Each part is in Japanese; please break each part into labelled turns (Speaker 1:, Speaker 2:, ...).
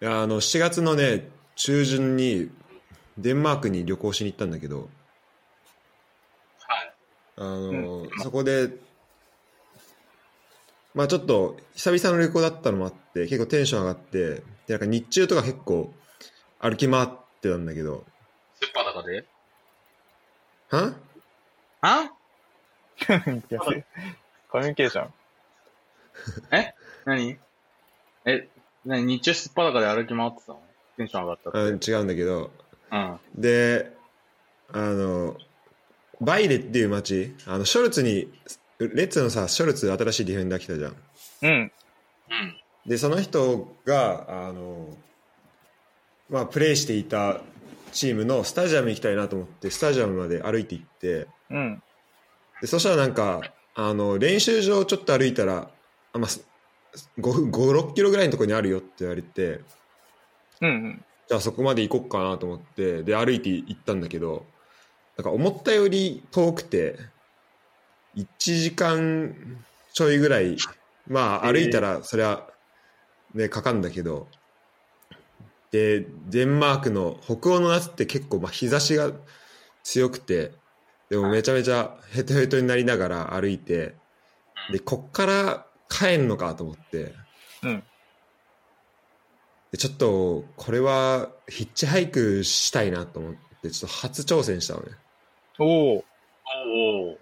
Speaker 1: いやあの7月のね中旬にデンマークに旅行しに行ったんだけど
Speaker 2: はい。
Speaker 1: あの、そこでまあちょっと久々の旅行だったのもあって結構テンション上がってでなんか日中とか結構歩き回ってたんだけど
Speaker 2: スっぱだかで
Speaker 1: は
Speaker 2: あ
Speaker 3: コミュニケーション。
Speaker 2: 何え、何日中すっぱだかで歩き回ってたのテンション上がったっ
Speaker 1: あ
Speaker 2: て。
Speaker 1: の違うんだけど
Speaker 2: うん。
Speaker 1: であのバイレっていう街あのショルツにレッツのさショルツ新しいディフェンダー来たじゃん
Speaker 3: うん。
Speaker 2: うん。
Speaker 1: でその人があの、まあ、プレーしていたチームのスタジアム行きたいなと思ってスタジアムまで歩いて行って
Speaker 3: うん。
Speaker 1: でそしたらなんかあの練習場をちょっと歩いたら、あまあ、56キロぐらいのところにあるよって言われて
Speaker 3: うんうん。
Speaker 1: じゃあそこまで行こっかなと思ってで歩いて行ったんだけどなんか思ったより遠くて1時間ちょいぐらいまあ
Speaker 3: えー
Speaker 1: 歩いたらそりゃねかかるんだけどでデンマークの北欧の夏って結構まあ日差しが強くてでもめちゃめちゃヘトヘトになりながら歩いてでこっから帰んのかと思って。
Speaker 3: うん。
Speaker 1: でちょっとこれはヒッチハイクしたいなと思ってちょっと初挑戦したのね
Speaker 3: おお。
Speaker 2: おお。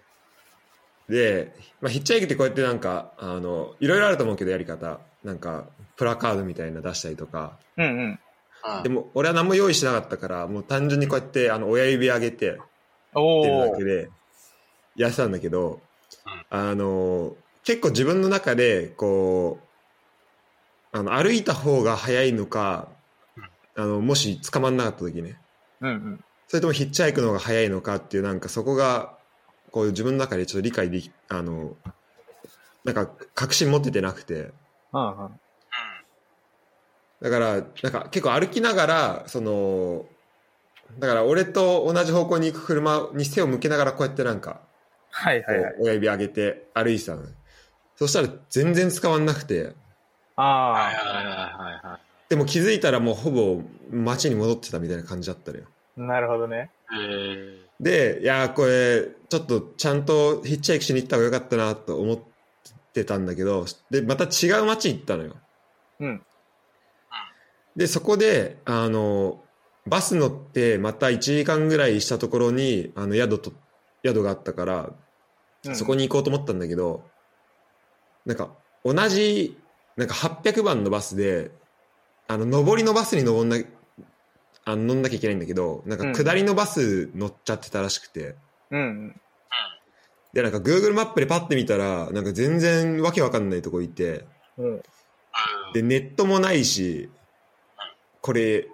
Speaker 1: で、まあ、ヒッチハイクってこうやってなんかあのいろいろあると思うけどやり方なんかプラカードみたいなの出したりとか
Speaker 3: うんうん。
Speaker 1: でも俺は何も用意してなかったからもう単純にこうやってあの親指上げて
Speaker 3: お
Speaker 1: ってるだ
Speaker 3: お
Speaker 1: け。でやってたんだけど
Speaker 2: うん
Speaker 1: あの結構自分の中でこうあの歩いた方が早いのかあのもし捕まんなかった時ね
Speaker 3: うんうん。
Speaker 1: それともヒッチハイクの方が早いのかっていうなんかそこがこう自分の中でちょっと理解できあのなんか確信持っててなくて
Speaker 3: うんうん。
Speaker 1: だからなんか結構歩きながらそのだから俺と同じ方向に行く車に背を向けながらこうやってなんか
Speaker 3: はい
Speaker 1: こ。
Speaker 3: はいはいう
Speaker 1: 親指上げて歩いてたの、そしたら全然捕まんなくて
Speaker 2: うん。はい
Speaker 3: ああ。
Speaker 2: はいはいはいは
Speaker 1: でも気づいたらもうほぼ街に戻ってたみたいな感じだったのよ
Speaker 3: なるほどね。
Speaker 2: い。え
Speaker 1: で、いやーこれ、ちょっとちゃんとヒッチハイクしに行った方が良かったなと思ってたんだけど、で、また違う街行ったのよ。
Speaker 3: うん。
Speaker 1: で、そこで、あの、バス乗って、また1時間ぐらいしたところに、あの、宿と、宿があったから、
Speaker 3: うん、
Speaker 1: そこに行こうと思ったんだけど、なんか、同じ、なんか800番のバスで、あの、上りのバスに登んな、あの乗んなきゃいけないんだけど、なんか下りのバス乗っちゃってたらしくて、
Speaker 3: うんうん。
Speaker 1: で、なんか Google マップでパッて見たら、なんか全然わけわかんないとこいて、
Speaker 3: うん。
Speaker 1: で、ネットもないし、これ、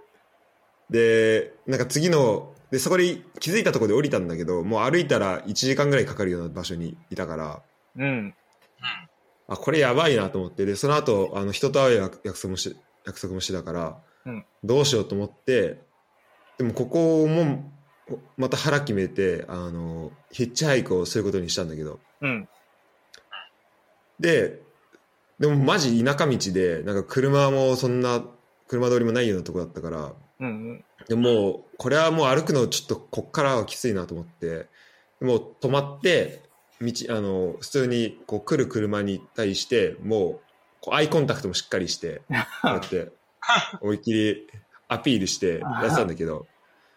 Speaker 1: で、なんか次の、で、そこで気づいたところで降りたんだけど、もう歩いたら1時間ぐらいかかるような場所にいたから、
Speaker 3: うん。
Speaker 1: あ、これやばいなと思って、で、その後、あの、人と会う約約束もし、約束もしてたから、
Speaker 3: うん
Speaker 1: どうしようと思って、でもここも、また腹決めて、あの、ヒッチハイクをすることにしたんだけど、
Speaker 3: うん。
Speaker 1: で、でもマジ田舎道で、なんか車もそんな、車通りもないようなとこだったから、
Speaker 3: うんうん。
Speaker 1: でもう、これはもう歩くのちょっとこっからはきついなと思って、もう止まって、道、あの、普通にこう来る車に対して、もう、こうアイコンタクトもしっかりして、こうや って、思いっきりアピールしてやってたんだけど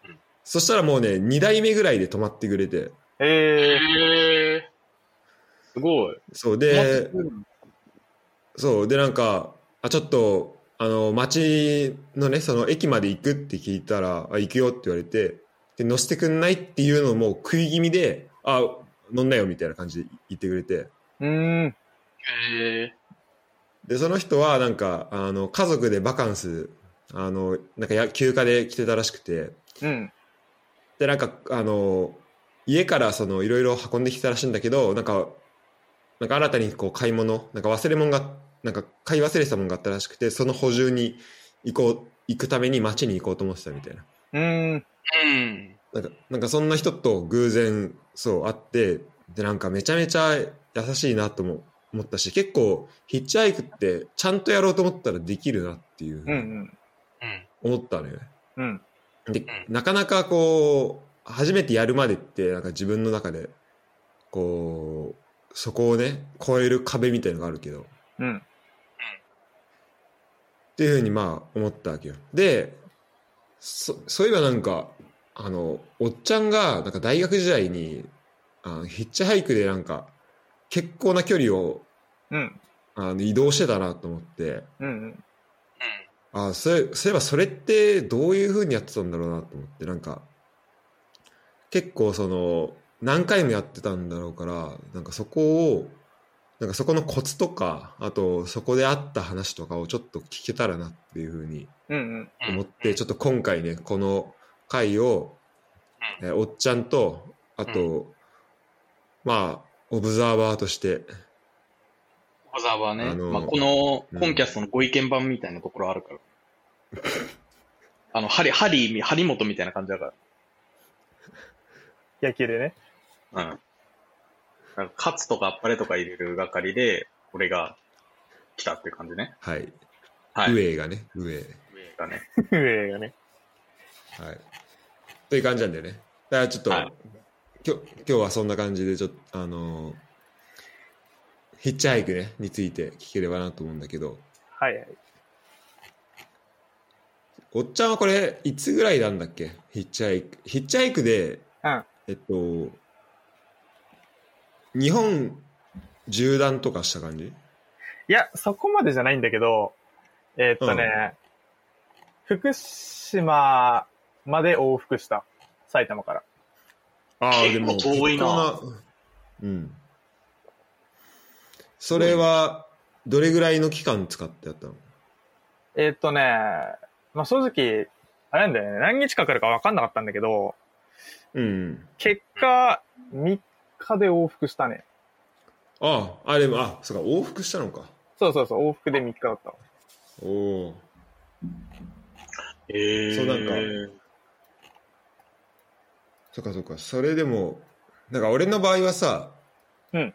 Speaker 2: うん、
Speaker 1: そしたらもうね、2台目ぐらいで止まってくれて、
Speaker 2: え
Speaker 3: ええ
Speaker 2: ええすごい。
Speaker 1: そう
Speaker 2: え
Speaker 1: で、そう、で、なんか、あ、ちょっと、あの、町のね、その駅まで行くって聞いたら、あ、行くよって言われて、で、乗せてくんないっていうのも食い気味で、あ、乗んなよみたいな感じで言ってくれて、
Speaker 3: うーん。
Speaker 2: え
Speaker 1: で、その人はなんか、あの、家族でバカンス、あの、なんかや休暇で来てたらしくて、
Speaker 3: うん。
Speaker 1: で、なんか、あの、家からその、いろいろ運んできたらしいんだけど、なんか、なんか新たにこう買い物、なんか忘れ物が、なんか買い忘れてたものがあったらしくて、その補充に行こう、行くために街に行こうと思ってたみたいな。
Speaker 3: うーん。
Speaker 2: うん。
Speaker 1: なんか、なんかそんな人と偶然、そう、会って、で、なんかめちゃめちゃ優しいなとも思ったし、結構、ヒッチハイクってちゃんとやろうと思ったらできるなっていう。
Speaker 3: うんうん。
Speaker 2: うん。
Speaker 1: 思ったのよね。
Speaker 3: うん。
Speaker 1: で、なかなかこう、初めてやるまでって、なんか自分の中で、こう、そこをね、超える壁みたいのがあるけど、っ
Speaker 3: うん。
Speaker 1: ていうふうにまあ思ったわけよ。で、そ、そういえばなんか、あの、おっちゃんが、なんか大学時代に、あのヒッチハイクでなんか、結構な距離を、
Speaker 3: うん。
Speaker 1: あの移動してたなと思って、
Speaker 3: うん。
Speaker 1: あそれそういえばそれってどういうふうにやってたんだろうなと思ってなんか結構その何回もやってたんだろうからなんかそこをなんかそこのコツとかあとそこであった話とかをちょっと聞けたらなっていうふうに
Speaker 3: うん。
Speaker 2: うん。
Speaker 1: 思ってちょっと今回ねこの回を、えーおっちゃんとあと、まあオブザーバーとして
Speaker 2: 小沢はね、
Speaker 1: あのー
Speaker 2: まあ、この
Speaker 1: うん
Speaker 2: コンキャストのご意見版みたいなところある から。あの、ハリ、ハリー、ハリモトみたいな感じだか
Speaker 3: 野球でね。
Speaker 2: ら。うん。なんか勝つとかあっぱれとか入れる係で、俺が来たっていう感じね。
Speaker 1: はい、
Speaker 2: はい。
Speaker 1: 上がね上
Speaker 2: 上がね。
Speaker 3: 映画ね。
Speaker 1: はい。という感じなんだよね。だからちょっと、
Speaker 2: はい
Speaker 1: きょ今日はそんな感じで、ちょっと、あのーヒッチハイクね、について聞ければなと思うんだけど、
Speaker 3: はいはい。
Speaker 1: おっちゃんはこれ、いつぐらいなんだっけヒッチハイク。ヒッチハイクで、
Speaker 3: うん
Speaker 1: えっと、日本縦断とかした感じ
Speaker 3: いや、そこまでじゃないんだけど、えーっとね、福島まで往復した。埼玉から。
Speaker 1: あー
Speaker 2: 結構遠いな
Speaker 1: 結構なうん。それは、どれぐらいの期間使ってやったの
Speaker 3: えーっとね、まあ、正直、あれなんだよね、何日かかるか分かんなかったんだけど、
Speaker 1: うん。
Speaker 3: 結果、3日で往復したね。
Speaker 1: ああ、あれも、あ、そうか、往復したのか。
Speaker 3: そうそうそう、往復で3日だったわ。
Speaker 1: おお。
Speaker 2: えー、
Speaker 1: そうなんかそっかそっか、それでも、なんか俺の場合はさ、
Speaker 3: うん。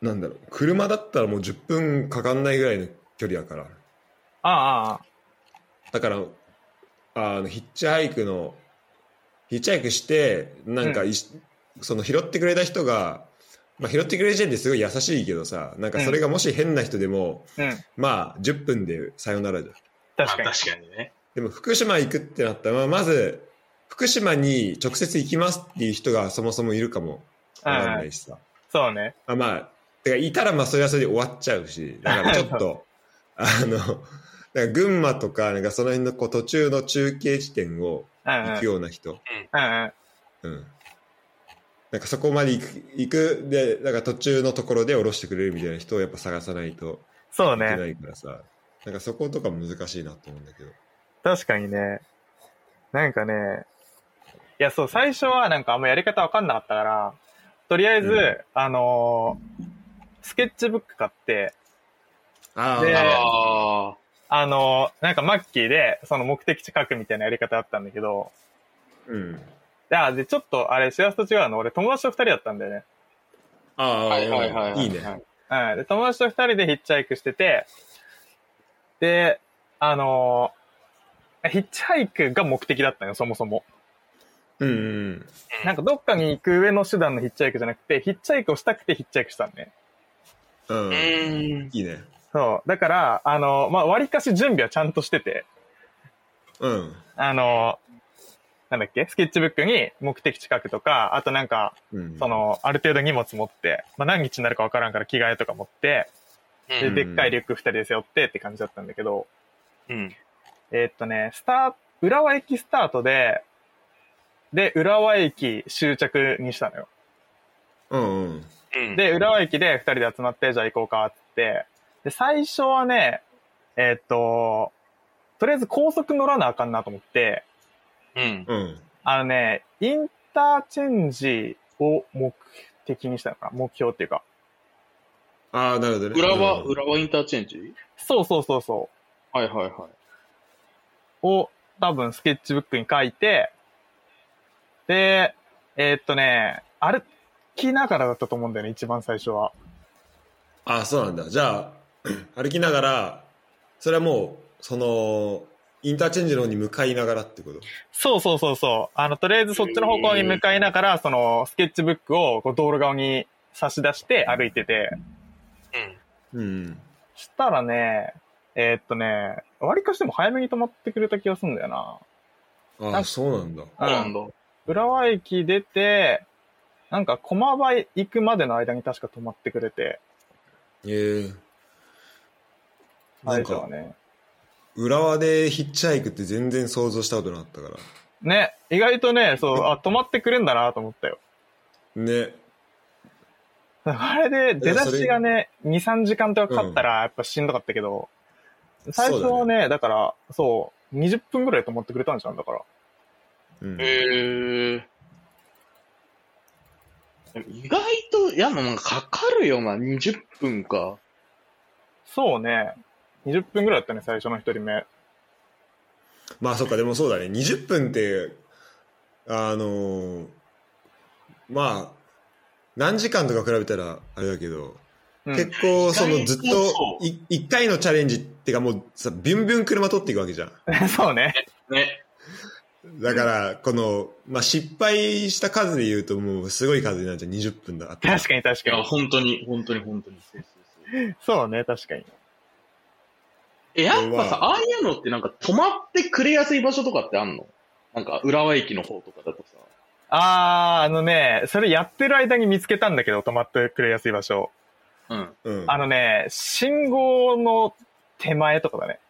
Speaker 1: なんだろう、車だったらもう10分かかんないぐらいの距離だから。
Speaker 3: ああ、ああ、
Speaker 1: だから、あの、ヒッチハイクの、ヒッチハイクして、なんかいし、その拾ってくれた人が、まあ、拾ってくれる時点ですごい優しいけどさ、なんかそれがもし変な人でも、
Speaker 3: うん、
Speaker 1: まあ、10分でさよならじゃん。
Speaker 3: 確
Speaker 2: ま
Speaker 3: かに
Speaker 2: あ。確かにね。
Speaker 1: でも福島行くってなったら、まあ、まず福島に直接行きますっていう人がそもそもいるかもわかんないしさ。
Speaker 3: そうね。
Speaker 1: あまあ、てかいたらまあそれはそれで終わっちゃうし、だからちょっと、あの、なんか群馬とか、なんかその辺のこう途中の中継地点を
Speaker 3: うん、うん、うん、
Speaker 1: 行くような人。
Speaker 3: うん、
Speaker 1: うん。なんかそこまで行く、行く、で、なんか途中のところで降ろしてくれるみたいな人をやっぱ探さないと
Speaker 3: そう
Speaker 1: いけ
Speaker 3: ね。
Speaker 1: ないからさ、なんかそことか難しいなと思うんだけど。
Speaker 3: 確かにね。なんかね、いや、そう、最初はなんかあんまやり方わかんなかったから、とりあえず、
Speaker 1: うん
Speaker 3: あのースケッチブック買って、
Speaker 1: あ
Speaker 3: で
Speaker 1: あ、
Speaker 2: ああ。
Speaker 3: あのーなんかマッキーで、その目的地書くみたいなやり方だったんだけど、
Speaker 1: うん。
Speaker 3: で、あでちょっと、あれ、幸せと違うの、俺、友達と二人だったんだよね。
Speaker 1: ああ、
Speaker 2: はいはいはいはい。
Speaker 1: いね。
Speaker 3: うん。で、友達と二人でヒッチハイクしてて、で、あのーヒッチハイクが目的だったのよ、そもそも。
Speaker 1: うんうん。
Speaker 3: なんかどっかに行く上の手段のヒッチハイクじゃなくて、ヒッチハイクをしたくてヒッチハイクしたんね。
Speaker 1: うん。
Speaker 2: うん。
Speaker 1: いいね。
Speaker 3: そう。だから、あの、まあ、割かし準備はちゃんとしてて、
Speaker 1: うん。
Speaker 3: あの、なんだっけスケッチブックに目的地書くとか、あとなんか、
Speaker 1: うん。
Speaker 3: そ、の、ある程度荷物持って、まあ、何日になるかわからんから着替えとか持って、
Speaker 2: う
Speaker 3: で、
Speaker 2: ん
Speaker 3: でっかいリュック二人で背負ってって感じだったんだけど、
Speaker 2: うん。
Speaker 3: えーっとね、スタート、浦和駅スタートで、で、浦和駅終着にしたのよ。
Speaker 1: うんうん。
Speaker 2: うん。
Speaker 3: で、浦和駅で二人で集まって、じゃあ行こうかって。で、最初はね、えーっと、とりあえず高速乗らなあかんなと思って、
Speaker 2: うん。
Speaker 1: うん。
Speaker 3: あのね、インターチェンジを目的にしたのかな目標っていうか。
Speaker 1: ああ、なるほどね。
Speaker 2: 浦和、
Speaker 1: うん
Speaker 2: 浦和インターチェンジ
Speaker 3: そうそうそうそ
Speaker 2: はいはいは
Speaker 3: う。を多分スケッチブックに書いて、で、えーっとね、歩きながらだったと思うんだよね、一番最初は。
Speaker 1: ああ、そうなんだ。じゃあ、歩きながら、それはもう、その、インターチェンジの方に向かいながらってこと。
Speaker 3: そうそうそうそう。あの、とりあえずそっちの方向に向かいながら、その、スケッチブックをこう道路側に差し出して歩いてて、
Speaker 1: うん。
Speaker 3: したらね、えーっとね、割かしでも早めに止まってくれた気がするんだよ
Speaker 1: あ
Speaker 3: なん
Speaker 1: あ、
Speaker 3: か
Speaker 1: そうなんだ。
Speaker 2: う
Speaker 3: な。
Speaker 2: ん。うん。
Speaker 3: 浦和駅出て、なんか駒場行くまでの間に確か止まってくれて、
Speaker 1: ええな
Speaker 3: あ
Speaker 1: ん
Speaker 3: れだわ
Speaker 1: か、
Speaker 3: ね。
Speaker 1: 浦和でヒッチハイクって全然想像したことなかったから。
Speaker 3: ね、意外とね、そう、あ、止まってくれんだなと思ったよ。
Speaker 1: ね。
Speaker 3: あれで出だしがね、2、3時間とかかかったらやっぱしんどかったけど、最初はねだから、そう、20分ぐらいと思ってくれたんじゃん、だから。
Speaker 1: うん。
Speaker 2: へえ。意外と、いや、もうなんかかかるよな、20分か。
Speaker 3: そうね、20分ぐらいだったね、最初の一人目。
Speaker 1: まあそっか、でもそうだね。20分って、あのーまあ、何時間とか比べたらあれだけど、
Speaker 3: うん、
Speaker 1: 結構そのずっ
Speaker 2: 意外とそ
Speaker 1: とい一回のチャレンジってかもうさ、ビュンビュン車取っていくわけじゃん。
Speaker 3: そうね。
Speaker 2: ね。
Speaker 1: だから、この、まあ、失敗した数で言うともうすごい数になっちゃう。20分だ。
Speaker 3: 確かに確
Speaker 2: い
Speaker 3: か
Speaker 2: や、
Speaker 3: に。
Speaker 2: 本当に、本当に、本当に。
Speaker 3: そうね、確かに。
Speaker 2: え、やっぱさ、
Speaker 1: うわ
Speaker 2: ああいうのってなんか止まってくれやすい場所とかってあんのなんか、浦和駅の方とかだとさ。
Speaker 3: あー、あのね、それやってる間に見つけたんだけど、止まってくれやすい場所。
Speaker 2: うん。
Speaker 1: うん。
Speaker 3: あのね、信号の手前とかだね。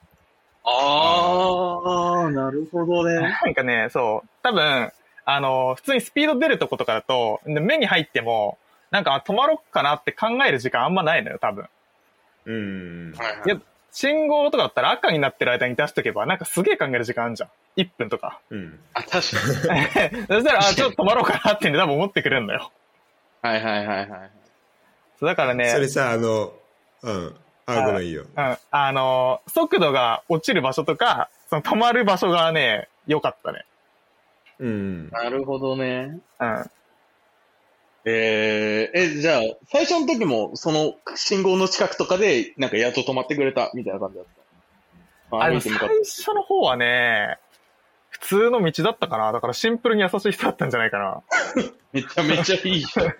Speaker 2: あー、なるほどね。
Speaker 3: なんかね、そう、多分、あの、普通にスピード出るとことかだと、目に入っても、なんかあ止まろっかなって考える時間あんまないのよ、多分。
Speaker 1: うん。
Speaker 2: はい
Speaker 3: いや信号とかだったら赤になってる間に出しとけば、なんかすげえ考える時間あるじゃん。1分とか。
Speaker 1: うん。
Speaker 2: あ、確かに。
Speaker 3: そしたら、あ、ちょっと止まろうかなってね、多分思ってくれるんだよ。
Speaker 2: はいはいはいはい。
Speaker 3: そうだからね、
Speaker 1: それさ、あの、うん。あ、ごめんいいよ。
Speaker 3: うん、あの、速度が落ちる場所とか、その止まる場所がね、良かったね。
Speaker 1: うん。
Speaker 2: なるほどね。
Speaker 3: うん。
Speaker 2: えー、え、じゃあ、最初の時も、その信号の近くとかで、なんかやっと止まってくれた、みたいな感じだった。ま
Speaker 3: あ
Speaker 2: あ、
Speaker 3: で
Speaker 2: 歩
Speaker 3: も
Speaker 2: いて向
Speaker 3: 最
Speaker 2: かっ
Speaker 3: 初の方はね、普通の道だったかな。だからシンプルに優しい人だったんじゃないかな。
Speaker 2: めちゃめちゃ いい人。め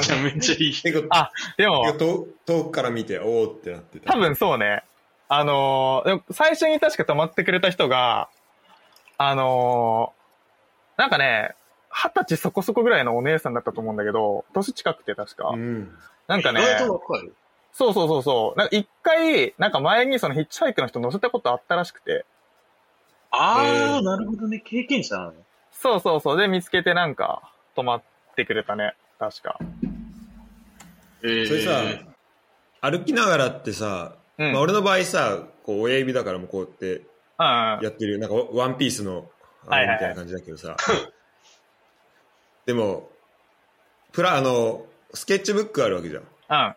Speaker 2: ちゃめちゃいい人。
Speaker 1: 結構、
Speaker 3: あでも、
Speaker 1: 遠遠くから見て、おーってなってた。
Speaker 3: 多分そうね。あのーでも最初に確か止まってくれた人が、あのーなんかね、二十歳そこそこぐらいのお姉さんだったと思うんだけど、年近くて確か。
Speaker 1: うん。
Speaker 3: なんかね、
Speaker 2: 意外とわかる。
Speaker 3: そうそうそうそう。なんか一回、なんか前にそのヒッチハイクの人乗せたことあったらしくて。
Speaker 2: あー、
Speaker 1: えー
Speaker 2: なるほどね。経験者なのね。
Speaker 3: そうそうそう。で、見つけてなんか、止まってくれたね。確か。
Speaker 2: え
Speaker 1: それさ、歩きながらってさ、
Speaker 3: うん。
Speaker 1: まあ、俺の場合さ、こう親指だからもうこうやって
Speaker 3: うんうん。
Speaker 1: やってる、なんかワンピースの、
Speaker 3: は
Speaker 1: あ
Speaker 3: い
Speaker 1: の
Speaker 3: はいはい
Speaker 1: みたいな感じだけどさ。でも、プラ、あの、スケッチブックあるわけじゃん。
Speaker 3: うん。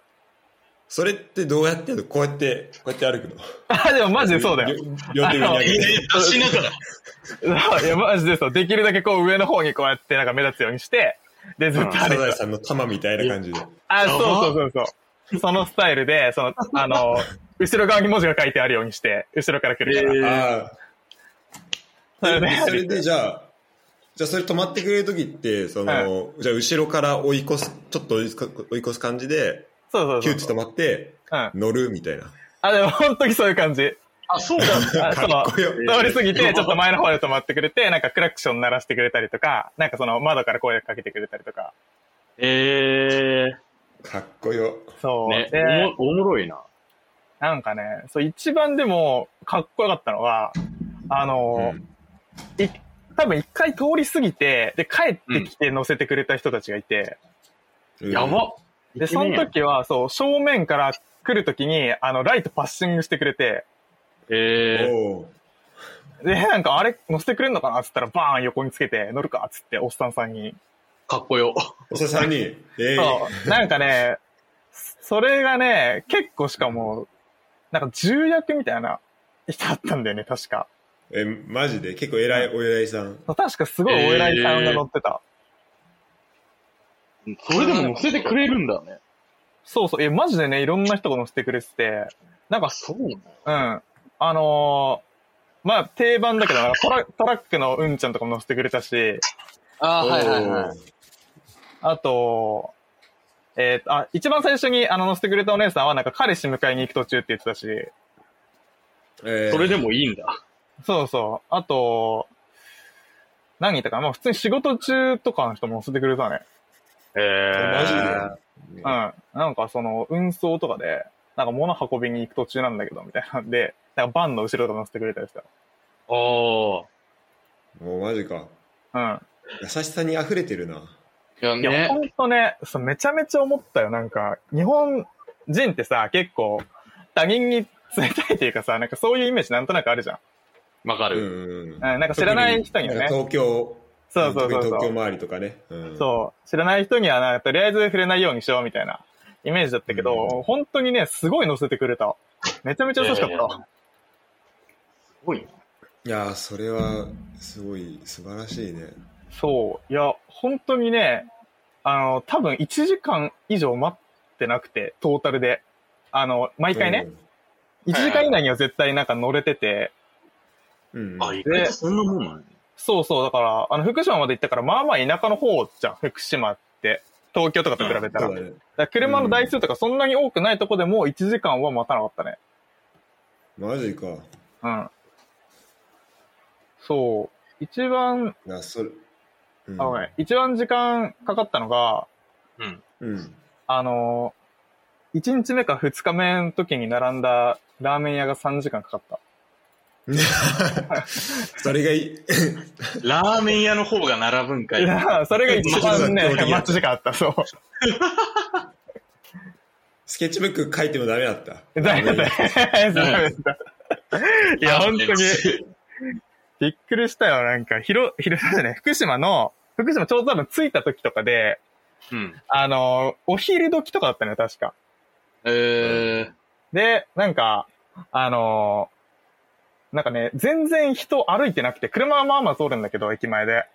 Speaker 1: それってどうやってやるのこうやって、こうやって歩くの
Speaker 3: あ、でもマジでそうだよ。
Speaker 1: りょ。両手上に上げて。
Speaker 2: 出しながら。
Speaker 3: いや、マジでそう。できるだけこう上の方にこうやってなんか目立つようにして、で、ずっと
Speaker 1: サ
Speaker 3: 歩い
Speaker 1: ザ
Speaker 3: て
Speaker 1: エ
Speaker 3: た。
Speaker 1: さんの玉みたいな感じで。
Speaker 3: あ、
Speaker 2: や
Speaker 3: そう
Speaker 2: ば
Speaker 3: そうそうそう。そのスタイルで、その、あの、後ろ側に文字が書いてあるようにして、後ろから来るから。
Speaker 2: えー
Speaker 1: ああ。
Speaker 3: それ
Speaker 1: で
Speaker 3: で
Speaker 1: それでじゃあ、じゃあそれ止まってくれるときって、その、じゃあ後ろから追い越す、ちょっと追い越す追い越す感じで、
Speaker 3: そう
Speaker 1: キ
Speaker 3: そ
Speaker 1: ュ
Speaker 3: う
Speaker 1: ッ
Speaker 3: そ
Speaker 1: て
Speaker 3: う。
Speaker 1: 止まって、
Speaker 3: うん。
Speaker 1: 乗るみたいな。
Speaker 3: あ、でも本当にそういう感じ。
Speaker 2: あ、そうなんだ。
Speaker 3: あ、
Speaker 1: か
Speaker 3: そ
Speaker 1: っ
Speaker 3: の、
Speaker 1: こよ。
Speaker 3: 通り過ぎて、ちょっと前の方で止まってくれて、なんかクラクション鳴らしてくれたりとか、なんかその窓から声かけてくれたりとか。
Speaker 2: え
Speaker 1: かっこよ。
Speaker 2: ー、
Speaker 3: そう。
Speaker 2: ね、
Speaker 3: で
Speaker 2: おもおもろいな。
Speaker 3: なんかね、そう一番でもかっこよかったのは、あの、
Speaker 1: うん
Speaker 3: い多分一回通り過ぎて、で、帰ってきて乗せてくれた人たちがいて、
Speaker 2: やば。
Speaker 3: で、その時は、そう、正面から来る時に、あの、ライトパッシングしてくれて、
Speaker 2: え
Speaker 1: おう
Speaker 3: で、なんか、あれ、乗せてくれんのかなっつったら、バーン横につけて、乗るかっつって、おっさんさんに。
Speaker 2: ー、かっこよ。
Speaker 1: おささんに、ええ
Speaker 3: そう。なんかね、それがね、結構しかも、なんか重役みたいな人だったんだよね、確か。
Speaker 1: え、マジで結構偉いお偉いさん。
Speaker 3: 確かすごいお偉いさんが乗ってた。
Speaker 2: それでも乗せてくれるんだね。
Speaker 3: そうそう。え、マジでね、いろんな人が乗せてくれてて、なんか、
Speaker 2: そうなの
Speaker 3: うん。あのまあ定番だけど、トラトラックのうんちゃんとかも載せてくれたし、
Speaker 4: ああ、はいはいは
Speaker 1: お
Speaker 4: い。
Speaker 1: ー
Speaker 3: あと、えーとあ、一番最初にあの載せてくれたお姉さんはなんか彼氏迎えに行く途中って言ってたし、
Speaker 1: えー
Speaker 2: それでもいいんだ。
Speaker 3: そうそう。あと、何言ったかなまあ普通に仕事中とかの人も載せてくれたね。
Speaker 2: え
Speaker 1: マジで
Speaker 2: ー、
Speaker 3: うん。なんかその運送とかで、なんか物運びに行く途中なんだけど、みたいなんで、なんかバンの後ろとか載せてくれたりした。
Speaker 2: あ
Speaker 1: もうマジか。
Speaker 3: うん。
Speaker 1: 優しさに溢れてるな。
Speaker 4: いや
Speaker 2: いや
Speaker 4: ね
Speaker 3: ほ。んとね、そうめちゃめちゃ思ったよ。なんか、日本人ってさ、結構、他人に冷たいっていうかさ、なんかそういうイメージなんとなくあるじゃん。
Speaker 4: わか
Speaker 1: うん
Speaker 4: る。
Speaker 1: うんうん。
Speaker 3: うん、なんか知らない人には
Speaker 1: なん
Speaker 3: ね
Speaker 1: か。東京、
Speaker 3: そうそう
Speaker 1: 特
Speaker 3: そ
Speaker 1: に
Speaker 3: うそ
Speaker 1: 東京
Speaker 3: う。
Speaker 1: 周りとかね。うん
Speaker 3: そう。知らない人にはな、とりあえず触れないようにしようみたいなイメージだったけど、
Speaker 1: うん
Speaker 3: 本当にね、すごい乗せてくれた。めちゃめちゃ優しかった。
Speaker 2: えーすごいな。
Speaker 1: いやー、それは、すごい、素晴らしいね。
Speaker 3: そう。いや、本当にね、あの、多分1時間以上待ってなくて、トータルで。あの、毎回ね、1時間以内には絶対なんか乗れてて、
Speaker 1: うん。うん。
Speaker 2: あ、意外とそんなもんなんや
Speaker 3: そうそう、だから、あの、福島まで行ったから、まあまあ田舎の方じゃん、福島って。東京とかと比べたら。
Speaker 1: そう
Speaker 3: だか
Speaker 1: だね。
Speaker 3: ら車の台数とかそんなに多くないとこでも1時間は待たなかったね。
Speaker 1: マジか。い
Speaker 3: うん。そう。一番、
Speaker 1: や、それ。うん
Speaker 3: あ、ごめん、一番時間かかったのが、
Speaker 2: うん。
Speaker 1: うん。
Speaker 3: あの、1日目か2日目の時に並んだラーメン屋が3時間かかった。
Speaker 1: それがいい。
Speaker 2: ラーメン屋の方が並ぶんか
Speaker 3: い
Speaker 2: い。
Speaker 3: や、それが一番ね
Speaker 1: まあそうだ、
Speaker 3: 待ち時間あった、 そう。
Speaker 1: スケッチブック書いてもダメだった。
Speaker 3: だよね。いや、本当に。びっくりしたよ。なんか、広、広 島じゃない、福島の、福島ちょうど多分着いた時とかで、
Speaker 2: うん。
Speaker 3: あの、お昼時とかだったのよ、確か。
Speaker 2: えー、
Speaker 3: で、なんか、あの、なんかね、全然人歩いてなくて、車はまあまあ通るんだけど、駅前で。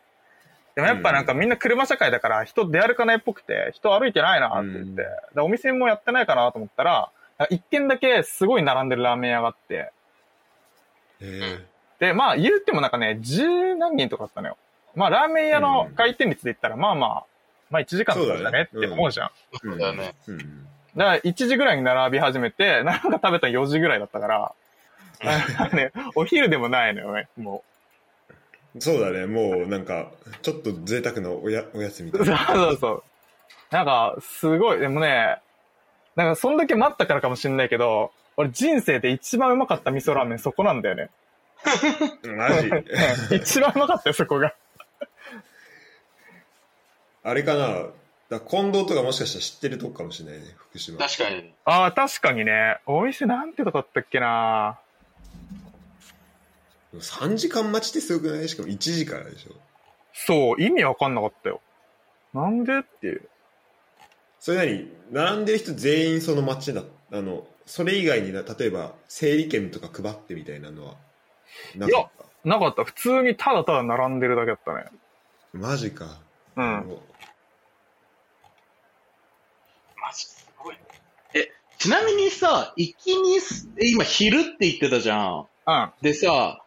Speaker 3: でもやっぱなんか
Speaker 1: う
Speaker 3: みんな車社会だから人出歩かないっぽくて、人歩いてないなって言
Speaker 1: う
Speaker 3: って、
Speaker 1: ん
Speaker 3: でお店もやってないかなと思ったら、一軒だけすごい並んでるラーメン屋があって、
Speaker 1: え
Speaker 3: で、まあ言ってもなんかね、十何人とかだったのよ。まあラーメン屋の回転率で言ったら、まあまあ、まあ1時間とかだねって思うじゃん。
Speaker 1: え
Speaker 4: そうだよね。
Speaker 1: うん
Speaker 3: だから1時ぐらいに並び始めて、 なんか食べたの4時ぐらいだったから、なんかね、お昼でもないのよね、も
Speaker 1: そうだね。もう、なんか、ちょっと贅沢なおやおやつみた
Speaker 3: う。
Speaker 1: い
Speaker 3: そう
Speaker 1: な。
Speaker 3: そうそう。なんか、すごい、でもね、なんかそんだけ待ったからかもしんないけど、俺人生で一番うまかった味噌ラーメンそこなんだよね。
Speaker 1: マジ。
Speaker 3: 一番うまかったよ、そこが。
Speaker 1: あれかな。だから近藤とかもしかしたら知ってるとこかもしれないね、福島。
Speaker 4: 確かに。
Speaker 3: ああ、確かにね。お店なんてとこだったっけな
Speaker 1: 3時間待ちってすごくないしかも1時からでしょ。
Speaker 3: そう、意味わかんなかったよ。なんでっていう。
Speaker 1: それなに、並んでる人全員その待ちだ。あの、それ以外にな、例えば、整理券とか配ってみたいなのは、なかった。
Speaker 3: なかった。普通にただただ並んでるだけだったね。
Speaker 1: マジか。
Speaker 3: うん。
Speaker 1: も
Speaker 2: マジすごい。え、ちなみにさ、行きにす、え今昼って言ってたじゃん。
Speaker 3: うん。
Speaker 2: でさ、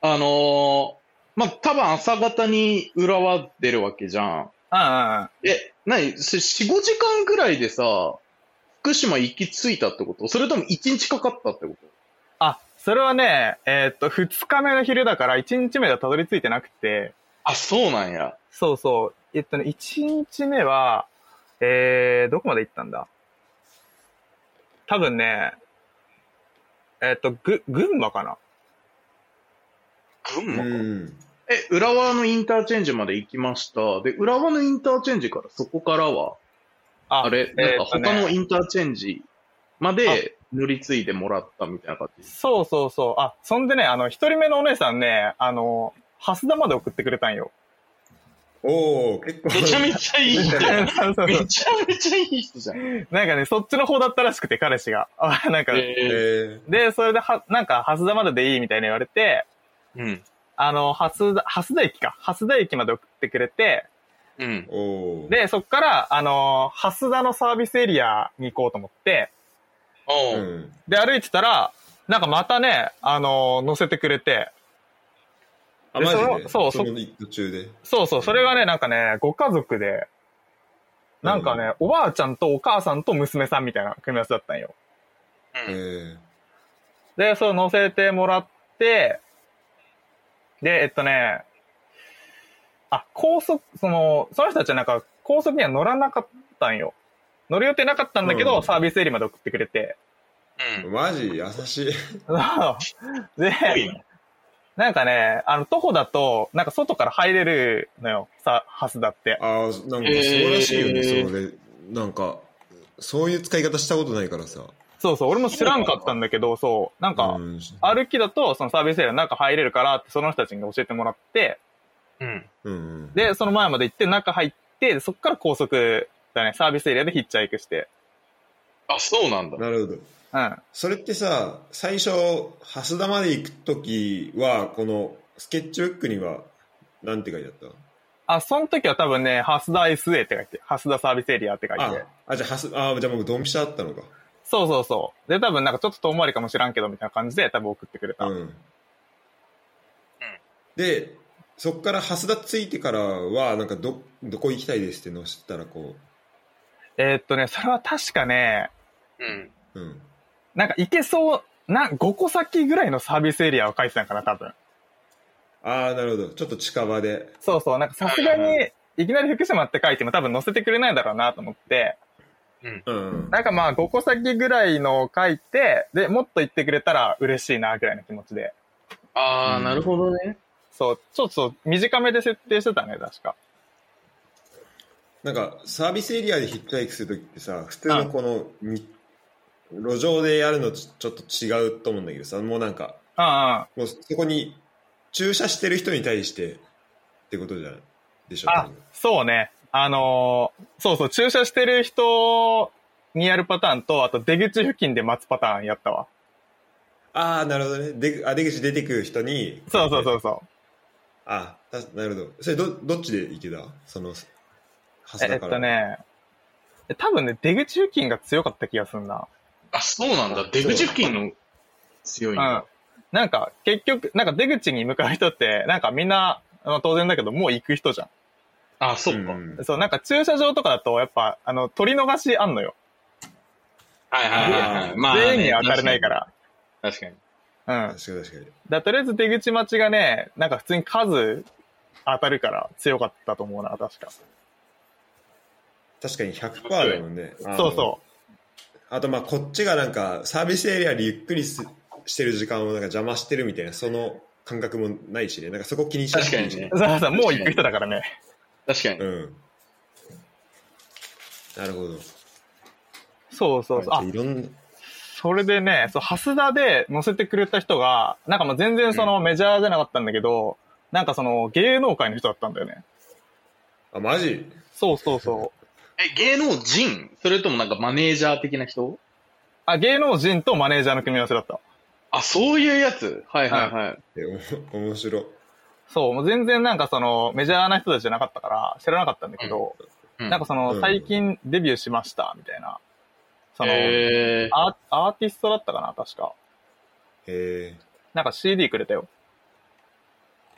Speaker 2: あのーまあ、多分朝方に浦和出るわけじゃん。
Speaker 3: うんうんうん。
Speaker 2: え、なに、それ4、5時間ぐらいでさ、福島行き着いたってことそれとも1日かかったってこと
Speaker 3: あ、それはね、えーっと、2日目の昼だから、1日目ではたどり着いてなくて、
Speaker 2: あ、そうなんや。
Speaker 3: そうそう。えっとね、1日目は、えー、どこまで行ったんだ多分ね、えーっと、ぐ、群馬かな
Speaker 1: う
Speaker 2: 群
Speaker 1: うん。
Speaker 2: え、浦和のインターチェンジまで行きました。で、浦和のインターチェンジから、そこからは、
Speaker 3: あ
Speaker 2: あれ、なん
Speaker 3: え
Speaker 2: か
Speaker 3: ーっと
Speaker 2: 他
Speaker 3: ね
Speaker 2: のインターチェンジまで乗り継いでもらったみたいな感じ。
Speaker 3: そうそうそう。あ、そんでね、あの、一人目のお姉さんね、あの、蓮田まで送ってくれ たんよ。
Speaker 1: おお結構。
Speaker 4: めちゃめちゃいい人。
Speaker 3: そうそうそう
Speaker 2: めちゃめちゃいい人じゃん。
Speaker 3: なんかね、そっちの方だったらしくて、彼氏が。あなんか、
Speaker 1: え
Speaker 4: え
Speaker 1: ー、
Speaker 3: で、それで、は、なんか、蓮田まででいいみたいに言われて、
Speaker 2: うん。
Speaker 3: あの、蓮田、蓮田駅か。蓮田駅まで送ってくれて、
Speaker 2: うん。
Speaker 1: おお
Speaker 3: で、そっから、あの、蓮田のサービスエリアに行こうと思って、
Speaker 1: う。
Speaker 4: おうん
Speaker 3: で、歩いてたら、なんかまたね、あの、乗せてくれて、
Speaker 1: あ、
Speaker 3: で
Speaker 1: マジ
Speaker 3: そ
Speaker 1: で
Speaker 3: のそう
Speaker 1: その途中で。
Speaker 3: そうそう、それがね、なんかね、ご家族で、なんかね、おばあちゃんとお母さんと娘さんみたいな組み合わせだったんよ。
Speaker 1: えー、
Speaker 3: で、そう乗せてもらって、で、えっとね、あ、高速、その、その人たちはなんか高速には乗らなかったんよ。乗る予定なかったんだけど、
Speaker 1: うん
Speaker 3: サービスエリアまで送ってくれて。
Speaker 4: うん。
Speaker 1: マジ優しい。
Speaker 3: そうで、
Speaker 2: ごいね
Speaker 3: なんかね、あの、徒歩だと、なんか外から入れるのよ、さ、ハスだって。
Speaker 1: ああ、なんか素晴らしいよね、
Speaker 4: えー
Speaker 1: それ。なんか、そういう使い方したことないからさ。
Speaker 3: そうそう、俺も知らんかったんだけど、そう、なんか、
Speaker 1: うん、
Speaker 3: 歩きだと、そのサービスエリアの中入れるからって、その人たちに教えてもらって、
Speaker 4: うん。
Speaker 1: うん、
Speaker 3: で、その前まで行って、中入って、そっから高速だね、サービスエリアでヒッチハイクして。
Speaker 4: あ、そうなんだ。
Speaker 1: なるほど。
Speaker 3: うん。
Speaker 1: それってさ、最初、蓮田まで行くときは、このスケッチブックには、なんて書いてあっ
Speaker 3: あ、その時は多分ね、ハスダ SA って書いて、ハスダサービスエリアって書い
Speaker 1: たあ
Speaker 3: て。
Speaker 1: あ、じゃあ、蓮あじゃあ僕、ドンピシャだったのか。
Speaker 3: そうそうそう。で、多分なんかちょっと遠回りかもしらんけど、みたいな感じで多分送ってくれた。
Speaker 1: うん。で、そっから蓮田着いてからは、なんかど、どこ行きたいですってのしたら、こ
Speaker 3: えーっとね、それは確かね、
Speaker 4: うん。
Speaker 1: う、うん。
Speaker 3: なんか行けそう、な、5個先ぐらいのサービスエリアを書いてたんかな、多分。
Speaker 1: ああ、なるほど。ちょっと近場で。
Speaker 3: そうそう、なんかさすが
Speaker 4: はい
Speaker 3: に、いきなり福島って書いても多分載せてくれないだろうなと思って、
Speaker 1: うん。
Speaker 3: なんかまあ5個先ぐらいのを書いて、で、もっと言ってくれたら嬉しいな、ぐらいの気持ちで。
Speaker 4: あ
Speaker 1: う
Speaker 4: ー、
Speaker 1: ん
Speaker 4: なるほどね。
Speaker 3: そう、ちょっと短めで設定してたね、確か。
Speaker 1: なんかサービスエリアでヒッチハイクするときってさ普通のこのに路上でやるのとちょっと違うと思うんだけどさもうなんか
Speaker 3: うんう
Speaker 1: も
Speaker 3: ん。
Speaker 1: うそこに駐車してる人に対してってことじゃないでしょ
Speaker 3: あ、そうね。あのーそうそう、駐車してる人にやるパターンと、あと出口付近で待つパターンやったわ。
Speaker 1: ああなるほどねであ出口出てくる人に
Speaker 3: そうそうそうそう。
Speaker 1: あたなるほどそれどどっちで行けたその
Speaker 3: え
Speaker 1: 蓮
Speaker 3: え
Speaker 1: 田
Speaker 3: っ
Speaker 1: から
Speaker 3: とね、多分ね、出口付近が強かった気がすんな。
Speaker 4: あ、そうなん
Speaker 1: あ
Speaker 4: だ。出口付近の強
Speaker 3: う
Speaker 4: い
Speaker 3: ん
Speaker 4: んだ。。
Speaker 3: なんか、結局、なんか出口に向かう人って、なんかみんな、まあ当然だけど、もう行く人じゃ
Speaker 4: あ、そっか。
Speaker 1: うん
Speaker 3: ん。そう、なんか駐車場とかだと、やっぱ、あの、取り逃しあんのよ。
Speaker 4: はいはいはいはい。まあね。
Speaker 3: 全員には当たれないから。
Speaker 4: 確かに。
Speaker 3: うん。
Speaker 1: 確かに確かに
Speaker 3: だとりあえず出口待ちがね、なんか普通に数当たるから強かったと思うな、確か。
Speaker 1: 確かに100%だもんね
Speaker 3: そうそう。
Speaker 1: うあとまあこっちがなんかサービスエリアでゆっくりすしてる時間をなんか邪魔してるみたいなその感覚もないしねなんかそこ気にしなくていいしね
Speaker 4: 確
Speaker 3: そうそう、もう行く人だからね。
Speaker 4: 確かに。
Speaker 1: うんなるほど
Speaker 3: そうそうそう。あ
Speaker 1: い、ろんな
Speaker 3: それでね、そう、ハスダで乗せてくれた人が、なんかもう全然そのメジャーじゃなかったんだけど、なんかその芸能界の人だったんだよね。
Speaker 1: あマジ
Speaker 3: そうそうそう。
Speaker 4: え、芸能人それともなんかマネージャー的な人
Speaker 3: あ、芸能人とマネージャーの組み合わせだった。
Speaker 4: あ、そういうやつはいはいはい。
Speaker 1: えおも面白い
Speaker 3: そう、もう全然なんかそのメジャーな人たちじゃなかったから、知らなかったんだけど、
Speaker 4: うん
Speaker 3: なんかそ
Speaker 1: うん
Speaker 3: の最近デビューしました、みたいな。その、
Speaker 4: えー、
Speaker 3: アアーティストだったかな、確か。
Speaker 1: え
Speaker 3: なんか CD くれたよ。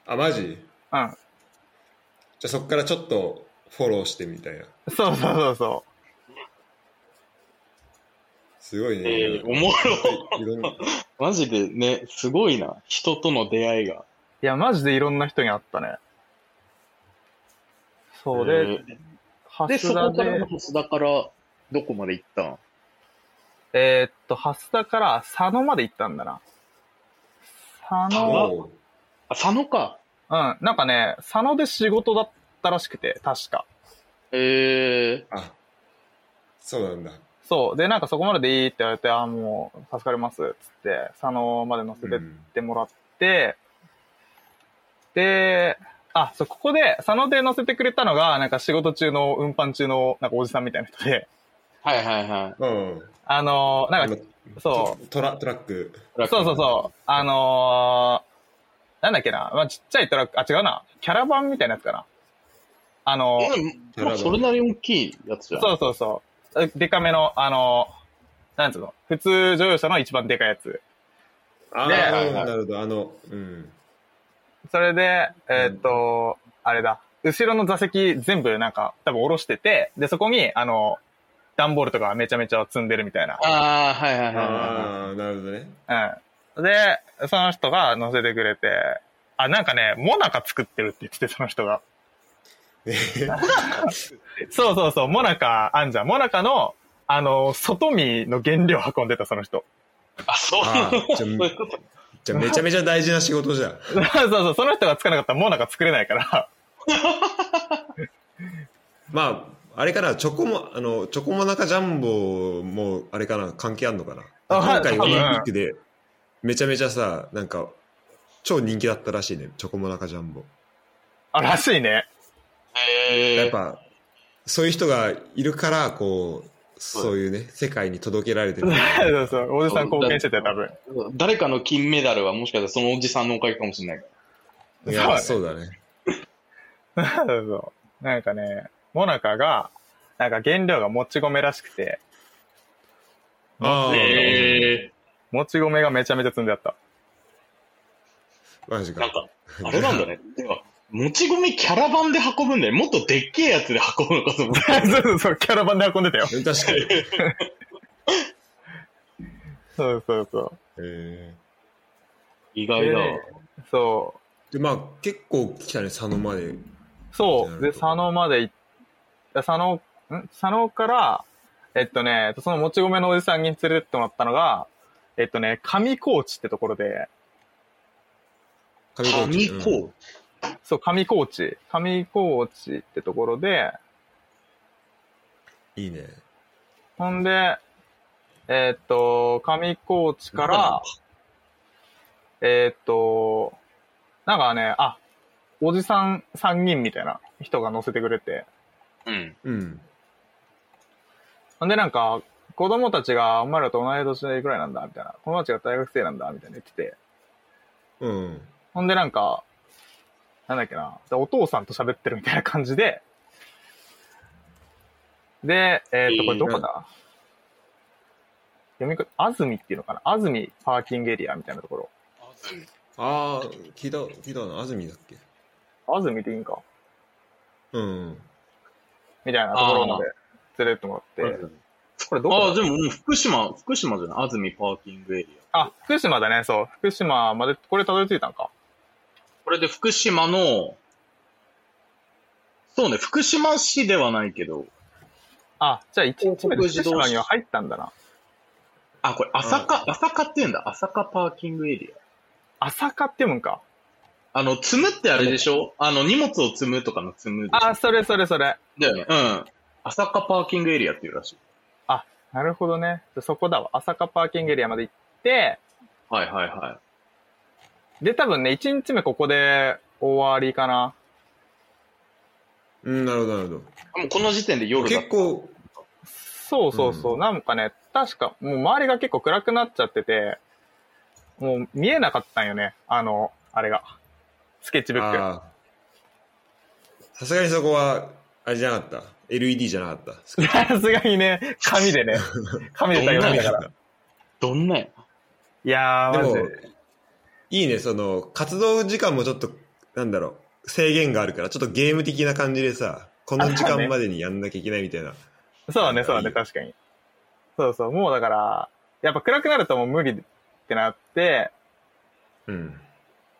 Speaker 1: ー、あマジ
Speaker 3: うん。
Speaker 1: じゃあそっからちょっとフォローしてみたいな
Speaker 3: そうそうそうそ
Speaker 1: すごいね、
Speaker 4: えー、おもろ。
Speaker 1: いろんな
Speaker 4: マジでね、すごいな。人との出会いが。
Speaker 3: う。いや、マジでいろんな人に会ったね。そうで、
Speaker 4: え
Speaker 3: ハ
Speaker 4: ーで、
Speaker 3: ス
Speaker 4: そ
Speaker 3: ダ
Speaker 4: こか
Speaker 3: で、
Speaker 4: らの蓮田から、どこまで行ったん
Speaker 3: えーっと、ハスダから佐野まで行ったんだな。佐野、
Speaker 1: おう
Speaker 4: あ、佐野か。
Speaker 3: うん、なんかね、佐野で仕事だったらしくて、確か。
Speaker 4: え
Speaker 1: あそうなんだ
Speaker 3: そう。で、なんかそこまででいいって言われて、あーもう、助かります、つって、佐野まで乗せてっ
Speaker 1: うん
Speaker 3: てもらって、で、あ、そう、ここで、佐野で乗せてくれたのが、なんか仕事中の、運搬中の、なんかおじさんみたいな人で、
Speaker 4: ー、はいはいはい。
Speaker 1: うん
Speaker 3: あのーなんか、そう
Speaker 1: トラトラック
Speaker 3: そうそうそう、あのーなんだっけな、まあ、ちっちゃいトラック、あ、違うな、キャラバンみたいなやつかな。あのー
Speaker 4: うんまあそれなりに大きいやつじゃん。
Speaker 3: そうそうそうえ。でかめの、あのーなんつうの、普通乗用車の一番でかいやつ。
Speaker 1: ああ、
Speaker 4: ねはいはい
Speaker 1: なるほどあのうん
Speaker 3: それで、えーっと、あれだ。後ろの座席全部なんか多分下ろしてて、で、そこに、あの、段ボールとかめちゃめちゃ積んでるみたいな。
Speaker 4: ああ、はいはいはいは
Speaker 1: ああ、なるほどね。
Speaker 3: うん。で、その人が乗せてくれて、あ、なんかね、モナカ作ってるって言ってて、その人が。 そうそうそう、モナカあんじゃん。モナカの、あの、外見の原料運んでた、その人。
Speaker 4: い。あ、そう
Speaker 1: ああ、じゃあ
Speaker 4: そういうこと。
Speaker 1: じゃあめちゃめちゃ大事な仕事じゃん。
Speaker 3: そうそう、その人がつかなかったらモナカ作れないから。
Speaker 1: まあ、あれかな、チョコも、あの、チョコモナカジャンボも、あれかな、関係あんのかな。
Speaker 3: あはい
Speaker 1: 今回
Speaker 3: 多
Speaker 1: オリ
Speaker 3: 分
Speaker 1: ンピックで、めちゃめちゃさ、なんか、超人気だったらしいね、チョコモナカジャンボ。
Speaker 3: あ、らしいね。
Speaker 4: え
Speaker 1: やっ
Speaker 4: ー、
Speaker 1: ぱ、そういう人がいるから、こう、そういうね、世界に届けられてる。
Speaker 3: そうそう、おじさん貢献してたよ、多分。
Speaker 4: 誰かの金メダルはもしかしたらそのおじさんのおかげかもしれない。
Speaker 1: い
Speaker 3: そうだ
Speaker 1: や、
Speaker 3: ね
Speaker 1: そうだね。
Speaker 3: そうそう。なんかね、モナカが、なんか原料がもち米らしくて、
Speaker 1: ああ、
Speaker 4: え
Speaker 3: もち米がめちゃめちゃ積んであった。
Speaker 1: マジ
Speaker 4: ー、なん
Speaker 1: か。
Speaker 4: か、あれなんだね。では、もち米キャラバンで運ぶんだよ。もっとでっけえやつで運ぶのかと思った。
Speaker 3: そうそうそう、キャラバンで運んでたよ。
Speaker 1: 確かに。
Speaker 3: そうそうそう。
Speaker 1: え
Speaker 4: 意外だわ。
Speaker 3: そ
Speaker 1: ーで、まあ、結構来たね、佐野まで。
Speaker 3: う。そう。で、佐野まで行っ佐野、ん佐野から、えっとね、そのもち米のおじさんに連れてってもらったのが、えっとね、上高地ってところで、
Speaker 1: 上
Speaker 4: 神
Speaker 1: 高知
Speaker 4: こ
Speaker 3: そう、上高地。上高地ってところで、
Speaker 1: うんいいね。
Speaker 3: ほんで、えーっと、上高地か
Speaker 4: なん
Speaker 3: ら
Speaker 4: だ、
Speaker 3: えーっと、なんかね、あ、おじさん3人みたいな人が乗せてくれて、
Speaker 4: う。うん。
Speaker 1: うん。
Speaker 3: ほんでなんか、子供たちが、お前らと同い年ぐらいなんだ、みたいな。子供たちが大学生なんだ、みたいな言ってて。
Speaker 1: うん。
Speaker 3: ほんでなんか、なんだっけな、でお父さんと喋ってるみたいな感じで、で、えーっと、これどこだ、読み方、安住っていうのかな安住パーキングエリアみたいなところ。
Speaker 1: ああ、聞いた、聞いたな、安住だっけ
Speaker 3: 安住でいいんか
Speaker 1: うん。
Speaker 3: みたいなところまで連れてってもらって。これどこ
Speaker 4: あ
Speaker 3: だ
Speaker 4: あ、でももう福島、福島じゃない安住パーキングエリア。
Speaker 3: あ、福島だね、そう。福島まで、これたどり着いたんか。
Speaker 4: これで福島の、そうね、福島市ではないけど、
Speaker 3: あ、じゃあ1日目で福島には入ったんだな。
Speaker 4: あ、これ、朝霞、朝霞って言うんだ。朝霞パーキングエリ
Speaker 3: 朝霞って読むんか。
Speaker 4: ア。あの、積むってあれでしょあの、荷物を積むとかの積むでしょ
Speaker 3: あ、それそれそれ。
Speaker 4: だよね。うん。朝霞パーキングエリアっていうらしい。
Speaker 3: なるほどね。じゃあそこだわ。朝霞パーキングエリアまで行って、
Speaker 4: はいはいは
Speaker 3: で、多分ね、1日目ここで終わりかな。
Speaker 1: うん、なるほど、なるほ
Speaker 4: い。もうこの時点で
Speaker 1: ど。
Speaker 4: 夜だ
Speaker 1: 結構、
Speaker 3: そうそうそう。
Speaker 1: うん
Speaker 3: なんかね、確か、もう周りが結構暗くなっちゃってて、もう見えなかったんよね。あの、あれが。スケッチブック。
Speaker 1: あーさすがにそこは、あれじゃなかった。LED じゃなかった。
Speaker 3: さすがにね、紙で ね、紙で対応してたから。
Speaker 4: どんなや
Speaker 3: いやー、
Speaker 1: で
Speaker 3: マジ
Speaker 1: も
Speaker 3: で。、
Speaker 1: いいね、その、活動時間もちょっと、なんだろう、制限があるから、ちょっとゲーム的な感じでさ、この時
Speaker 3: あそう
Speaker 1: 間
Speaker 3: ね
Speaker 1: までにやんなきゃいけないみたいな。
Speaker 3: そうだね、そうだね、確かに。そうそう、もうだから、やっぱ暗くなるともう無理ってなって、
Speaker 1: うん。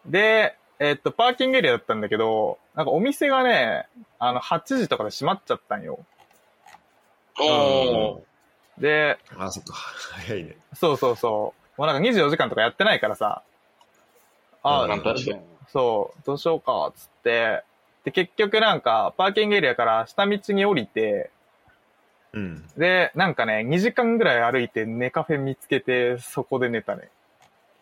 Speaker 3: で、えっと、パーキングエリアだったんだけど、なんかお店がね、あの、8時とかで閉まっちゃったんよ。
Speaker 4: おー。
Speaker 3: で、
Speaker 1: あー、そっか。早いね。
Speaker 3: そうそうそう。もうなんか24時間とかやってないからさ、あ
Speaker 1: うん
Speaker 4: なんか確かに。
Speaker 3: そう、どうしようか、つって、で、結局なんか、パーキングエリアから下道に降りて、
Speaker 1: うん。
Speaker 3: で、なんかね、2時間ぐらい歩いて寝カフェ見つけて、そこで寝たね。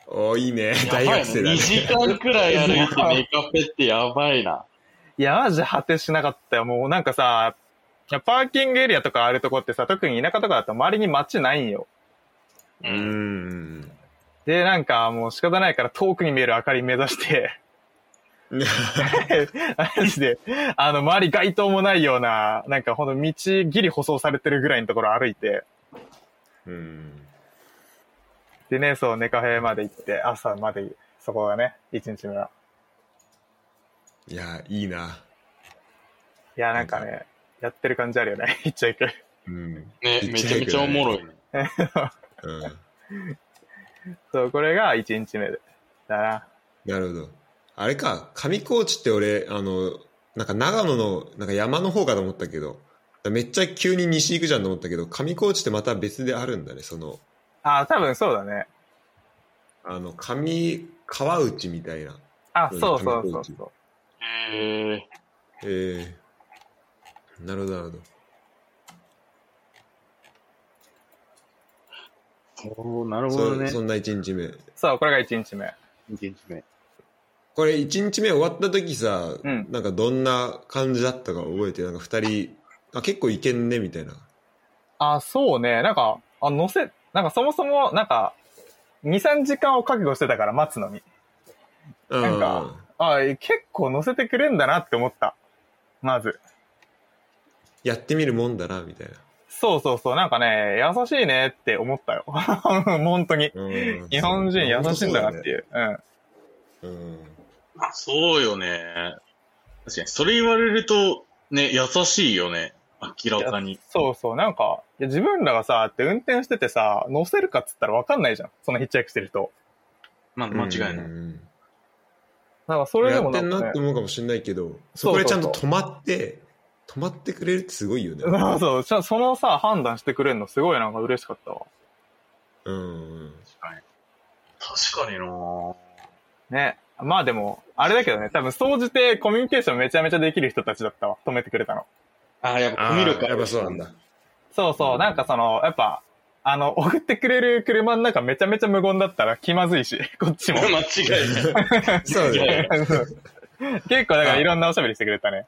Speaker 1: おーいいね。大学生だ
Speaker 4: 2
Speaker 1: ね。
Speaker 4: 時間くらい歩いてメカフェってやばいな。
Speaker 3: いや、マジで果てしなかったよ。もうなんかさ、いやパーキングエリアとかあるとこってさ、特に田舎とかだと周りに街ないんよ。
Speaker 1: う。ん。
Speaker 3: で、なんかもう仕方ないから遠くに見える明かり目指して、 マジで、あの、周り街灯もないような、なんかほんと道ギリ舗装されてるぐらいのところ歩いて、
Speaker 1: うん。
Speaker 3: でね、そう、ネカフェまで行って、朝まで、そこがね、一日目は。
Speaker 1: いや、いいな。
Speaker 3: いや、なんかね、やってる感じあるよね。 一着。
Speaker 1: うん。
Speaker 4: ね、めちゃめちゃおもろい。
Speaker 1: うん。
Speaker 3: そう、これが1日目で。だな。
Speaker 1: なるほど。あれか、上高地って俺、あの、なんか長野の、なんか山の方かと思ったけど、めっちゃ急に西行くじゃんと思ったけど、上高地ってまた別であるんだね、その、
Speaker 3: あ、多分そうだね。
Speaker 1: あの、上川内みたいな。
Speaker 3: あ、
Speaker 1: そう
Speaker 3: そうそうそ
Speaker 1: 観
Speaker 3: う
Speaker 1: 光
Speaker 3: そう。
Speaker 4: へえ
Speaker 1: えー、なるほど、なるほど。
Speaker 2: おーなるほど
Speaker 1: そ
Speaker 2: ね。
Speaker 1: そんな1日目。
Speaker 3: そう、これが1日目。
Speaker 2: 一日目
Speaker 1: これ1日目終わった時さ、
Speaker 3: うん
Speaker 1: なんかどんな感じだったか覚えて、なんか2人、あ、結構いけんね、みたいな。
Speaker 3: あ、そうね。なんか、あ、乗せ、なんかそもそも、なんか、2、3時間を覚悟してたから待つのに。なんかあ、結構乗せてくれんだなって思った。まず。
Speaker 1: うんやってみるもんだな、みたいな。
Speaker 3: そうそうそう。なんかね、優しいねって思ったよ。 本当に。
Speaker 1: うん
Speaker 3: 日本人優しいんだなっていう。うん。
Speaker 1: うん。
Speaker 4: そうよね。確かに、それ言われると、ね、優しいよね。明らかに。
Speaker 3: そうそう。なんか、いや自分らがさ、って運転しててさ、乗せるかっつったらわかんないじゃん。そのヒッチハイクしてると。
Speaker 4: まあ、間違いない。
Speaker 1: い。
Speaker 3: なんかそれで
Speaker 1: や
Speaker 3: も
Speaker 1: ってん
Speaker 3: ん
Speaker 1: な
Speaker 3: か
Speaker 1: って
Speaker 3: ね、
Speaker 1: 思うかもしれないけど、
Speaker 3: そ
Speaker 1: そうこ
Speaker 3: そうそう
Speaker 1: でちゃんと止まって、止まってくれるってすごいよね。
Speaker 3: そうそうちょ。そのさ、判断してくれるのすごいなんか嬉しかったわ。
Speaker 1: うん。
Speaker 4: 確かにな
Speaker 3: ね。まあでも、あれだけどね、多分、総じてコミュニケーションめちゃめちゃできる人たちだったわ。止めてくれたの。
Speaker 4: ああ、やっぱ
Speaker 1: あ
Speaker 4: コミュ力
Speaker 1: ーやっぱそうなんだ。
Speaker 3: そうそう、なんかその、やっぱ、あの、送ってくれる車の中めちゃめちゃ無言だったら気まずいし、こっちも。
Speaker 4: 間違いない。
Speaker 1: そう だね。
Speaker 3: 結構だからいろんなおしゃべりしてくれたね。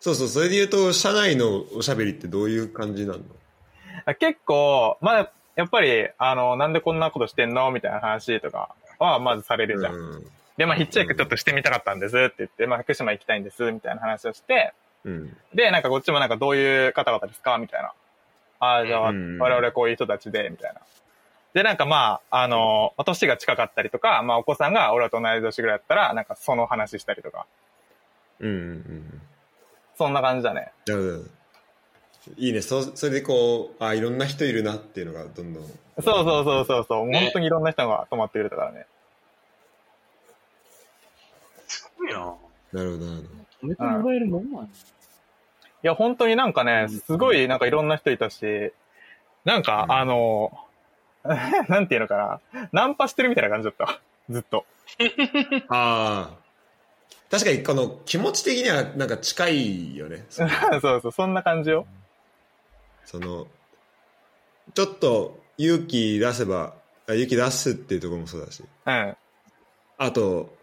Speaker 1: そうそう、それで言うと、社内のおしゃべりってどういう感じなの
Speaker 3: 結構、まあ、やっぱり、あの、なんでこんなことしてんのみたいな話とかは、まずされるじゃん。
Speaker 1: うん
Speaker 3: で、まあ、ヒッチハイクちょっとしてみたかったんですって言って、まあ、福島行きたいんです、みたいな話をして、
Speaker 1: うん。
Speaker 3: で、なんかこっちもなんかどういう方々ですかみたいな。ああ、じゃあ、
Speaker 1: うん
Speaker 3: 我々こういう人たちで、みたいな。で、なんかまあ、あの、年が近かったりとか、まあお子さんが俺らと同い年ぐらいだったら、なんかその話したりとか。
Speaker 1: うんうんうん。
Speaker 3: そんな感じだね。
Speaker 1: なるほどなるほど。いいね。そそれでこう、あーいろんな人いるなっていうのがどんどん。
Speaker 3: そうそうそうそうそう。本当にいろんな人が泊まってくれたからね。
Speaker 1: なるほど、なるほ
Speaker 4: 止め
Speaker 3: ても
Speaker 4: らえるもんなん
Speaker 3: いや、本当になんかね、
Speaker 4: うん
Speaker 3: すごいなんかいろんな人いたし、なんか、
Speaker 1: うん
Speaker 3: あの、 なんていうのかな。ナンパしてるみたいな感じだったわ。ずっと。
Speaker 1: ど。 ああ。確かに、この気持ち的にはなんか近いよね。その
Speaker 3: そうそう、そんな感じよ。
Speaker 1: その、ちょっと勇気出せば、あ勇気出すっていうところもそうだし。
Speaker 3: うん。
Speaker 1: あと、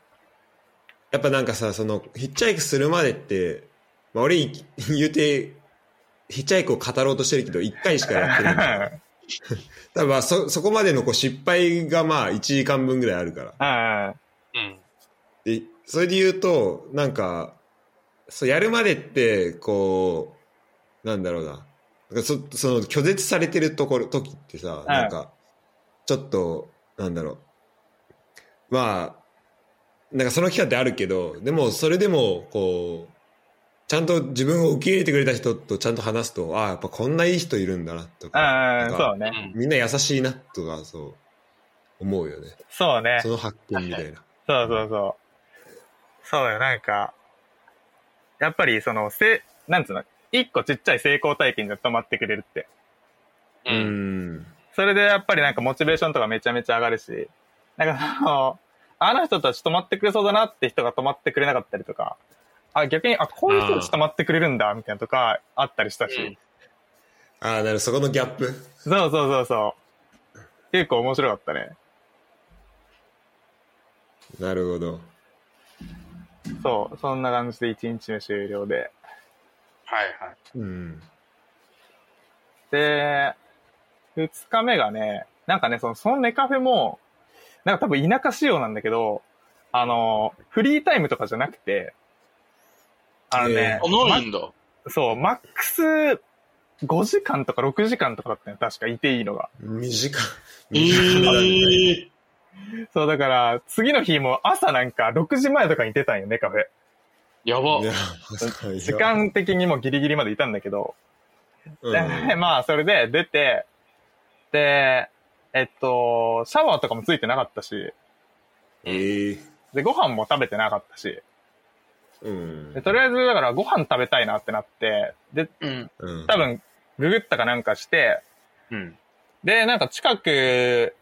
Speaker 1: やっぱなんかさ、その、ヒッチハイクするまでって、まあ、俺い、 言うて、ヒッチハイクを語ろうとしてるけど、1回しかやって ないから。多分まあそ、そこまでのこう失敗がまあ、1時間分ぐらいあるから。
Speaker 3: うん。
Speaker 4: うん。
Speaker 1: で、それで言うと、なんか、そう、やるまでって、こう、なんだろうな。なんかそその、拒絶されてるところ、時ってさ、なんか、ちょっと、なんだろう。まあ、なんかその期間ってあるけど、でも、それでも、こう、ちゃんと自分を受け入れてくれた人とちゃんと話すと、ああ、やっぱこんないい人いるんだな、と
Speaker 3: う
Speaker 1: か、な
Speaker 3: んうん
Speaker 1: か
Speaker 3: ん、そうね。
Speaker 1: みんな優しいな、とか、そう、思うよね。
Speaker 3: そうね。
Speaker 1: そ
Speaker 3: そう
Speaker 1: の発見みたいな。
Speaker 3: そうそう。そうよ、なんか、やっぱりその、せ、なんつうの、一個ちっちゃい成功体験じゃ止まってくれるって。
Speaker 1: う
Speaker 4: うん。
Speaker 1: ん。
Speaker 3: それでやっぱりなんかモチベーションとかめちゃめちゃ上がるし、なんかその、あの人たち止まってくれそうだなって人が止まってくれなかったりとか、あ、逆に、あ、こういう人たち止まってくれるんだ、みたいなとか、あったりしたし、
Speaker 4: うん
Speaker 1: ああ、なるほどそこのギャップ。
Speaker 3: そうそうそうそう。結構面白かったね。
Speaker 1: なるほど。
Speaker 3: そう、そんな感じで1日目終了で。
Speaker 4: はいはい。
Speaker 1: うん。
Speaker 3: で、二日目がね、なんかね、その、そのネカフェも、なんか多分田舎仕様なんだけど、あの、フリータイムとかじゃなくて、あのね
Speaker 1: え、
Speaker 4: あ、ないんだ。
Speaker 3: まそう、マックス5時間とか6時間とかだったよ、確かいていいのが。
Speaker 1: 短い。
Speaker 4: ええ
Speaker 1: 短い。
Speaker 3: そう、だから、次の日も朝なんか6時前とかに出たんよね、カフェ。
Speaker 4: やば
Speaker 1: い。や
Speaker 3: 時、間的にもうギリギリまでいたんだけど。
Speaker 1: うん
Speaker 3: で、まあ、それで出て、で、えっと、シャワーとかもついてなかったし、
Speaker 1: えー
Speaker 3: で、ご飯も食べてなかったし、
Speaker 1: うん
Speaker 3: でとりあえず、だからご飯食べたいなってなって、で、
Speaker 4: うん。
Speaker 1: うん
Speaker 3: 多分、ググったかなんかして、
Speaker 4: うん。
Speaker 3: で、なんか近く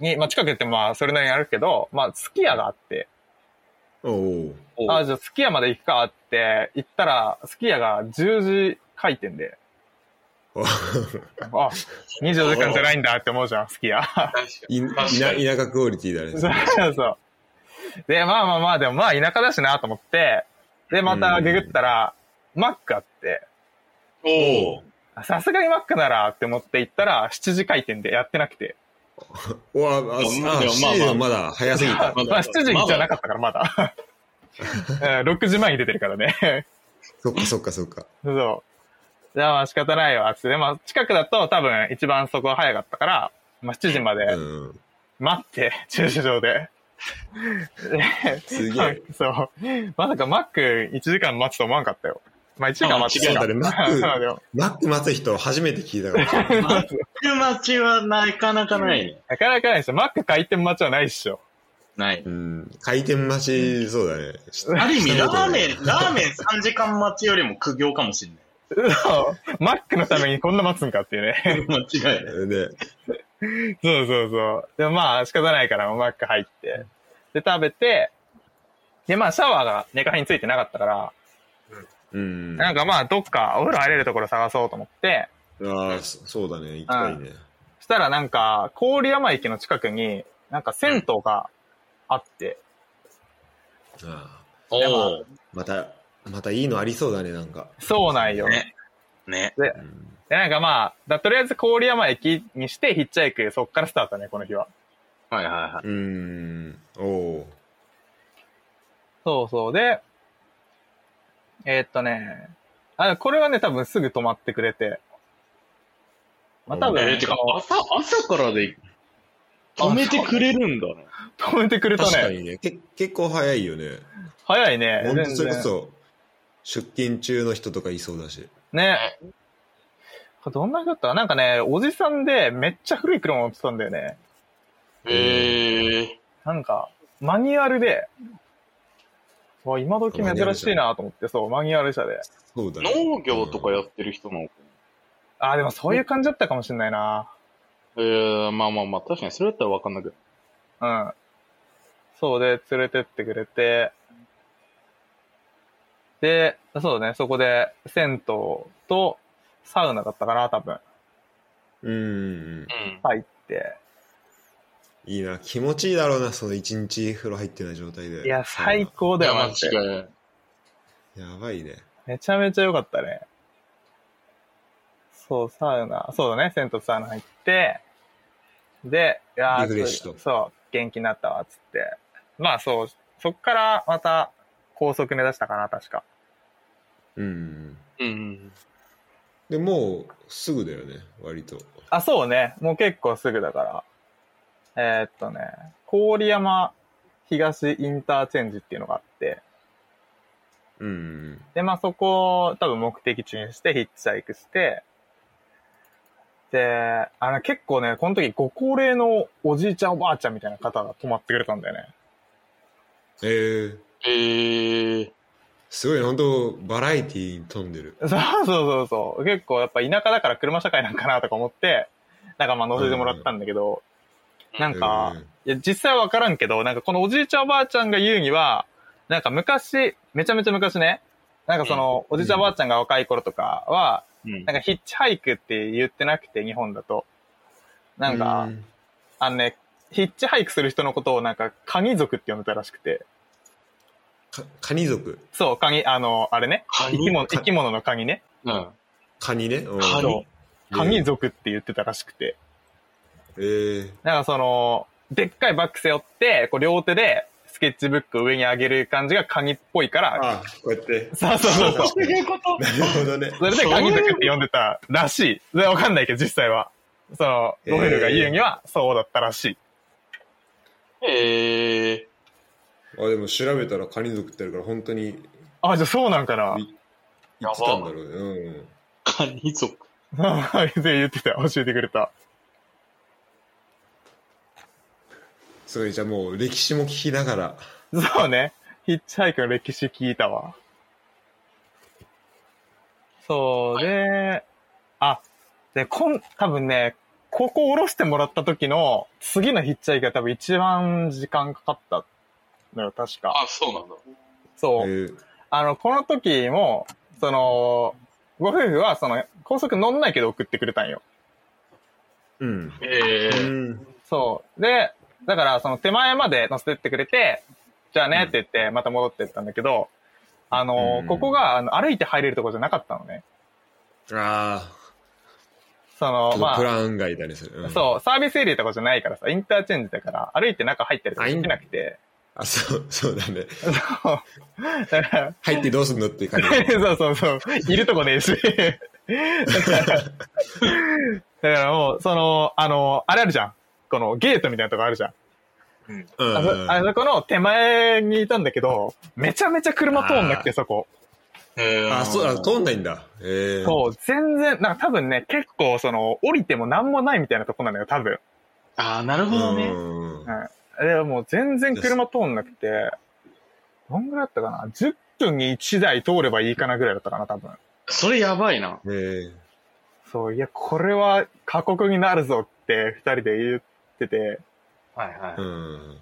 Speaker 3: に、まあ近くってまあそれなりにあるけど、まあすき家があって、
Speaker 1: おお
Speaker 4: お
Speaker 3: あ、じゃあすき家まで行くかって行ったら、すき家が10時開店で、あ、24時間じゃないんだって思うじゃん、すき家。
Speaker 4: 確か
Speaker 1: い
Speaker 4: 確かに
Speaker 1: いな田舎クオリティだね。
Speaker 3: そうそうそう。で、まあまあまあ、でもまあ田舎だしなと思って、で、またググったら、マックあって、
Speaker 4: に。おお。
Speaker 3: あさすがにマックならって思って行ったら、7時開店でやってなくて。
Speaker 1: うわ、あ、あ、
Speaker 4: まあでもまあ
Speaker 1: 7時はまだ早すぎた。
Speaker 4: ま
Speaker 3: ま
Speaker 4: だ
Speaker 3: あ、7時じゃなかったから、まだ。 うん6時前に出てるからね。
Speaker 1: そっかそっかそっか。
Speaker 3: そう。じゃあ、まあ仕方ないわ、つって。でまあ、近くだと多分一番そこは早かったから、まあ、7時ま
Speaker 1: う
Speaker 3: で
Speaker 1: ん。
Speaker 3: 待って、駐車場で。
Speaker 1: すげ
Speaker 3: はい
Speaker 1: え。
Speaker 3: そう。まさかマック1時間待つと思わんかったよ。まあ1時間待つ
Speaker 1: そうだね、マ
Speaker 3: そうだ
Speaker 1: ック、
Speaker 3: よ。
Speaker 1: マック待つ人初めて聞いたから。
Speaker 4: 昼待ちはなかなかないね。
Speaker 3: なかなかないでしょ。マック回転待ちはないっしょ。
Speaker 4: ない。
Speaker 1: うん。回転待ち、そうだね。
Speaker 4: ある意味、
Speaker 1: した
Speaker 4: ラ
Speaker 1: こと
Speaker 4: ー
Speaker 1: ない
Speaker 4: メン、ラーメン3時間待ちよりも苦行かもしんな
Speaker 3: そう。マックのためにこんな待つんかっていうね。
Speaker 4: い。間違いない。
Speaker 1: で、
Speaker 3: そうそうそう。でもまあ仕方ないからマック入って。で食べて、でまあシャワーが寝かについてなかったから、
Speaker 1: うん。
Speaker 3: なんかまあどっかお風呂入れるところ探そうと思って、
Speaker 1: ああ、そそうだね。行きたいね。
Speaker 3: したらなんか郡山駅の近くになんか銭湯があって、
Speaker 1: あ
Speaker 4: おお。
Speaker 1: あまた、またいいのありそうだね、なんか。
Speaker 3: そうなんよ。
Speaker 4: ねね。
Speaker 1: うん
Speaker 3: で、なんかまあ、だとりあえず郡山駅にしてヒッチハイク、そっからスタートね、この日は。
Speaker 4: はいはいはい。
Speaker 1: うん。おお
Speaker 3: そうそう。で、えーっとね、あ、これはね、多分すぐ止まってくれて。まあ多分、
Speaker 4: えー、てか
Speaker 3: そ、
Speaker 4: 朝、朝からで、止めてくれるんだね。
Speaker 3: の止めてくれた
Speaker 1: 確か
Speaker 3: ね。
Speaker 1: にね。け結構早いよね。
Speaker 3: 早いね。
Speaker 1: ほんと
Speaker 3: 全
Speaker 1: それこ
Speaker 3: 然
Speaker 1: そ、出勤中の人とかいそうだし。
Speaker 3: ね。どんな人だったなんかね、おじさんでめっちゃ古い車乗ってたんだよね。
Speaker 4: へえ。
Speaker 3: なんか、マニュアルで、わ、今時珍しいなと思って、そう、マニュアル車で。
Speaker 1: そうだね。
Speaker 4: 農業とかやってる人なのか
Speaker 3: あー、でもそういう感じだったかもしんないな。
Speaker 4: な。えー、まあまあまあ、確かにそれだったらわかんなく
Speaker 3: うん。そうで、連れてってくれて、で、そうだね、そこで、銭湯とサウナだったかな、多分、
Speaker 1: うんうん。
Speaker 4: ない。
Speaker 3: 入って。
Speaker 1: いいな。気持ちいいだろうな、その一日風呂入ってない状態で。
Speaker 3: いや、最
Speaker 4: う
Speaker 3: 高
Speaker 4: ん。い
Speaker 3: だ
Speaker 4: や、
Speaker 3: よ、
Speaker 4: 間
Speaker 3: マジで。
Speaker 4: 違いない。
Speaker 1: やばいね。
Speaker 3: めちゃめちゃ良かったね。そう、サウナ、そうだね、銭湯とサウナ入って、で、いやー
Speaker 1: リフレッシュと
Speaker 3: そう、元気になったわ、つって。まあそう、そっからまた高速目指したかな、確か。
Speaker 1: うん
Speaker 4: う
Speaker 1: うん。
Speaker 4: ん。
Speaker 1: で、もうすぐだよね、割と。
Speaker 3: あ、そうね。もう結構すぐだから。えーっとね、郡山東インターチェンジっていうのがあって、
Speaker 1: うんうん。
Speaker 3: で、まあそこを多分目的地にしてヒッチハイクして、で、あの結構ね、この時ご高齢のおじいちゃんおばあちゃんみたいな方が泊まってくれたんだよね。
Speaker 1: えー、
Speaker 4: へえ。
Speaker 1: すごい、本当バラエティーに富んでる。
Speaker 3: そうそうそうそう。結構やっぱ田舎だから車社会なんかなとか思って、なんかまあ乗せてもらったんだけど、
Speaker 4: うん
Speaker 3: なんか
Speaker 1: うん、
Speaker 3: いや、実際はわからんけど、なんかこのおじいちゃんおばあちゃんが言うには、なんか昔、めちゃめちゃ昔ね、なんかその、おじいちゃんおばあちゃんが若い頃とかは、
Speaker 4: うん
Speaker 3: なんかヒッチハイクって言ってなくて、日本だと。なんか、
Speaker 1: うん
Speaker 3: あのね、ヒッチハイクする人のことをなんか、カニ族って呼んでたらしくて。
Speaker 1: かカニ族。
Speaker 3: そう、カニ、あの、あれね。
Speaker 4: カ
Speaker 3: 生
Speaker 4: ニ
Speaker 3: き物、生き物のカニね。
Speaker 4: うん。
Speaker 1: カニね。うん
Speaker 4: カニ
Speaker 3: カニ族って言ってたらしくて。
Speaker 1: えー、
Speaker 3: なんかその、でっかいバッグ背負って、こう両手で、スケッチブックを上に上げる感じがカニっぽいから、
Speaker 1: ああ、こうやって。
Speaker 3: そうそうそうそう。
Speaker 4: そういうこと
Speaker 1: なるほどね。
Speaker 3: それで鍵族って呼んでたらしい。それわかんないけど、実際は。その、ロヘルが言うには、そうだったらしい。
Speaker 4: ええ
Speaker 1: あ、でも調べたらカニ族ってあるから、本当に
Speaker 3: あ、じゃあそうなんかな。
Speaker 1: 言ってたんだろうね。うん。
Speaker 4: カニ族。
Speaker 3: で言ってた。教えてくれた。
Speaker 1: すごい、じゃあもう歴史も聞きながら。
Speaker 3: そうね。ヒッチハイクの歴史聞いたわ。そう、で、あ、で、こん、多分ね、ここ降ろしてもらった時の次のヒッチハイクが多分一番時間かかったのよ、確か。
Speaker 4: あ、そうなんだ。
Speaker 1: え
Speaker 3: そう。
Speaker 1: ー、
Speaker 3: あの、この時も、その、ご夫婦は、その、高速乗んないけど送ってくれたんよ。
Speaker 1: うん。
Speaker 4: ええ
Speaker 1: うん。
Speaker 3: そう。で、だから、その手前まで乗せてってくれて、じゃあねって言って、また戻ってったんだけど、あの、
Speaker 1: うん
Speaker 3: ここがあの歩いて入れるとこじゃなかったのね。
Speaker 1: あ
Speaker 3: そ
Speaker 1: あ、
Speaker 3: の、
Speaker 1: ちょっ
Speaker 3: ま
Speaker 1: とプ
Speaker 3: あ、
Speaker 1: ラン外だね、それ。うん、う。
Speaker 3: そう、サービスエリアとかじゃないからさ、インターチェンジだから、歩いて中入ったりとかできなくて。
Speaker 1: あ、そう、そうだね。
Speaker 3: そう。だ から、
Speaker 1: 入ってどうすんのって感 じ。
Speaker 3: そうそうそう。いるとこね えし。だから、だからもう、その、あの、あれあるじゃん。このゲートみたいなとこあるじゃん。
Speaker 1: うん
Speaker 3: あそあそこの手前にいたんだけど、めちゃめちゃ車通んなくて、そこ。
Speaker 4: ええ
Speaker 1: あ、そう、あ通んないんだ。ええ
Speaker 3: そう、全然、なんか多分ね、結構その、降りてもなんもないみたいなとこなのよ、多分。
Speaker 4: あーなる
Speaker 1: う
Speaker 4: ほどね。
Speaker 1: ん。
Speaker 3: でもう全然車通んなくて、どんぐらいだったかな ?10 分に1台通ればいいかなぐらいだったかな、多分。
Speaker 4: それやばいな。
Speaker 1: ええ
Speaker 3: そう、いや、これは過酷になるぞって二人で言ってて。
Speaker 4: はいは
Speaker 1: う
Speaker 4: い。
Speaker 1: ん。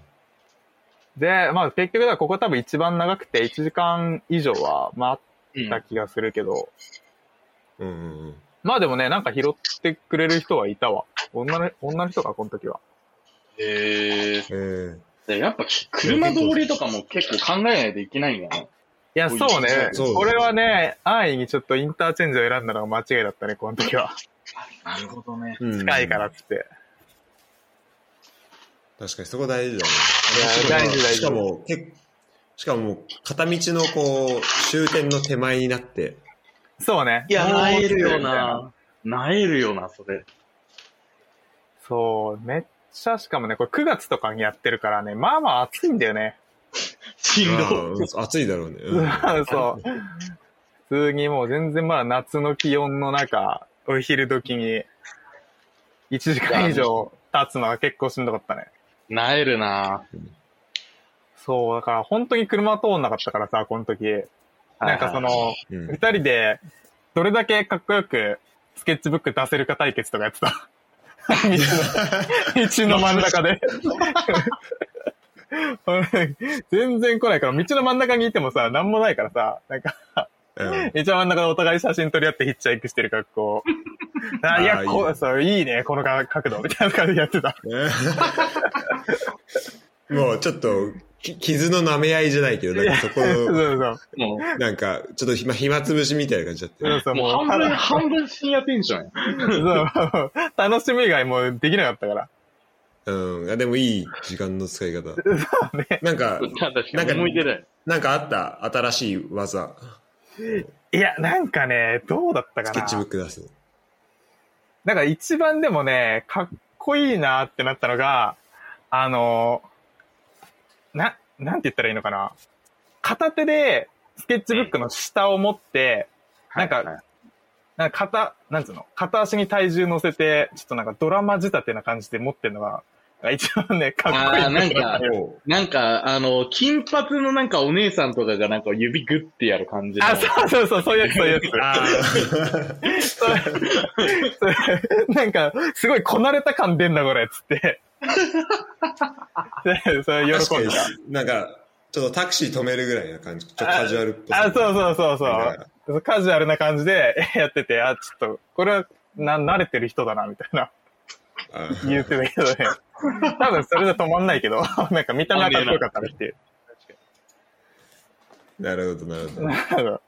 Speaker 3: で、まあ結局だからここ多分一番長くて1時間以上は待った気がするけど、
Speaker 1: うんうんうん。
Speaker 3: まあでもね、なんか拾ってくれる人はいたわ。女の、女の人がこの時は。
Speaker 4: ええ
Speaker 1: ええ
Speaker 4: でやっぱき車通りとかも結構考えないといけないんだね。
Speaker 3: いや、そうね。
Speaker 1: そうそう
Speaker 3: これはね、安易にちょっとインターチェンジを選んだのが間違いだったね、この時は。
Speaker 4: なるほどね。
Speaker 1: うん
Speaker 3: 近いからっつって。
Speaker 1: 確かにそこ大事だね。
Speaker 3: いや大事大事
Speaker 1: しかも、けしかも、片道のこう、終点の手前になって、
Speaker 3: そうね。
Speaker 4: いや、
Speaker 3: もう
Speaker 4: なえるよ
Speaker 3: みたいな。
Speaker 4: な。なえるよな、それ。
Speaker 3: そう、めっちゃ、しかもね、これ9月とかにやってるからね、まあまあ暑いんだよね。
Speaker 4: しん
Speaker 1: ああ
Speaker 4: ど
Speaker 1: うん暑いだろうね。
Speaker 3: う
Speaker 1: うん
Speaker 3: ん そう。普通にもう全然まあ夏の気温の中、お昼時に1時間以上経つのは結構しんどかったね。
Speaker 4: い。なえるな。
Speaker 3: そう、だから本当に車通んなかったからさ、この時。なんかその、
Speaker 1: うん
Speaker 3: 二人で、どれだけかっこよく、スケッチブック出せるか対決とかやってた。 道の、道の真ん中で。 俺全然来ないから、道の真ん中にいてもさ、なんもないからさ、なんか、
Speaker 1: うん
Speaker 3: 道の真ん中でお互い写真撮り合ってヒッチハイクしてる格 好。あい
Speaker 1: あ
Speaker 3: や、
Speaker 1: ー
Speaker 3: こ、
Speaker 1: いいうね
Speaker 3: そう、いいね、このか角度、みたいな感じでやってた。
Speaker 1: もうちょっと、き傷の舐め合いじゃないけど、なんかそこ
Speaker 3: そう
Speaker 1: の、
Speaker 3: そう。
Speaker 4: もう、
Speaker 1: なんか、ちょっと暇暇つぶしみたいな感じだった
Speaker 3: そ
Speaker 1: よ
Speaker 3: う
Speaker 1: ね。
Speaker 3: そう、
Speaker 4: もう半分、半分深夜テンションや。
Speaker 3: そう楽しみ以外もうできなかったから。
Speaker 1: うん。あでもいい時間の使い方。なんか、
Speaker 4: 確
Speaker 1: なんか
Speaker 4: 思い出だよ。
Speaker 1: なんかあった新しい技。
Speaker 3: いや、なんかね、どうだったかな。
Speaker 1: スケッチブック出す。
Speaker 3: なんか一番でもね、かっこいいなってなったのが、あの、な、なんて言ったらいいのかな。片手でスケッチブックの下を持って、なんか
Speaker 4: はいはい、
Speaker 3: なんか片、なんつうの、片足に体重乗せて、ちょっとなんかドラマ仕立てな感じで持ってるのが、なんか一番ね、かっこいい
Speaker 4: あーなんか
Speaker 1: おう
Speaker 4: なんか、あの、金髪のなんかお姉さんとかがなんか指グッてやる感じの。
Speaker 3: あ、そうそうそう、そういうやつ、そういうやつ。
Speaker 1: あー
Speaker 3: それそれなんか、すごいこなれた感出んな、これ、つって。でそれ
Speaker 1: 確
Speaker 3: 喜
Speaker 1: か
Speaker 3: ん
Speaker 1: に
Speaker 3: だ。
Speaker 1: なんか、ちょっとタクシー止めるぐらいな感じ。ちょっとカジュアルっぽさ
Speaker 3: あ、そうそうそう
Speaker 1: みたいな
Speaker 3: そう。カジュアルな感じで やってて、あ、ちょっと、これは、な、慣れてる人だな、みたいな、
Speaker 1: あ
Speaker 3: 言ってたけどね。多分それで止まんないけど、 なんか見た目はかっこよかったねっていう。
Speaker 1: なるほど、なるほど。
Speaker 3: そう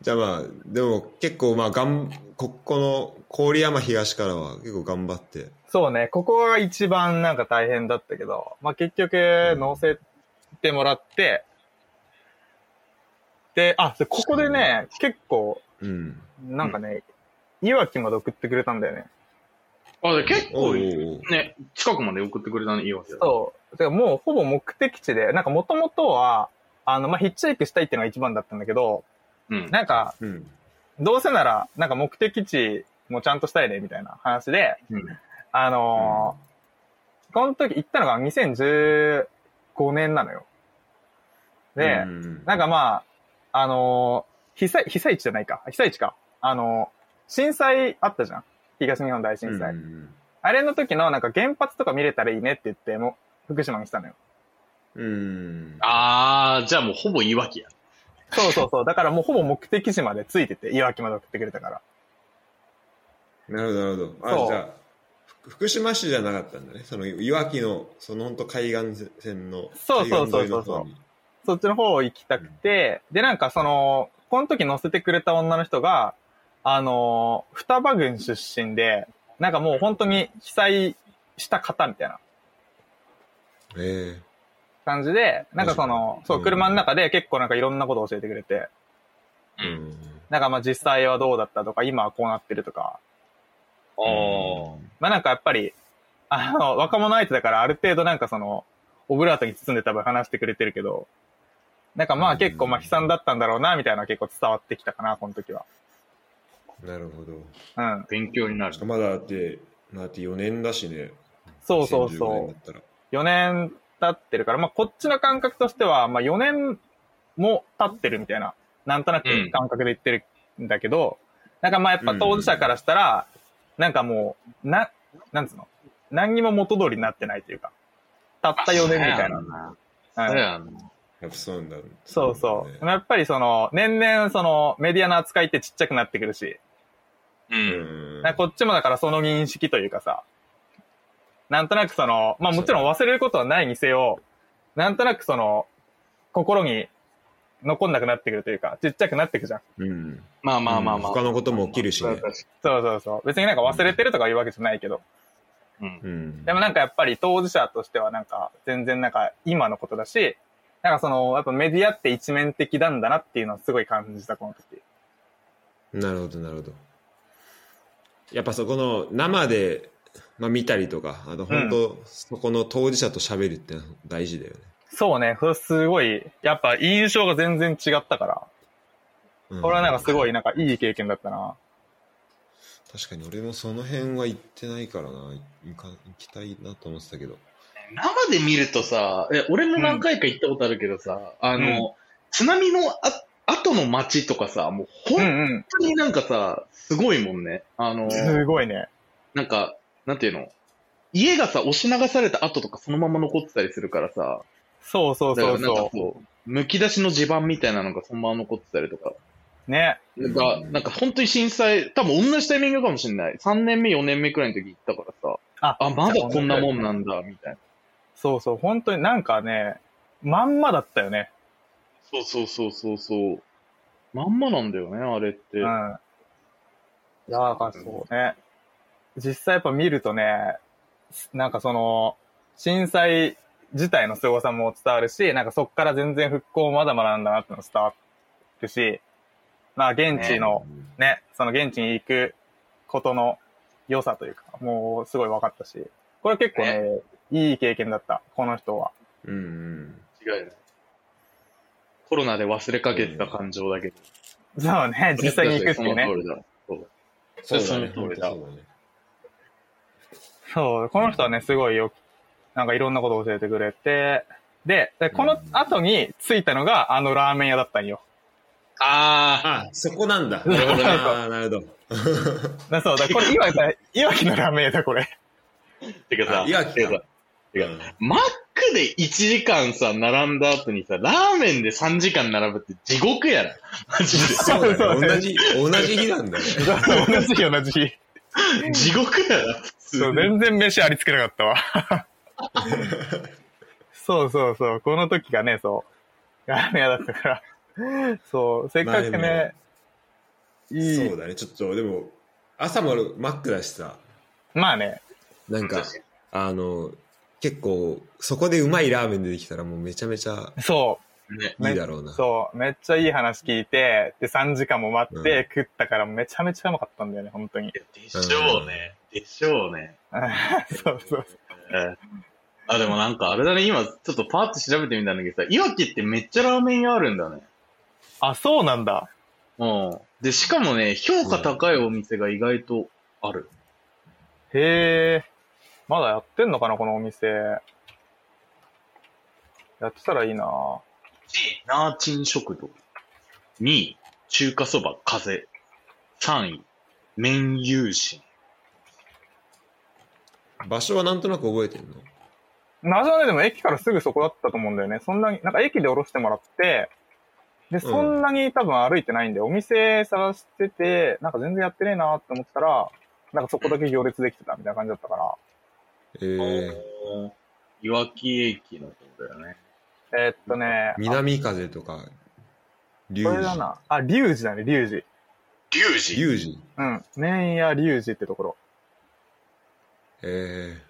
Speaker 1: じゃあまあ、でも結構まあ、がん、ここの郡山東からは結構頑張って。
Speaker 3: そうね、ここが一番なんか大変だったけど、まあ結局、乗せてもらって、で、あ、でここでね、結構、
Speaker 1: うん。
Speaker 3: なんかね、いわきまで送ってくれたんだよね。
Speaker 4: あ、で結
Speaker 1: お
Speaker 4: 構
Speaker 1: うおう
Speaker 4: ね、
Speaker 1: おう
Speaker 4: 近くまで送ってくれたね、いいわけだ。
Speaker 3: そう。てかもうほぼ目的地で、なんかもともとは、あの、まあ、ヒッチハイクしたいっていうのが一番だったんだけど、
Speaker 4: うん。
Speaker 3: なんか、
Speaker 1: うん。
Speaker 3: どうせなら、なんか目的地もちゃんとしたいね、みたいな話で、
Speaker 4: うん
Speaker 3: あのーこの時行ったのが2015年なのよ。で、
Speaker 1: うん
Speaker 3: なんかまあ、あのー被災、被災地じゃないか。被災地か。あのー震災あったじゃん。東日本大震災。
Speaker 1: うん
Speaker 3: あれの時のなんか原発とか見れたらいいねって言って、もう福島にしたのよ。
Speaker 1: うん。
Speaker 4: あー、じゃあもうほぼいいわけや。
Speaker 3: そうそうそう。だからもうほぼ目的地までついてて、いわきまで送ってくれたから。
Speaker 1: なるほど、なるほど。
Speaker 3: そう
Speaker 1: あ、じゃあ、ふ福島市じゃなかったんだね。その、いわきの、その本当海岸線の、
Speaker 3: そうそうそ
Speaker 1: 海岸沿
Speaker 3: うそうそう
Speaker 1: いの方に
Speaker 3: そっちの方行きたくて、で、なんかその、この時乗せてくれた女の人が、あのー双葉郡出身で、なんかもう本当に被災した方みたいな
Speaker 1: え
Speaker 3: 感じで、なんかその、
Speaker 1: ジか
Speaker 3: そう、車の中で結構なんかいろんなことを教えてくれて、
Speaker 1: えうん。
Speaker 3: なんかまあ実際はどうだったとか、今はこうなってるとか、
Speaker 4: あ
Speaker 3: まあなんかやっぱり、あの、若者相手だからある程度なんかその、オブラートに包んで多分話してくれてるけど、なんかまあ結構まあ悲惨だったんだろうな、みたいなのは結構伝わってきたかな、この時は。
Speaker 1: なるほど。
Speaker 3: うん
Speaker 4: ー、。勉強になる
Speaker 1: し。かもまだだって、なって4年だしね。
Speaker 3: そうそう
Speaker 1: 2015年
Speaker 3: そ
Speaker 1: だったら
Speaker 3: う。4年経ってるから、まあこっちの感覚としては、まあ4年も経ってるみたいな、なんとなく感覚で言ってるんだけど、なんかまあやっぱ当事者からしたら、なんかもう、な、なんつうの何にも元通りになってないというか、たった4年みたいな。
Speaker 4: な。
Speaker 3: うん
Speaker 4: そうやな。
Speaker 1: やっぱそうなんだ。
Speaker 3: そうそ
Speaker 1: なん
Speaker 3: う。
Speaker 1: だね
Speaker 3: やっぱりその、年々その、メディアの扱いってちっちゃくなってくるし、
Speaker 4: う。
Speaker 1: うんん。
Speaker 3: なんかこっちもだからその認識というかさ、なんとなくその、まあもちろん忘れることはないにせよ、なんとなくその、心に残んなくなってくるというか、ちっちゃくなってくじゃん。
Speaker 1: うん。
Speaker 4: まあまあまあまあ。
Speaker 1: 他のことも起きるしね
Speaker 4: そうだし
Speaker 3: そうそうそう。別になんか忘れてるとかいうわけじゃないけど。
Speaker 4: うん。
Speaker 1: うん。
Speaker 3: でもなんかやっぱり当事者としてはなんか全然なんか今のことだし、なんかその、やっぱメディアって一面的なんだなっていうのはすごい感じた、この時。
Speaker 1: なるほど、なるほど。やっぱそこの生で、まあ、見たりとか、あと本当、そこの当事者と喋るってのは大事だよね。
Speaker 3: そうね、それすごい、やっぱ印象が全然違ったから、
Speaker 1: う
Speaker 3: これはなんかすごい、なんかいい経験だったな。
Speaker 1: 確かに俺もその辺は行ってないからな、行か行きたいなと思ってたけど。
Speaker 4: 生で見るとさ、え俺も何回か行ったことあるけどさ、あの、
Speaker 3: う
Speaker 4: 津波のあ後の街とかさ、もう
Speaker 3: うん
Speaker 4: 本
Speaker 3: うん。
Speaker 4: 当になんかさ、すごいもんね。あの、
Speaker 3: すごいね。
Speaker 4: なんか、なんていうの家がさ、押し流された後とかそのまま残ってたりするからさ、
Speaker 3: そうそう
Speaker 4: だか
Speaker 3: そ
Speaker 4: ら
Speaker 3: う
Speaker 4: なんか
Speaker 3: そ
Speaker 4: そう、むき出しの地盤みたいなのがそのまま残ってたりとか、
Speaker 3: う。ね。
Speaker 4: なんか、
Speaker 1: うん
Speaker 4: なんか本当に震災、多分同じタイミングかもしれない。3年目、4年目くらいの時行ったからさ、
Speaker 3: あ
Speaker 4: あ、まだこんなもんなんだ、みたいな。
Speaker 3: そうそう、本当になんかね、まんまだったよね。
Speaker 4: そうそうそうそうそう。まんまなんだよね、あれって。
Speaker 3: うん。いや、だからそうね。実際やっぱ見るとね、なんかその、震災自体の凄さも伝わるし、なんかそっから全然復興もまだまだなんだなっての伝わるし、まあ現地の、ね、その現地に行くことの良さというか、もうすごい分かったし、これ結構ね、いい経験だった、この人は。
Speaker 1: うんうん。
Speaker 4: 違いない。コロナで忘れかけてた感情だけど。
Speaker 3: そう ね、実際に行くっていう
Speaker 4: そ
Speaker 3: ね
Speaker 4: の。通りだそう
Speaker 1: そうだ
Speaker 4: その
Speaker 1: ね、
Speaker 4: 通
Speaker 1: 本
Speaker 4: り
Speaker 1: 当
Speaker 4: だ
Speaker 1: そうだね。
Speaker 3: そう、この人はね、すごいよ、なんかいろんなことを教えてくれて、で、でこの後に着いたのが、あのラーメン屋だったんよ。
Speaker 4: あ
Speaker 1: あ、そこ なんだ。
Speaker 3: なるほどね
Speaker 1: あーなるほ
Speaker 3: だそうだ、こ れ、いわきだ、いわきのラーメン屋だ、これ。
Speaker 4: ー、てかさ、
Speaker 1: あいわきか
Speaker 4: てかさいや
Speaker 1: ど。
Speaker 4: マックで1時間さ、並んだ後にさ、ラーメンで3時間並ぶって地獄やな。マジ
Speaker 1: そうだ
Speaker 3: そ
Speaker 1: ね。
Speaker 3: うね
Speaker 1: 同じ、同じ日なんだね。
Speaker 3: 同じ日、同じ日。
Speaker 4: で。地獄やな、普通
Speaker 3: そう、全然飯ありつけなかったわ。そうそうそう、この時がね、そう、ラーメン屋だったから。そう、せっかく
Speaker 1: まあで
Speaker 3: ね、い
Speaker 1: そう
Speaker 3: い、
Speaker 1: だね、ちょっと、でも、朝もマックだしさ、
Speaker 3: まあね、
Speaker 1: なんか、あの、結構、そこでうまいラーメン出てきたら、もうめちゃめちゃ
Speaker 3: そ
Speaker 4: ね。
Speaker 1: いいだろう
Speaker 3: う、
Speaker 1: な。
Speaker 3: そう、めっちゃいい話聞いて、で、3時間も待って、
Speaker 1: う
Speaker 3: 食ったからめちゃめちゃうまかったんだよね、本当に。
Speaker 4: でしょうね。でしょうね。
Speaker 3: そうそう。
Speaker 4: えーあ、でもなんかあれだね、今ちょっとパーッと調べてみたんだけどさ、いわきってめっちゃラーメン屋あるんだね。
Speaker 3: あ、そうなんだ。
Speaker 4: うん。で、しかもね、評価高いお店が意外とある。
Speaker 3: へえ。まだやってんのかな、このお店。やってたらいいな
Speaker 4: ナーチン食堂。2位、中華そば風。3位、麺友心。
Speaker 1: 場所はなんとなく覚えてるの
Speaker 3: 謎はね、でも駅からすぐそこだったと思うんだよね。そんなに、なんか駅で降ろしてもらって、で、そんなに多分歩いてないんで、お店探してて、なんか全然やってねえなって思ってたら、なんかそこだけ行列できてたみたいな感じだったから。
Speaker 1: えー、
Speaker 4: いわき駅のとこだよね。
Speaker 3: えーっとね、あ
Speaker 1: 南風とか、龍
Speaker 3: これだ
Speaker 1: 二。
Speaker 3: な。あ、リュウジだね、リュウジ。
Speaker 4: 龍二
Speaker 1: 龍二。
Speaker 3: うん。麺屋リュウジってところ。
Speaker 1: え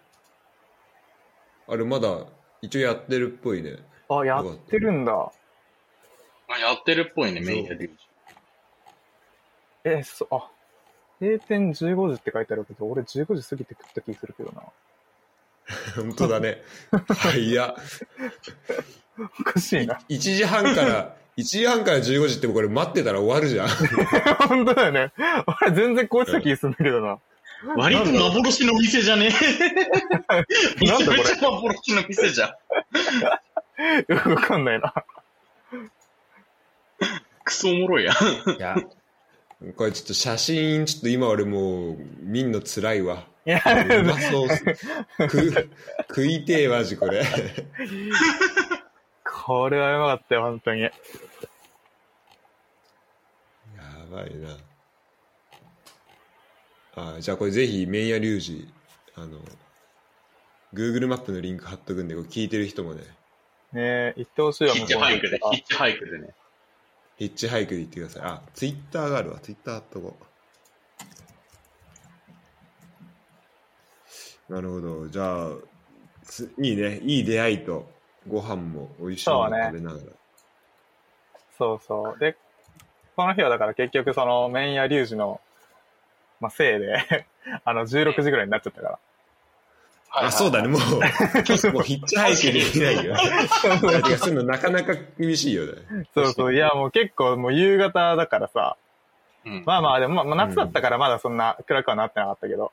Speaker 1: ー、あれまだ一応やってるっぽいね。
Speaker 3: あ、やってるんだ。
Speaker 4: あ、やってるっぽいね、麺屋龍二。
Speaker 3: え、そ、あ、閉店15時って書いてあるけど、俺15時過ぎて食った気するけどな。
Speaker 1: 本当だね。はい、いや、
Speaker 3: おかしいな。
Speaker 1: 1時半 から、1時半から15時ってこれ待ってたら終わるじゃん。
Speaker 3: 本当だよね。俺全然こうした気するんだけどな。
Speaker 4: 割と幻の店じ ゃねめち
Speaker 3: な
Speaker 4: ゃ
Speaker 3: んだこれ
Speaker 4: めちゃ幻の店じゃん。
Speaker 3: よくわかんないな。
Speaker 4: クソおもろいやん。
Speaker 1: いや、これちょっと写真、ちょっと今俺もう、見んのつらいわ。
Speaker 3: いや、
Speaker 1: うまそうっす。食、食いてえ、マジこれ。
Speaker 3: これはやばかったよ、本当に。
Speaker 1: やばいな。あじゃあこれぜひ、麺屋隆二、あの、Google マップのリンク貼っとくんで、これ聞いてる人もね、
Speaker 3: ねえ、言ってほしいわ、
Speaker 4: ヒッチハイクで、
Speaker 3: もう
Speaker 4: ヒッチハイクでね。
Speaker 1: ヒッチハイクで行ってください。あ、ツイッターがあるわ、ツイッター貼っとこう。なるほど。じゃあ、ついいね。いい出会いと、ご飯も美味しいもの食べながら。
Speaker 3: そうそう。で、この日はだから結局その、麺屋隆二の、まあ、せいで、 あの、16時ぐらいになっちゃったから。
Speaker 1: あ、そうだね。もう、もうヒッチハイクできないよ。てか、そういうのなかなか厳しいよね。
Speaker 3: そうそう。いや、もう結構もう夕方だからさ。
Speaker 4: うん
Speaker 3: まあまあ、でもまあまあ夏だったからまだそんな暗くはなってなかったけど。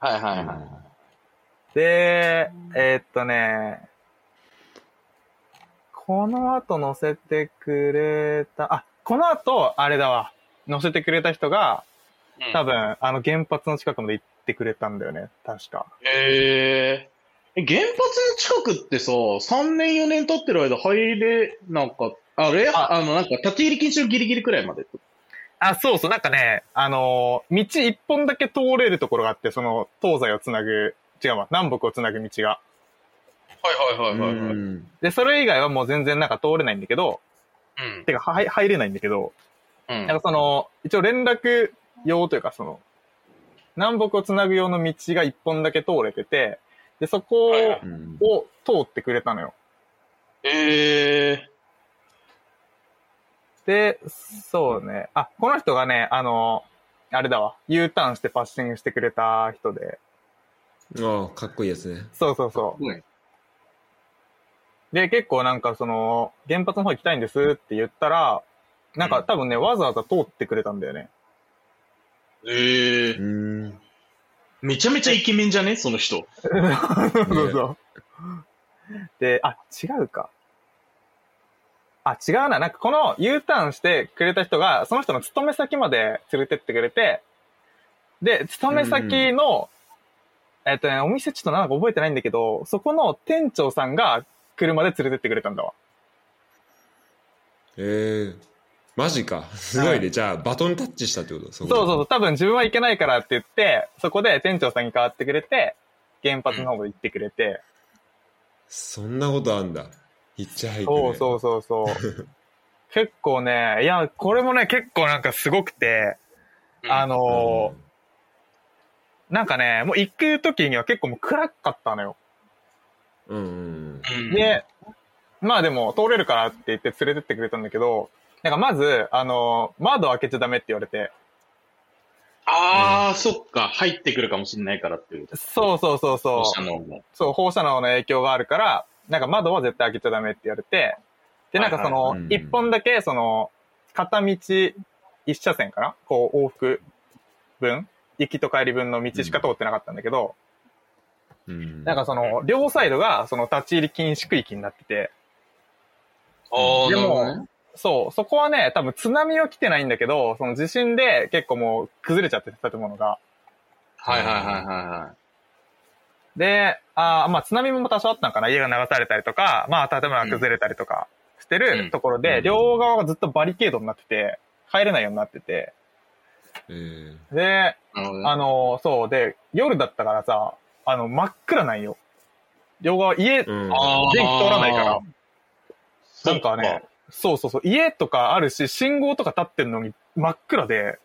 Speaker 4: はいは
Speaker 1: う
Speaker 4: いはい。
Speaker 1: ん
Speaker 3: で、えーっとね、この後乗せてくれた、あ、この後、あれだわ。乗せてくれた人が、多分、あの原発の近くまで行ってくれたんだよね。確か。
Speaker 4: えー、え原発の近くってさ、3年4年経ってる間入れなんかあれ
Speaker 3: あ
Speaker 4: あの、なんか立ち入り禁止のギリギリくらいまで。
Speaker 3: あ、そうそう。なんかね、あのー道一本だけ通れるところがあって、その、東西をつなぐ、違うわ、南北をつなぐ道が。
Speaker 4: はいはいはいはい。うん。
Speaker 1: ん。
Speaker 3: で、それ以外はもう全然なんか通れないんだけど、
Speaker 4: うん
Speaker 3: てか、は入れないんだけど、
Speaker 4: うん
Speaker 3: なんかその、一応連絡用というかその、南北をつなぐ用の道が一本だけ通れてて、で、そこ
Speaker 4: はいはい
Speaker 1: うん
Speaker 3: を通ってくれたのよ。
Speaker 4: え
Speaker 3: で、そうね。あ、この人がね、あの、あれだわ。U ターンしてパッシングしてくれた人で。
Speaker 1: ああ、かっこいいやつね。
Speaker 3: そうそうそ
Speaker 4: ー、うん
Speaker 3: う。で、結構なんかその、原発の方行きたいんですって言ったら、なんか多分ね、わざわざ通ってくれたんだよね。
Speaker 4: え
Speaker 1: う
Speaker 4: ー、
Speaker 1: ん。ね
Speaker 4: めちゃめちゃイケメンじゃねその人。
Speaker 3: そうそう。で、あ、違うか。あ、違うな。なんかこの U ターンしてくれた人が、その人の勤め先まで連れてってくれて、で、勤め先の、えっとね、お店ちょっとなんか覚えてないんだけど、そこの店長さんが車で連れてってくれたんだわ。
Speaker 1: えー、マジか。すごいね。じゃあ、バトンタッチしたってことそ
Speaker 3: そうそうそう、多分自分はいけないからって言って、そこで店長さんに代わってくれて、原発の方まで行ってくれて、
Speaker 1: そんなことあんだ。ヒッチハイク、ね。
Speaker 3: そうそうそうそう。 結構ね、いや、これもね、結構なんかすごくて、
Speaker 4: うん
Speaker 3: あのーなんかね、もう行く時には結構もう暗かったのよ。
Speaker 1: うん。うん
Speaker 4: うん、
Speaker 3: で、まあでも通れるからって言って連れてってくれたんだけど、なんかまず、あのー窓開けちゃダメって言われて、
Speaker 4: あー、そっか。入ってくるかもしれないからっていうこと。
Speaker 3: そうそうそうそう。
Speaker 4: 放射能も。
Speaker 3: そう、放射能の影響があるから、なんか窓は絶対開けちゃダメって言われて、で、なんかそ
Speaker 1: はい
Speaker 3: の
Speaker 1: はい、うん
Speaker 3: 一本だけ、その、片道一車線かなこう、往復分行きと帰り分の道しか通ってなかったんだけど、
Speaker 1: うん
Speaker 3: なんかその、両サイドが、その、立ち入り禁止区域になってて、
Speaker 4: あー、
Speaker 3: で
Speaker 4: なるほ
Speaker 3: も
Speaker 4: どね。
Speaker 3: そう、そこはね、多分津波は来てないんだけど、その地震で結構もう崩れちゃってて、建物が。
Speaker 4: はいはいはいはいはい。
Speaker 3: で、あーまあ津波も多少あったのかな家が流されたりとか、まあ建物が崩れたりとかして
Speaker 4: うん
Speaker 3: るところ
Speaker 1: う
Speaker 3: で、
Speaker 1: ん
Speaker 3: 両側がずっとバリケードになってて、入れないようになってて。
Speaker 1: えー
Speaker 3: で、
Speaker 4: なるほどね。
Speaker 3: あのーそうで、夜だったからさ、あの、真っ暗なんよ。両側、家、電気
Speaker 1: うん
Speaker 4: あー
Speaker 3: 通らないから。
Speaker 4: そ
Speaker 3: な
Speaker 4: っ
Speaker 3: んかね、そうそうそう、家とかあるし、信号とか立ってんのに真っ暗で、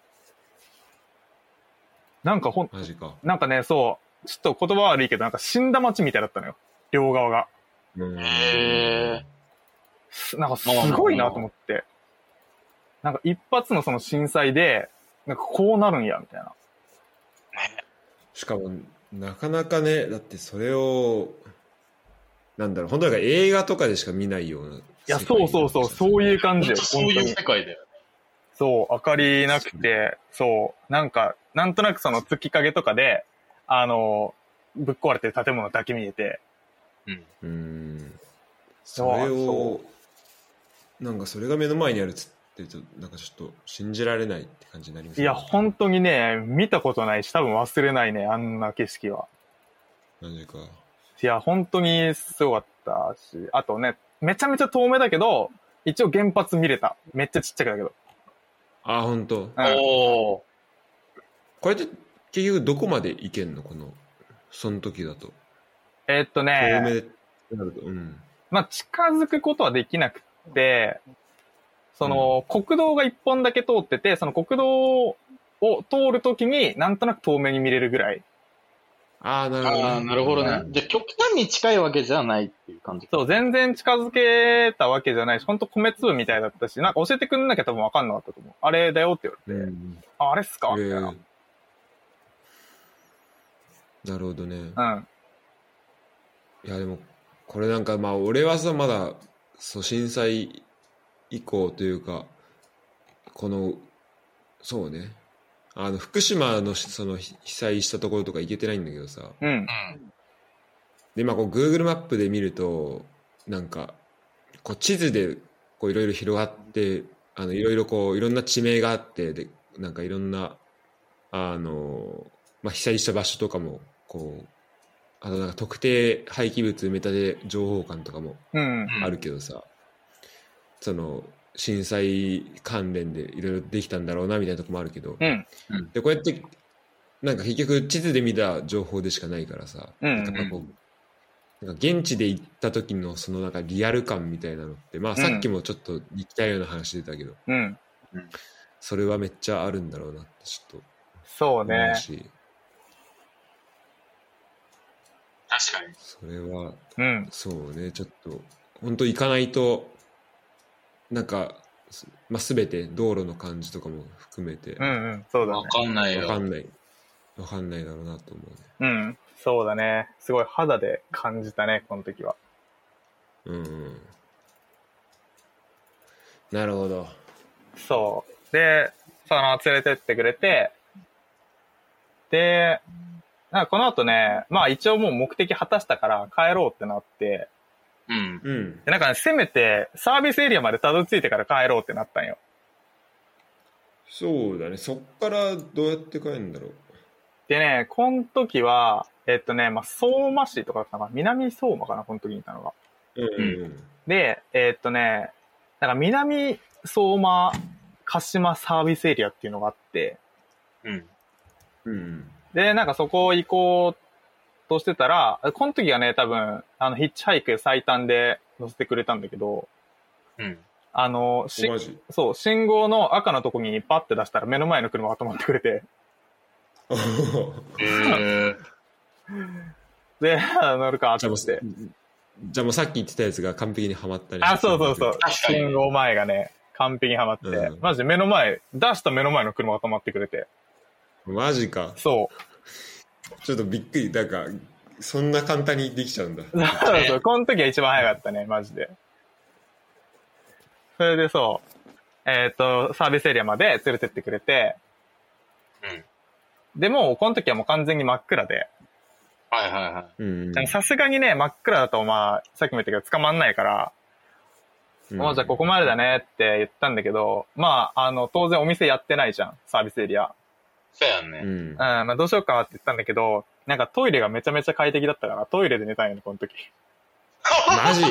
Speaker 3: なんかほん、
Speaker 1: マジか。
Speaker 3: なんかね、そう、ちょっと言葉悪いけど、なんか死んだ街みたいだったのよ。両側が。
Speaker 1: うん
Speaker 4: へ
Speaker 3: すなんかすごいなと思って。なんか一発のその震災で、なんかこうなるんや、みたいな。
Speaker 1: しかも、なかなかね、だってそれを、なんだろう、本当なんか映画とかでしか見ないような。い
Speaker 3: いや、そうそうそう、そういう感じ
Speaker 4: ほん
Speaker 3: よ、
Speaker 4: と そう
Speaker 3: 本
Speaker 4: い
Speaker 3: 当
Speaker 4: う世
Speaker 3: に。
Speaker 4: 界だよ。
Speaker 3: そう、明かりなくて、そう、なんか、なんとなくその月影とかで、あの、ぶっ壊れてる建物だけ見えて、
Speaker 4: うん。
Speaker 1: うん。それを
Speaker 3: そ、
Speaker 1: なんかそれが目の前にあるっつってると、なんかちょっと信じられないって感じになります
Speaker 3: い
Speaker 1: ね
Speaker 3: や、本当にね、見たことないし、多分忘れないね、あんな景色は。
Speaker 1: マジか。
Speaker 3: いや、本当にすごかったし、あとね、めちゃめちゃ遠目だけど、一応原発見れた。めっちゃちっちゃくだけど。
Speaker 1: あ、本当。
Speaker 3: うん
Speaker 4: おー。
Speaker 1: これって結局どこまでいけんのこの、その時だと。
Speaker 3: えーっと
Speaker 1: 遠目
Speaker 3: ね、
Speaker 1: でなると。うん。
Speaker 3: まあ、近づくことはできなくて、その、国道が一本だけ通ってて、その国道を通るときに、なんとなく遠目に見れるぐらい。
Speaker 1: ああ、なるほど、
Speaker 4: あー、なるほどね。じゃあ極端に近いわけじゃないっていう感じ。
Speaker 3: そう、全然近づけたわけじゃないし、ほんと米粒みたいだったし、なんか教えてくんなきゃ多分わかんなかったと思う。あれだよって
Speaker 1: う
Speaker 3: 言われて、
Speaker 1: ん。
Speaker 3: ああれっすかみたい
Speaker 1: え
Speaker 3: な。
Speaker 1: ーなるほどね。
Speaker 3: うん。
Speaker 1: いやでもこれなんかまあ俺はさまだそう震災以降というかこのそうねあの福島のしそのひ被災したところとか行けてないんだけどさ
Speaker 3: うん。
Speaker 1: で今こう Google マップで見るとなんかこう地図でこういろいろ広がってあのいろいろこういろんな地名があってでなんかいろんなあの、まあ、被災した場所とかもこうあとなんか特定廃棄物埋め立て情報館とかも
Speaker 3: うん。
Speaker 1: あるけどさ、その震災関連でいろいろできたんだろうなみたいなとこもあるけど、
Speaker 3: うん。
Speaker 1: でこうやってなんか結局地図で見た情報でしかないからさ、
Speaker 3: うんうん
Speaker 1: なんかこうなんか現地で行った時のそのなんかリアル感みたいなのってまあさっきもちょっと行きたいような話出たけど、
Speaker 3: うん。
Speaker 1: それはめっちゃあるんだろうなってちょっと
Speaker 3: そう
Speaker 1: 思
Speaker 3: ね
Speaker 1: う。し、
Speaker 4: 確かに。
Speaker 1: それは
Speaker 3: うん。
Speaker 1: そうねちょっと本当行かないとなんか、すまあ、全て道路の感じとかも含めて
Speaker 3: う
Speaker 1: わ
Speaker 3: んうん。そうだ
Speaker 4: わ
Speaker 3: ね。
Speaker 4: かんないよ。
Speaker 1: かんないわかんないだろうなと思うね。
Speaker 3: うん。そうだね。すごい肌で感じたね、この時は。
Speaker 1: うんなるほど。
Speaker 3: そう。で、その、連れてってくれて、で、なんかこの後ね、まあ一応もう目的果たしたから帰ろうってなって、
Speaker 4: うん。
Speaker 1: うん。
Speaker 3: で、なんかね、せめてサービスエリアまでたどり着いてから帰ろうってなったんよ。
Speaker 1: そうだね。そっからどうやって帰るんだろう。
Speaker 3: でね、この時は、えっとね、まあ相馬市とかだったかな、南相馬かな、この時にいたのが。
Speaker 1: うん。
Speaker 3: で、えーっとね、なんか南相馬鹿島サービスエリアっていうのがあって、
Speaker 4: うん。
Speaker 1: うん。
Speaker 3: で、なんかそこ行こうとしてたら、この時がね、多分、あの、ヒッチハイク最短で乗せてくれたんだけど、
Speaker 4: うん。
Speaker 3: あの、し
Speaker 1: マ ジ。
Speaker 3: そう、信号の赤のとこにパッて出したら目の前の車が止まってくれて、
Speaker 4: えー、
Speaker 3: で、あ乗るかっ
Speaker 1: じゃあもう、
Speaker 3: て。
Speaker 1: じゃあもうさっき言ってたやつが完璧にはまったり
Speaker 3: あ、そうそうそう。
Speaker 4: かに
Speaker 3: 信号前がね、完璧にはまってて、
Speaker 1: うん
Speaker 3: マジで目の前、出した目の前の車が止まってくれて、
Speaker 1: マジか。
Speaker 3: そ
Speaker 1: ちょっとびっくり。なんか、そんな簡単にできちゃうんだ。
Speaker 3: う。そうそう。この時は一番早かったね、マジで。それでそう、えっ、と、サービスエリアまで連れてってくれて、
Speaker 4: うん。
Speaker 3: でもう、この時はもう完全に真っ暗で、
Speaker 4: はいはいはい。
Speaker 1: うん。
Speaker 3: でもさすがにね、真っ暗だと、まあ、さっきも言ったけど、捕まんないから、
Speaker 1: うん
Speaker 3: まあじゃあここまでだねって言ったんだけど、まあ、あの、当然お店やってないじゃん、サービスエリア。
Speaker 4: そうやん
Speaker 1: う
Speaker 4: ね。
Speaker 1: ん
Speaker 3: うん、。まあどうしようかって言ったんだけど、なんかトイレがめちゃめちゃ快適だったから、トイレで寝たんよね、この時。
Speaker 1: マジ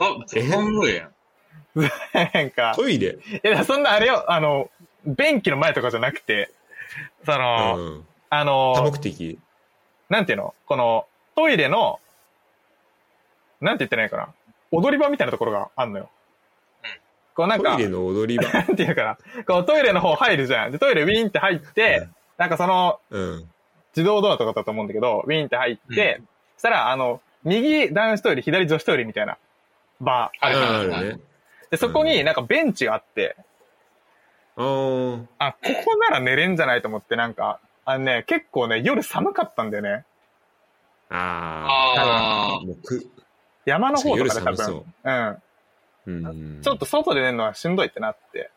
Speaker 4: あ、そんぐらいやん。
Speaker 3: なんか、
Speaker 1: トイレ
Speaker 3: いや、そんなあれよ、あの、便器の前とかじゃなくて、その、
Speaker 1: うん。
Speaker 3: あ
Speaker 1: 多
Speaker 3: の、
Speaker 1: 目的
Speaker 3: なんていうのこの、トイレの、なんて言ってないかな踊り場みたいなところがあんのよ。こうなんか、
Speaker 1: トイレの踊り場。
Speaker 3: なんていうかな、こうトイレの方入るじゃん。で、トイレウィーンって入って、
Speaker 1: うん
Speaker 3: なんかその
Speaker 1: うん。
Speaker 3: 自動ドアとかだと思うんだけど、ウィーンって入って、そしたら、あの、右男子トイレ、左女子トイレみたいなバ
Speaker 1: あ
Speaker 4: はいはい
Speaker 1: ある
Speaker 4: はい。
Speaker 1: ね。
Speaker 3: ー。で、そこになんかベンチがあって、
Speaker 1: あー
Speaker 3: あ、ここなら寝れんじゃないと思って、なんか、あのね、結構ね、夜寒かったんだよね。
Speaker 1: あ
Speaker 4: あ
Speaker 1: ー。もうく、
Speaker 3: 山の方と
Speaker 1: 夜
Speaker 3: かで
Speaker 1: 寒
Speaker 3: 多分。
Speaker 1: そう
Speaker 3: うん。。
Speaker 1: うん。
Speaker 3: ちょっと外で寝るのはしんどいってなって。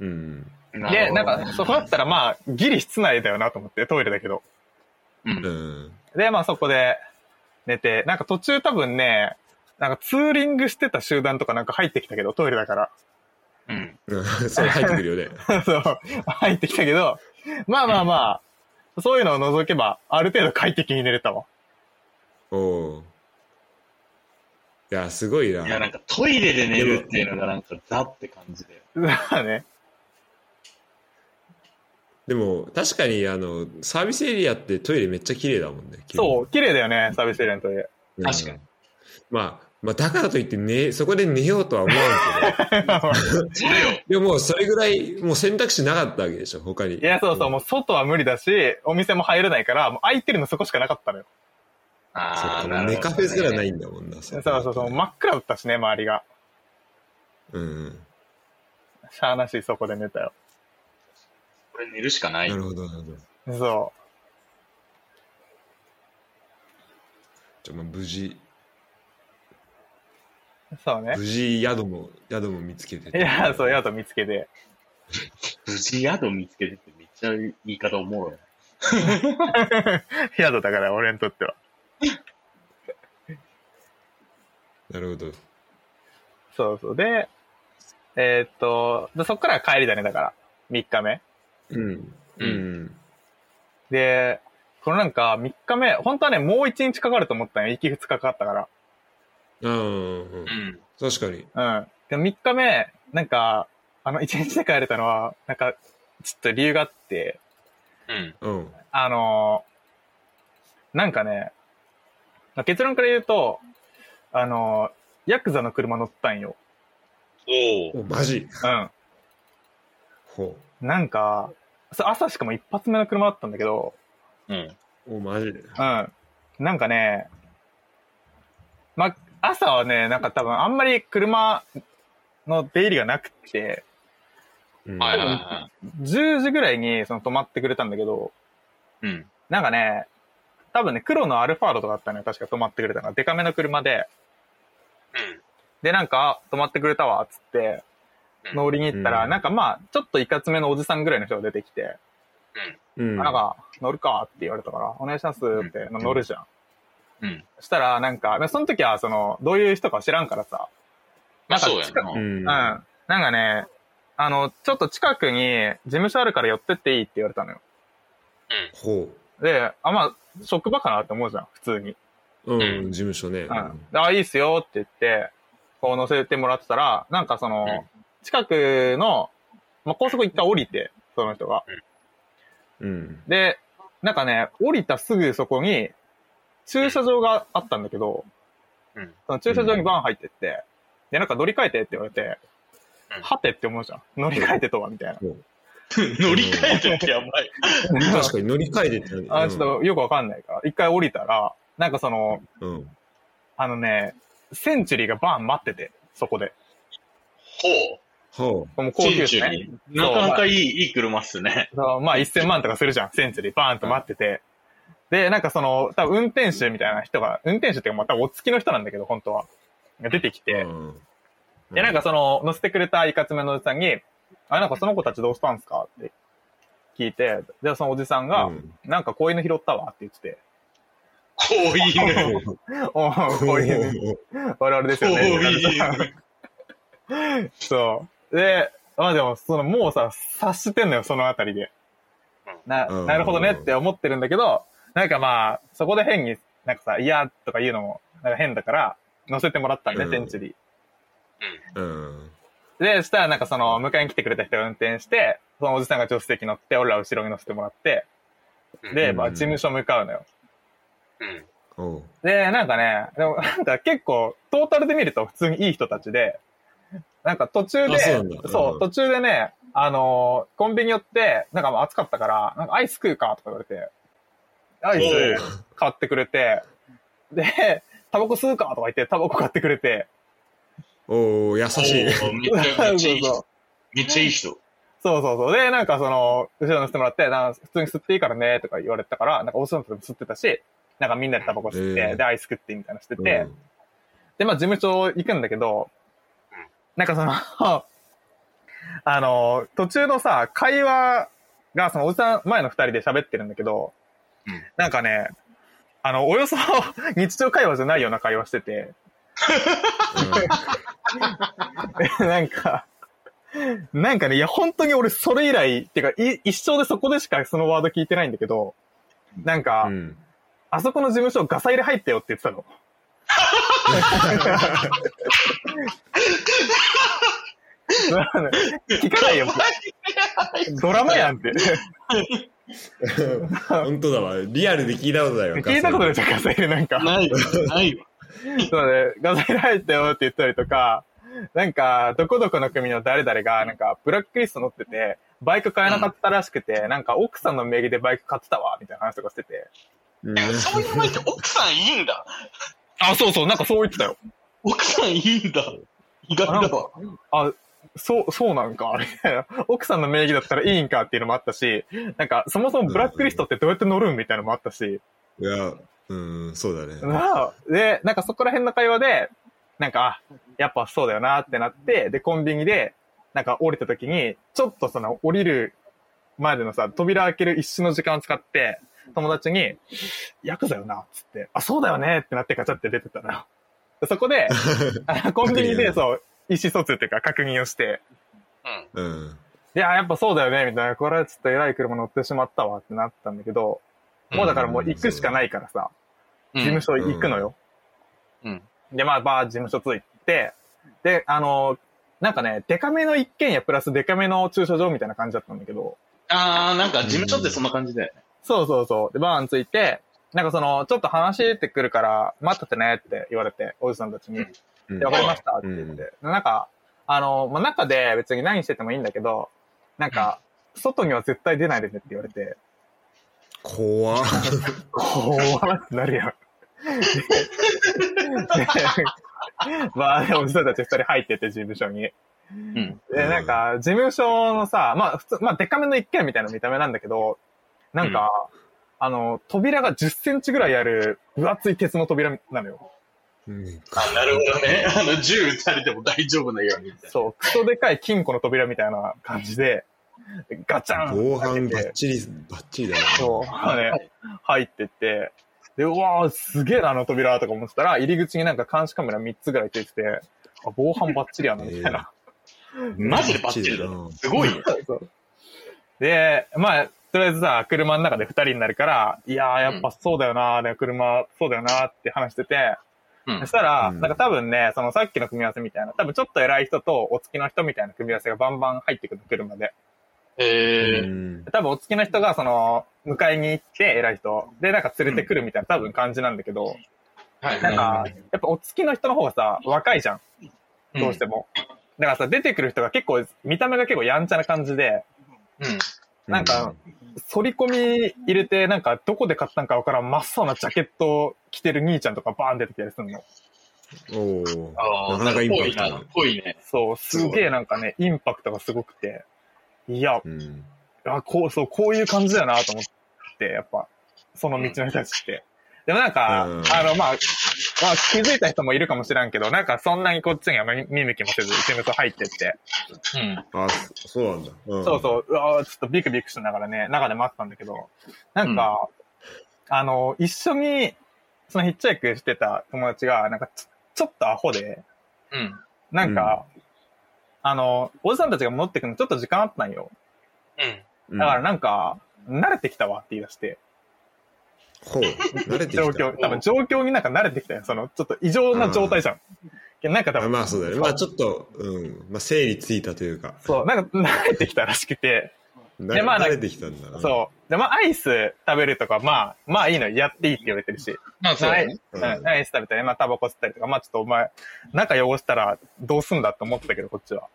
Speaker 1: うん。
Speaker 4: あ。
Speaker 3: で、なん
Speaker 4: るほど
Speaker 3: か、そこだったらまあ、ギリ室内だよなと思って、トイレだけど。
Speaker 4: うん
Speaker 1: う。ん。
Speaker 3: で、まあそこで寝て、なんか途中多分ね、なんかツーリングしてた集団とかなんか入ってきたけど、トイレだか
Speaker 4: うん。
Speaker 1: うん それ入ってくるよね。
Speaker 3: ら。 そう、入ってきたけど、まあまあまあ、そういうのを除けば、ある程度快適に寝れたわ。
Speaker 1: おういや、すごいな。
Speaker 4: いや、なんかトイレで寝るっていうのがなんかザって感じだよ。
Speaker 3: まあね。
Speaker 1: でも、確かに、あの、サービスエリアってトイレめっちゃ綺麗だもんね。
Speaker 3: そう、綺麗だよね、サービスエリアのトイレ。
Speaker 1: うん
Speaker 4: 確かに。
Speaker 1: まあ、まあ、だからといって、ね、そこで寝ようとは思わんけど。
Speaker 4: それ よ。
Speaker 1: でも、もうそれぐらい、もう選択肢なかったわけでしょ、他に。
Speaker 3: いや、そうそう、もう外は無理だし、お店も入れないから、もう空いてるのそこしかなかったのよ。
Speaker 1: そう
Speaker 4: あ
Speaker 1: か
Speaker 4: あ、
Speaker 1: も
Speaker 4: なるほど、
Speaker 1: う
Speaker 4: ね。。
Speaker 1: 寝カフェすらないいんだもんな。
Speaker 3: そ
Speaker 1: そう
Speaker 3: そうそう、真っ暗だったしね、周りが。
Speaker 1: うん。
Speaker 3: しゃあなし、そこで寝たよ。
Speaker 4: これ寝るしかない
Speaker 1: な。るほど、なるほど。
Speaker 3: そ
Speaker 1: じゃあ、まあ、無事、
Speaker 3: う、そうね。
Speaker 1: 無事、宿も、宿も見つけて
Speaker 3: い
Speaker 1: て。
Speaker 3: や、そう、宿見つけて。
Speaker 4: 無事宿見つけてってめっちゃ言い方おもろい。
Speaker 3: 宿だから、俺にとっては。
Speaker 1: なるほど。
Speaker 3: そうそう。で、えーっと、でそっから帰りだね、だから。3日目。
Speaker 1: うん。うん。
Speaker 3: で、このなんか、3日目、本当はね、もう1日かかると思ったのよ。行き2日かかったか
Speaker 1: うん。うん
Speaker 4: うん。
Speaker 1: 確かに。
Speaker 3: ら。うん。でも3日目、なんか、あの、1日で帰れたのは、なんか、ちょっと理由があって、
Speaker 4: うん。
Speaker 1: うん。
Speaker 3: あのーなんかね、まあ結論から言うと、あのーヤクザの車乗ったんよ。
Speaker 4: おお。
Speaker 1: お、マジ。
Speaker 3: うん。
Speaker 1: ほ
Speaker 3: なんか、そう朝しかも一発目の車だったんだけど、
Speaker 4: うん。
Speaker 1: う。お、マジ。
Speaker 3: うん。なんかね、ま、朝はね、なんか多分あんまり車の出入りがなくて、
Speaker 1: うん
Speaker 4: はいはいは
Speaker 3: 10時ぐらいにその止まってくれたんだけど、
Speaker 4: い。うん。
Speaker 3: なんかね、多分ね、黒のアルファードとかあったのよ、確か止まってくれたのが。デカめの車で、で、なんか、あ止まってくれたわ、つって、
Speaker 4: うん
Speaker 3: 乗りに行ったら、
Speaker 1: うん
Speaker 3: なんかまあ、ちょっといかつめのおじさんぐらいの人が出てきて、
Speaker 1: うん。
Speaker 3: なんか、乗るかって言われたから、お願いしますって、乗るじゃん。
Speaker 4: うんうん
Speaker 3: そしたら、なんか、その時は、その、どういう人か知らんからさ、
Speaker 4: まあ
Speaker 3: なんか
Speaker 4: そうやな。
Speaker 1: う。
Speaker 3: うんん。なんかね、あの、ちょっと近くに事務所あるから寄ってっていいって言われたのよ。
Speaker 1: ほ
Speaker 3: で、あ、まあ、職場かなって思うじゃん、普通に。
Speaker 1: う。うん、事務所ね。
Speaker 3: うん。であ、いいっすよって言って、こう乗せてもらってたら、なんかその、近くの、まあ、高速一回降りて、その人が。
Speaker 1: うん。
Speaker 3: で、なんかね、降りたすぐそこに、駐車場があったんだけど、
Speaker 4: うん
Speaker 3: その駐車場にバン入ってって、で、なんか乗り換えてって言われて、
Speaker 4: うん
Speaker 3: はてって思うじゃん。乗り換えてとは、みたいな。
Speaker 4: 乗り換えてってやばい。
Speaker 1: 確かに乗り換えてってね
Speaker 3: あちょっとよくわかんないから、一回降りたら、なんかその、
Speaker 1: うん。うん
Speaker 3: あのね、センチュリーがバン待ってて、そこで。
Speaker 4: ほう。
Speaker 1: はあ、
Speaker 3: もう高
Speaker 4: チ
Speaker 3: 級
Speaker 4: ン
Speaker 3: です
Speaker 4: チュ
Speaker 3: ね。
Speaker 4: に。なかなかいい、いい車っすね。
Speaker 3: そうまあ1000万とかするじゃん、センチュリーバーンと待ってて。で、なんかその、多分運転手みたいな人が、運転手っていうかまたお付きの人なんだけど、本当は。が出てきて
Speaker 1: う、ん
Speaker 3: で、なんかその、乗せてくれたいかつめのおじさんに、あ、なんかその子たちどうしたんすかって聞いて、で、そのおじさんが、
Speaker 1: うん
Speaker 3: なんか子犬拾ったわって言って て、
Speaker 4: こういい ね。
Speaker 3: おー 子犬、我々ですよね
Speaker 4: おーいい
Speaker 3: みたいな。そう。で、まあでも、その、もうさ、察してんのよ、そのあたりで。な、
Speaker 1: うん
Speaker 3: なるほどねって思ってるんだけど、なんかまあ、そこで変に、なんかさ、いやとか言うのも、なんか変だから、乗せてもらったんで、
Speaker 1: うん
Speaker 3: センチュリー。
Speaker 1: うん
Speaker 3: で、したらなんかその、迎えに来てくれた人が運転して、そのおじさんが助手席乗って、俺ら後ろに乗せてもらって、で、
Speaker 1: うん
Speaker 3: まあ、事務所向かうのよ。
Speaker 4: うん。
Speaker 1: おう
Speaker 3: で、なんかね、でも なんか結構、トータルで見ると普通にいい人たちで、なんか途中で、
Speaker 1: あそうなんだ
Speaker 3: そう
Speaker 1: うん
Speaker 3: 途中でね、あのーコンビニ寄って、なんかもう暑かったから、なんかアイス食うかとか言われて、アイス買ってくれて、で、タバコ吸うかとか言って、タバコ買ってくれて、
Speaker 1: おう優しい。
Speaker 4: おーめっちゃ、めっちゃいい
Speaker 3: そう
Speaker 4: 人。めっちゃいい 人。
Speaker 3: そうそうそう。で、なんかその、後ろ乗せてもらって、なんか普通に吸っていいからね、とか言われたから、なんかおろのとも吸ってたし、なんかみんなでタバコ吸って、
Speaker 1: えー
Speaker 3: で、アイス食ってみたいなのしてて、
Speaker 1: うん
Speaker 3: で、まあ事務所行くんだけど、なんかその、 あの、途中のさ、会話が、そのおじさん前の二人で喋ってるんだけど、
Speaker 4: うん
Speaker 3: なんかね、あの、およそ 日常会話じゃないような会話してて、 なんか、なんかね、いや、本当に俺それ以来、っていうか、い一生でそこでしかそのワード聞いてないんだけど、なんか、
Speaker 1: うん
Speaker 3: あそこの事務所ガサ入れ入ったよって言ってたの。 なんで聞かないよ。ドラマやんって。
Speaker 1: 本当だわ。リアルで聞いたことだよ。
Speaker 3: 聞いたことないじゃん、ガサ入れなんか。
Speaker 4: ないわ。ないわ。
Speaker 3: そうね、ガサ入れ入ったよって言ったりとか、なんか、どこどこの組の誰々が、なんか、ブラックリスト乗ってて、バイク買えなかったらしくて、なんか、奥さんの名義でバイク買ってたわ、みたいな話とかしてて。
Speaker 1: うん
Speaker 4: そういう前って奥さんいいんだ。
Speaker 3: あ、そうそう、なんかそう言ってたよ。
Speaker 4: 奥さんいいんだ。意外だわ。
Speaker 3: あ、そう、そうなんか、みたいな。 奥さんの名義だったらいいんかっていうのもあったし、なんか、そもそもブラックリストってどうやって乗るんみたいなのもあったし、
Speaker 1: いや、うん、そうだね。
Speaker 3: なあで、なんかそこら辺の会話で、なんか、あやっぱそうだよなってなって、で、コンビニで、なんか降りた時に、ちょっとその降りる前でのさ、扉開ける一瞬の時間を使って、友達に、ヤクザよな、っつって、あ、そうだよねってなってガチャって出てたのよ。でそこで、あコンビニでそう、意思疎通っていうか確認をして、
Speaker 1: うん。
Speaker 3: いや、やっぱそうだよね、みたいな。これはちょっと偉い車乗ってしまったわってなったんだけど、もうだからもう行くしかないから
Speaker 4: う
Speaker 3: さ、
Speaker 4: ん
Speaker 3: 事務所行くのよ。
Speaker 4: うん
Speaker 3: で、まあ、バー事務所ついて、で、あの、なんかね、デカめの一軒家プラスデカめの駐車場みたいな感じだったんだけど、
Speaker 4: あー、なんか事務所ってそんな感じだよね。
Speaker 3: そうそうそう。で、バーンついて、なんかその、ちょっと話してくるから、待っててねって言われて、おじさんたちに。
Speaker 1: うん
Speaker 3: でわかりましたって言って。なんか、あの、まあ、中で別に何しててもいいんだけど、なんか、外には絶対出ないでねって言われて、
Speaker 1: 怖っ
Speaker 3: 怖ってなる やん。でまあ、でおじさんたち二人入ってて、事務所に。
Speaker 4: うん。
Speaker 3: で、なんか、事務所のさ、まあ、普通、まあ、デカめの一軒みたいな見た目なんだけど、なんか、あの、扉が10センチぐらいある、分厚い鉄の扉なのよ。
Speaker 1: うん
Speaker 4: なるほどね。あの、銃撃たれても大丈夫なようにみたいな。
Speaker 3: そう、クソでかい金庫の扉みたいな感じで、ガチャン
Speaker 1: 防犯バ
Speaker 3: 開け
Speaker 1: ッ
Speaker 3: て
Speaker 1: チリ、バッチリだね。
Speaker 3: そう、まあね、入ってって、で、うわー、すげえな、あの扉とか思ってたら、入り口になんか監視カメラ3つぐらいついてて、あ、防犯バッチリやな、みたいな。
Speaker 4: マジでバッチリだ
Speaker 1: バッ
Speaker 4: よ。
Speaker 1: チ
Speaker 4: すごいよ。
Speaker 3: そうで、まあ、とりあえずさ、車の中で2人になるから、いやー、やっぱそうだよな、ね、車、そうだよな、って話してて、
Speaker 4: うん
Speaker 3: そしたら、
Speaker 1: うん
Speaker 3: なんか多分ね、そのさっきの組み合わせみたいな、多分ちょっと偉い人とお付きの人みたいな組み合わせがバンバン入ってくる車で。
Speaker 1: う
Speaker 4: えー。
Speaker 1: ん
Speaker 3: 多分お付きの人が、その、迎えに行って、偉い人。で、なんか連れてくるみたいな、多分感じなんだけど、
Speaker 4: はい
Speaker 3: なんか、
Speaker 4: はい。
Speaker 3: やっぱお付きの人の方がさ、若いじゃん。どうしても。だからさ、出てくる人が結構、見た目が結構やんちゃな感じで、
Speaker 4: うん。
Speaker 3: なんか、反り込み入れて、なんか、どこで買ったんかわからん、真っ青なジャケットを着てる兄ちゃんとかバーン出てきたりするの。
Speaker 1: おー
Speaker 4: ああ、
Speaker 1: なかなかイン
Speaker 4: ぽ
Speaker 1: パ
Speaker 4: い
Speaker 1: クト
Speaker 4: な
Speaker 1: が。
Speaker 4: ぽいね。
Speaker 3: そう、すげえなんかね、インパクトがすごくて、いや、
Speaker 1: うん。
Speaker 3: あ、こう、そう、こういう感じだよなと思って、やっぱ、その道の人たちって。でもなんか、
Speaker 1: うん
Speaker 3: あの、まあ、まあ、気づいた人もいるかもしれんけど、なんかそんなにこっちには見見向きもせず、事務所入ってって、
Speaker 4: うん。
Speaker 1: あそそうなんだ。うん、
Speaker 3: そうそう、うわーちょっとビクビクしながらね、中で待ってたんだけど、なんか、あの、一緒に、そのヒッチハイクしてた友達が、なんかちょ、ちょっとアホで、
Speaker 4: うん。
Speaker 3: なんか、あの、おじさんたちが戻ってくるのちょっと時間あったんよ。
Speaker 4: うん。
Speaker 1: うん。
Speaker 3: だからなんか、慣れてきたわって言い出して、
Speaker 1: ほう。慣れてきた。
Speaker 3: 状況、多分状況になんか慣れてきたよ。その、ちょっと異常な状態じゃん。なんか多
Speaker 1: あ
Speaker 3: 分、
Speaker 1: まあそうだね。まあちょっと、うん。まあ整理ついたというか。
Speaker 3: そう、なんか慣れてきたらしくて、
Speaker 1: な
Speaker 3: でまあ
Speaker 1: 慣れてきたんだな。
Speaker 3: そう。で、まあ、アイス食べるとか、まあ、まあいいの、やっていいって言われてるし、
Speaker 4: まあ、そうだね。
Speaker 1: う。
Speaker 3: うんん、アイス食べたり、まあ、タバコ吸ったりとか、まあ、ちょっとお前、中汚したらどうすんだって思ってたけど、こっちは。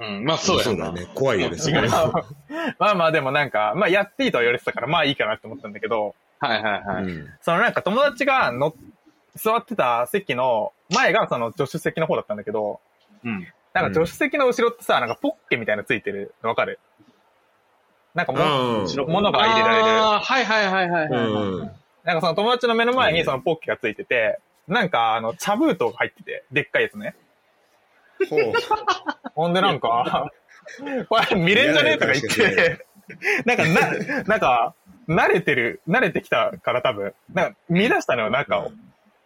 Speaker 4: うん。まあ、そうや
Speaker 1: そう
Speaker 4: な
Speaker 1: だ。ね。怖いよね、そこね。
Speaker 3: まあまあ、でもなんか、まあ、やっていいとは言われてたから、まあいいかなって思ったんだけど、
Speaker 4: はいはいうはい。
Speaker 1: ん。
Speaker 3: そのなんか友達がの座ってた席の前がその助手席の方だったんだけど、
Speaker 4: うん。
Speaker 3: なんか助手席の後ろってさ、なんかポッケみたいなのついてるのわかるなんかも、
Speaker 1: あ
Speaker 2: 後ろ
Speaker 3: 物が入れられる。
Speaker 4: ああ、はいはいはいはいはい
Speaker 1: あ。
Speaker 4: はい。
Speaker 1: うん。
Speaker 3: なんかその友達の目の前
Speaker 1: う
Speaker 3: に
Speaker 1: ん
Speaker 3: そのポッケがついてて、なんかあの、茶封筒が入ってて、でっかいやつね。
Speaker 1: ほう。
Speaker 3: ほんでなんか、これ見れんじゃねえとか言って、なんかな、なんか、慣れてる、慣れてきたから多分、なんか見出したのよ、中を。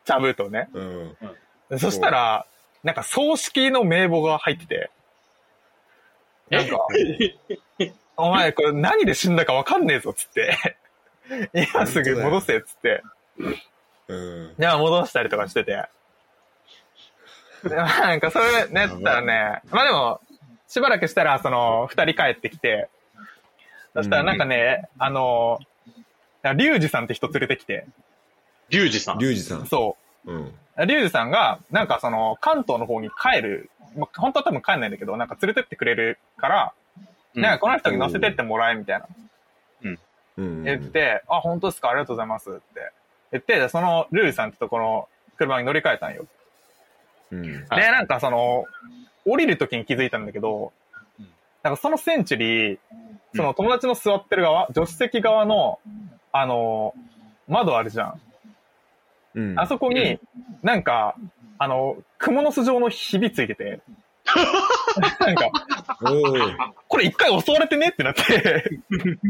Speaker 3: 茶封筒ね。
Speaker 1: うん。
Speaker 3: そしたら、なんか葬式の名簿が入ってて、なんか、お前これ何で死んだかわかんねえぞ、つって。今すぐ戻せ、つって。
Speaker 1: うん。
Speaker 3: で、まあ戻したりとかしてて。で、まあなんかそれ、ね、やったらね、まあでも、しばらくしたら、その、二人帰ってきて、そしたらなんかね、あの、リュウジさんって人連れてきて、
Speaker 4: リュウジさん。
Speaker 1: リュウジさん。
Speaker 3: そう。
Speaker 1: うん。
Speaker 3: リュウジさんが、なんかその、関東の方に帰る、まあ、本当は多分帰んないんだけど、なんか連れてってくれるから、
Speaker 4: うん
Speaker 3: なんかこの人に乗せてってもらえ、みたいな。
Speaker 1: うん。
Speaker 3: 言って、あ、本当ですかありがとうございますって。言って、その、ルージさんってとこの車に乗り換えたんよ。
Speaker 1: うん。
Speaker 4: はい
Speaker 3: で、なんかその、降りるときに気づいたんだけど
Speaker 4: うん、
Speaker 3: なんかそのセンチュリー、その友達の座ってる側、助手席側の、あの、窓あるじゃん。
Speaker 1: うん。
Speaker 3: あそこ
Speaker 4: う
Speaker 3: に、なんか、あの、蜘蛛の巣状のひびついてて、なんか、
Speaker 1: おー
Speaker 3: これ一回襲われてねってなって、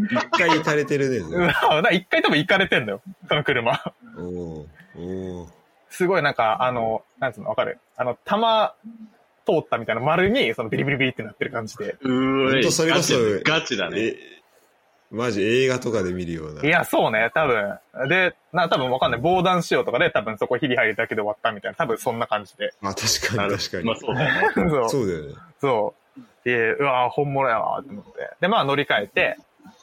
Speaker 1: 一回行かれてるね。
Speaker 3: うわ なんか一回多分行かれてんだよ、その車。
Speaker 1: おーおー
Speaker 3: すごいなんか、あの、なんつうの、わかるあの、玉通ったみたいな丸に、そのビリビリビリってなってる感じで。。
Speaker 4: うー
Speaker 1: ほんとそれこそ
Speaker 4: ガチだね。
Speaker 1: え、マジ映画とかで見るようない
Speaker 3: や、そうね、多分。で、な、多分わかんない。防弾仕様とかで、多分そこヒリ入るだけで終わったみたいな、多分そんな感じで。
Speaker 1: あ、確か
Speaker 4: な
Speaker 1: に
Speaker 4: る
Speaker 1: 確か
Speaker 4: まあ
Speaker 1: に。
Speaker 4: そうだよね。
Speaker 3: そう。
Speaker 1: そうだよね。
Speaker 3: そう。で、うわぁ、本物やわーって思って。で、まあ乗り換えて、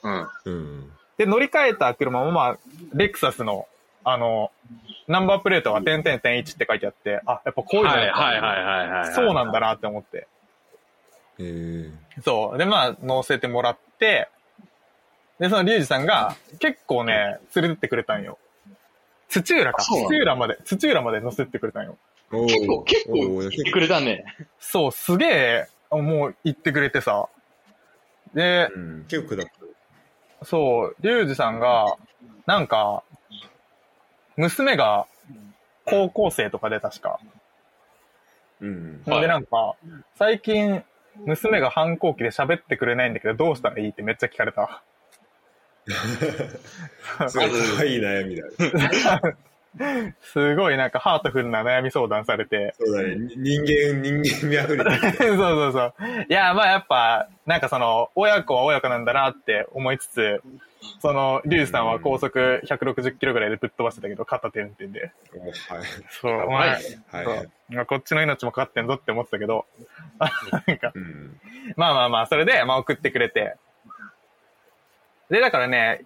Speaker 4: うん。
Speaker 1: うん。
Speaker 3: で、乗り換えた車も、まあ、レクサスの、あの、ナンバープレートが点点点1って書いてあって、あ、やっぱこういうの、
Speaker 4: はいはいはいはいはいはい。
Speaker 3: そうなんだなって思って。
Speaker 1: えー、
Speaker 3: そう。で、まあ、乗せてもらって、で、そのリュウジさんが、結構ね、連れてってくれたんよ。土浦か。
Speaker 4: そうなんだ
Speaker 3: 土浦まで、土浦まで乗せてってくれたんよ。
Speaker 1: おー
Speaker 4: 結構、結構、
Speaker 1: お
Speaker 4: 言
Speaker 1: ー
Speaker 4: ってくれたね。
Speaker 3: そう、すげえ、あもう行ってくれてさ。で、
Speaker 1: うん結構だっ
Speaker 3: そう、リュウジさんが、なんか、娘が、高校生とかで確か。
Speaker 1: うん。
Speaker 4: はい
Speaker 3: で、なんか、最近、娘が反抗期で喋ってくれないんだけど、どうしたらいいってめっちゃ聞かれた。
Speaker 1: すごい可愛い悩みだ。
Speaker 3: すごいなんかハートフルな悩み相談されて、
Speaker 1: そうだね。人間、人間味あふれてる。
Speaker 3: そうそうそう。いや、まあやっぱ、なんかその、親子は親子なんだなって思いつつ、その、リュウジさんは高速160キロぐらいでぶっ飛ばしてたけど、片手運転で。
Speaker 1: おー
Speaker 3: そう、お
Speaker 4: ばい
Speaker 3: 前、
Speaker 1: はい。は
Speaker 3: そ
Speaker 1: い。
Speaker 3: うまあこっちの命もかかってんぞって思ってたけど、なんか、
Speaker 1: うん。
Speaker 3: まあまあまあ、それで、まあ送ってくれて。で、だからね、